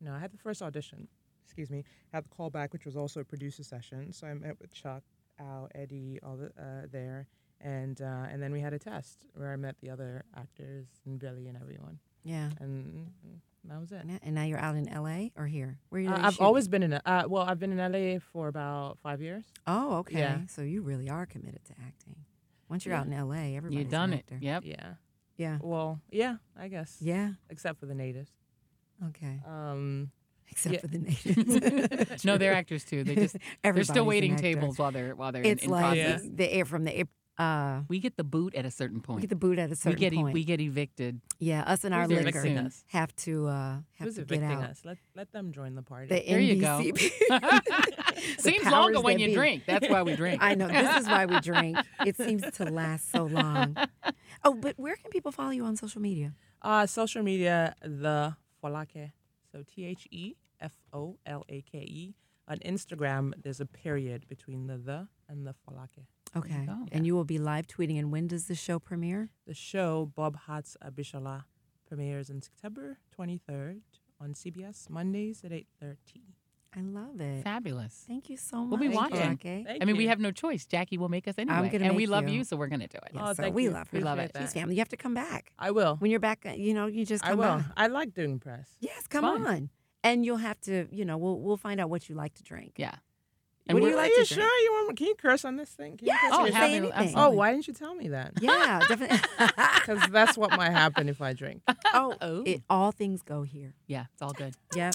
[SPEAKER 6] no, I had the first audition. Excuse me, had the call back, which was also a producer session. So I met with Chuck, Al, Eddie, all the, uh, there, and uh, and then we had a test where I met the other actors and Billy and everyone,
[SPEAKER 1] Yeah.
[SPEAKER 6] and mm-hmm, that was it.
[SPEAKER 1] And now- And now you're out in L.A. or here? Where you?
[SPEAKER 6] Uh, I've always been in. Uh, well, I've been in LA for about five years.
[SPEAKER 1] Oh, okay.
[SPEAKER 6] Yeah.
[SPEAKER 1] So you really are committed to acting. Once you're out in L.A., everybody's
[SPEAKER 2] You done
[SPEAKER 1] an
[SPEAKER 2] it.
[SPEAKER 1] actor.
[SPEAKER 2] Yep.
[SPEAKER 6] Yeah.
[SPEAKER 1] Yeah.
[SPEAKER 6] Well, yeah, I guess.
[SPEAKER 1] Yeah.
[SPEAKER 6] Except for the natives.
[SPEAKER 1] Okay.
[SPEAKER 6] Um,
[SPEAKER 1] Except
[SPEAKER 6] yeah. (laughs)
[SPEAKER 1] for the natives.
[SPEAKER 2] (laughs) No, they're actors too. They
[SPEAKER 1] (laughs)
[SPEAKER 2] just they're
[SPEAKER 1] Everybody's an
[SPEAKER 2] still waiting
[SPEAKER 1] actor.
[SPEAKER 2] tables while they're while they're in,
[SPEAKER 1] It's
[SPEAKER 2] in
[SPEAKER 1] like
[SPEAKER 2] process.
[SPEAKER 1] the- the air from the air. Uh,
[SPEAKER 2] We get the boot at a certain
[SPEAKER 1] we
[SPEAKER 2] point.
[SPEAKER 1] get the boot at a certain
[SPEAKER 2] we get e-
[SPEAKER 1] point.
[SPEAKER 2] we get evicted.
[SPEAKER 1] yeah, us and our
[SPEAKER 2] Who's
[SPEAKER 1] liquor
[SPEAKER 2] evicting us?
[SPEAKER 1] have to uh, have
[SPEAKER 6] who's
[SPEAKER 1] to get
[SPEAKER 6] evicting
[SPEAKER 1] out.
[SPEAKER 6] us? Let let them join the party.
[SPEAKER 1] The
[SPEAKER 2] There you go.
[SPEAKER 1] NBC. (laughs)
[SPEAKER 2] Seems
[SPEAKER 1] powers
[SPEAKER 2] longer when
[SPEAKER 1] that
[SPEAKER 2] you
[SPEAKER 1] be.
[SPEAKER 2] drink. That's
[SPEAKER 1] (laughs)
[SPEAKER 2] why we drink.
[SPEAKER 1] I know. This is why we drink. It seems to last so long. Oh, but where can people follow you on social media?
[SPEAKER 6] Uh, social media, the Folake. So T H E F O L A K E. On Instagram, there's a period between the the and the Folake.
[SPEAKER 1] Okay.
[SPEAKER 2] go.
[SPEAKER 1] And you will be live tweeting. And when does the show premiere?
[SPEAKER 6] The show, Bob Hats Abishala, premieres on September 23rd on CBS, Mondays at 8.30.
[SPEAKER 1] I love it.
[SPEAKER 2] Fabulous.
[SPEAKER 1] Thank you so much.
[SPEAKER 2] We'll be watching.
[SPEAKER 1] Rocky.
[SPEAKER 6] Thank
[SPEAKER 2] I mean, we
[SPEAKER 6] you.
[SPEAKER 2] have no choice. Jackie will make us anyway,
[SPEAKER 1] gonna
[SPEAKER 2] and we
[SPEAKER 1] make
[SPEAKER 2] love
[SPEAKER 1] you.
[SPEAKER 2] you, so we're gonna do it.
[SPEAKER 1] Yeah,
[SPEAKER 6] Oh,
[SPEAKER 1] so
[SPEAKER 6] thank
[SPEAKER 1] we
[SPEAKER 6] you.
[SPEAKER 1] love her.
[SPEAKER 6] We love it.
[SPEAKER 1] She's family. You have to come back.
[SPEAKER 6] I will.
[SPEAKER 1] When you're back, uh, you know, you just come
[SPEAKER 6] I will.
[SPEAKER 1] by.
[SPEAKER 6] I like doing press.
[SPEAKER 1] Yes, come
[SPEAKER 2] fun.
[SPEAKER 1] on. And you'll have to, you know, we'll we'll find out what you like to drink.
[SPEAKER 2] Yeah.
[SPEAKER 1] What do
[SPEAKER 6] Well,
[SPEAKER 1] you like
[SPEAKER 6] Are
[SPEAKER 1] to
[SPEAKER 6] you
[SPEAKER 1] drink?
[SPEAKER 6] sure you want? Can you curse on this thing? Can you
[SPEAKER 1] Yeah,
[SPEAKER 6] curse
[SPEAKER 1] I
[SPEAKER 6] on
[SPEAKER 1] was
[SPEAKER 6] this
[SPEAKER 1] gonna
[SPEAKER 6] thing?
[SPEAKER 1] say
[SPEAKER 2] absolutely.
[SPEAKER 1] anything.
[SPEAKER 6] Oh, why didn't you tell me that?
[SPEAKER 1] Yeah, definitely.
[SPEAKER 2] (laughs)
[SPEAKER 1] (laughs)
[SPEAKER 6] Because that's what might happen if I drink.
[SPEAKER 1] oh,
[SPEAKER 2] Oh.
[SPEAKER 1] It, all things go here.
[SPEAKER 2] Yeah, it's all good.
[SPEAKER 1] Yep.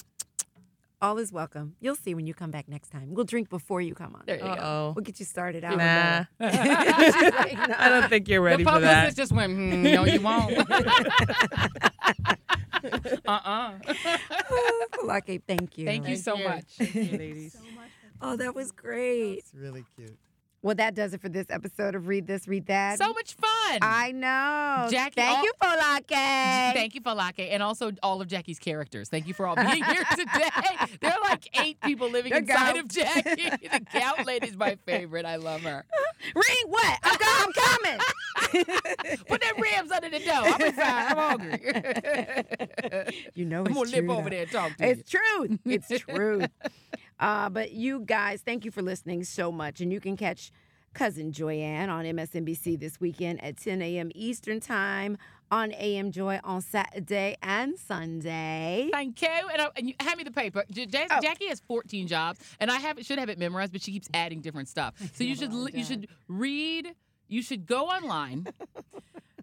[SPEAKER 1] All is welcome. You'll see when you come back next time. We'll drink before you come on.
[SPEAKER 2] There you
[SPEAKER 6] Uh
[SPEAKER 2] go.
[SPEAKER 6] oh.
[SPEAKER 1] We'll get you started out.
[SPEAKER 6] Nah.
[SPEAKER 1] (laughs) I
[SPEAKER 6] (laughs) I don't think you're ready
[SPEAKER 2] the
[SPEAKER 6] for that.
[SPEAKER 2] publicist just went, "Hmm, no, you won't.
[SPEAKER 1] (laughs)
[SPEAKER 2] (laughs) uh-uh.
[SPEAKER 1] Lucky, thank you.
[SPEAKER 2] Thank you so much.
[SPEAKER 6] Thank you, ladies.
[SPEAKER 1] Oh, that was great.
[SPEAKER 7] It's really cute.
[SPEAKER 1] Well, that does it for this episode of Read This, Read That.
[SPEAKER 2] So much fun.
[SPEAKER 1] I know.
[SPEAKER 2] Jackie,
[SPEAKER 1] thank
[SPEAKER 2] all-
[SPEAKER 1] you, Polake.
[SPEAKER 2] Thank you, Falake, and also all of Jackie's characters. Thank you for all being
[SPEAKER 1] (laughs)
[SPEAKER 2] here today. There are like eight people living
[SPEAKER 1] The
[SPEAKER 2] inside
[SPEAKER 1] gout.
[SPEAKER 2] of Jackie. (laughs) The gout lady's my favorite. I love her.
[SPEAKER 1] Read what? I'm, go- I'm
[SPEAKER 2] (laughs)
[SPEAKER 1] coming.
[SPEAKER 2] Put them ribs under the dough. I'm inside. I'm hungry.
[SPEAKER 1] (laughs) You know
[SPEAKER 2] I'm
[SPEAKER 1] it's
[SPEAKER 2] gonna
[SPEAKER 1] true.
[SPEAKER 2] nip over
[SPEAKER 1] though.
[SPEAKER 2] there and talk to you.
[SPEAKER 1] It's truth. It's
[SPEAKER 2] (laughs)
[SPEAKER 1] true. Uh, but you guys, thank you for listening so much. And you can catch Cousin Joyanne on MSNBC this weekend at 10 a.m. Eastern Time on AM Joy on Saturday and Sunday.
[SPEAKER 2] Thank you. And, I, and you, hand me the paper. J- Jas-
[SPEAKER 1] Oh.
[SPEAKER 2] Jackie has 14 jobs, and I have should have it memorized, but she keeps adding different stuff. So you should li- you should read. You should
[SPEAKER 1] (laughs)
[SPEAKER 2] go online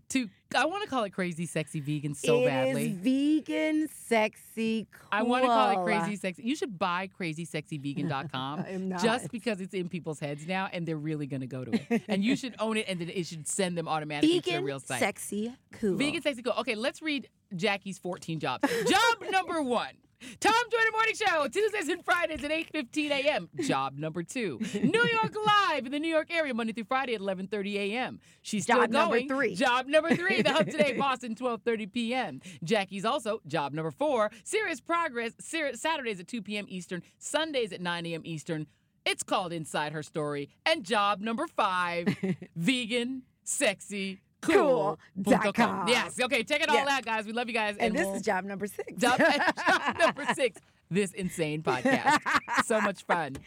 [SPEAKER 2] to. I want to call it crazy, sexy, vegan so
[SPEAKER 1] It is
[SPEAKER 2] badly.
[SPEAKER 1] vegan, sexy, cool.
[SPEAKER 2] I want to call it crazy, sexy. You should buy crazysexyvegan.com
[SPEAKER 1] (laughs) I am not.
[SPEAKER 2] just because it's in people's heads now, and they're really going to go to it.
[SPEAKER 1] (laughs)
[SPEAKER 2] and you should own it, and then it should send them automatically to
[SPEAKER 1] vegan,
[SPEAKER 2] the real site.
[SPEAKER 1] sexy, cool.
[SPEAKER 2] Vegan sexy cool. Okay, let's read Jackie's 14 jobs. (laughs) Job number one. Tom Joy the Morning Show, Tuesdays and Fridays at 8.15 a.m. Job
[SPEAKER 1] (laughs)
[SPEAKER 2] number two. New York Live in the New York area, Monday through Friday at 11.30 a.m. She's still
[SPEAKER 1] Job number
[SPEAKER 2] going.
[SPEAKER 1] three.
[SPEAKER 2] Job number three, The
[SPEAKER 1] (laughs)
[SPEAKER 2] Hub Today, Boston, 12.30 p.m. Jackie's also, job number four, Serious Progress, Ser- Saturdays at 2 p.m. Eastern, Sundays at 9 a.m. Eastern. It's called Inside Her Story. And job number five,
[SPEAKER 1] (laughs)
[SPEAKER 2] Vegan, Sexy,
[SPEAKER 1] Cool dot
[SPEAKER 2] Cool.com.
[SPEAKER 1] com.
[SPEAKER 2] Yes. Okay. Check it all
[SPEAKER 1] Yeah.
[SPEAKER 2] out, guys. We love you guys.
[SPEAKER 1] And this
[SPEAKER 2] we'll-
[SPEAKER 1] is job number six. (laughs)
[SPEAKER 2] Job- (laughs) job number six. This insane podcast. so much fun.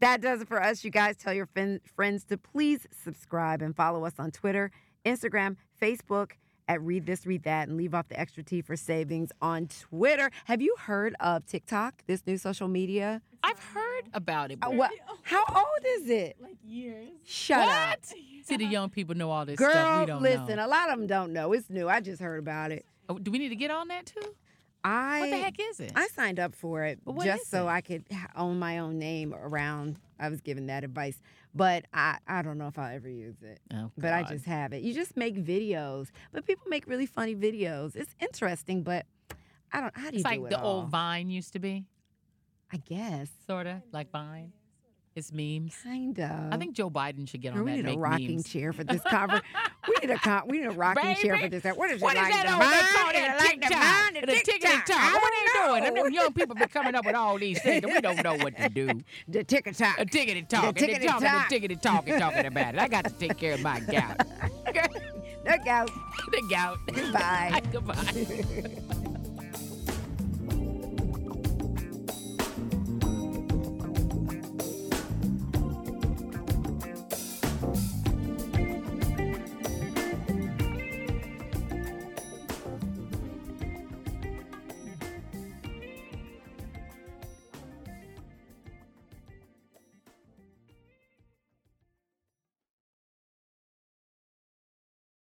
[SPEAKER 1] That does it for us, you guys. Tell your fin- friends to please subscribe and follow us on Twitter, Instagram, Facebook at Read This, Read That, and leave off the extra T for savings on Twitter. Have you heard of TikTok, this new social media?
[SPEAKER 2] I've heard about it.
[SPEAKER 1] Uh,
[SPEAKER 2] but-
[SPEAKER 1] well, how old is it?
[SPEAKER 7] Like years.
[SPEAKER 1] Shut up.
[SPEAKER 2] What? See, the young people know all this stuff.
[SPEAKER 1] uh, Girl,
[SPEAKER 2] We don't
[SPEAKER 1] listen, uh,
[SPEAKER 2] know.
[SPEAKER 1] a lot of them don't know. It's new. I just heard about it.
[SPEAKER 2] Oh, Do we need to get on that too?
[SPEAKER 1] I
[SPEAKER 2] What the heck is it?
[SPEAKER 1] I signed up for it
[SPEAKER 2] But what
[SPEAKER 1] just
[SPEAKER 2] is
[SPEAKER 1] so
[SPEAKER 2] it?
[SPEAKER 1] I could h- own my own name around. I was given that advice, but I, I don't know if I'll ever use it.
[SPEAKER 2] Oh,
[SPEAKER 1] But I
[SPEAKER 2] God.
[SPEAKER 1] just have it. You just make videos, but people make really funny videos. It's interesting, but I don't. How do you
[SPEAKER 2] It's
[SPEAKER 1] do
[SPEAKER 2] like
[SPEAKER 1] it
[SPEAKER 2] the
[SPEAKER 1] all?
[SPEAKER 2] old Vine used to be,
[SPEAKER 1] I guess
[SPEAKER 2] sort of like Vine. It's memes.
[SPEAKER 1] kind of.
[SPEAKER 2] I think Joe Biden should get on
[SPEAKER 1] Girl, we
[SPEAKER 2] that.
[SPEAKER 1] need a
[SPEAKER 2] make
[SPEAKER 1] rocking
[SPEAKER 2] memes.
[SPEAKER 1] chair
[SPEAKER 2] (laughs)
[SPEAKER 1] for this conver. we need a con- we need a rocking chair for
[SPEAKER 2] Baby,
[SPEAKER 1] this. What is
[SPEAKER 2] What
[SPEAKER 1] it
[SPEAKER 2] is
[SPEAKER 1] like?
[SPEAKER 2] that
[SPEAKER 1] the
[SPEAKER 2] over there
[SPEAKER 1] Vine?
[SPEAKER 2] called
[SPEAKER 1] Is it
[SPEAKER 2] it a
[SPEAKER 1] like the Vine,
[SPEAKER 2] TikTok?
[SPEAKER 1] the
[SPEAKER 2] It a
[SPEAKER 1] TikTok?
[SPEAKER 2] TikTok.
[SPEAKER 1] I
[SPEAKER 2] What are
[SPEAKER 1] don't
[SPEAKER 2] they doing?
[SPEAKER 1] know.
[SPEAKER 2] Them young people been coming up with all these things. and We don't know what
[SPEAKER 1] (laughs)
[SPEAKER 2] to do.
[SPEAKER 1] The TikTok.
[SPEAKER 2] A tickety talk, and
[SPEAKER 1] tickety
[SPEAKER 2] they talking,
[SPEAKER 1] talk.
[SPEAKER 2] and tickety talking, talking about it. I got to take care
[SPEAKER 1] (laughs)
[SPEAKER 2] of my gout.
[SPEAKER 1] Look out.
[SPEAKER 2] the gout. (laughs)
[SPEAKER 1] Goodbye.
[SPEAKER 2] Goodbye.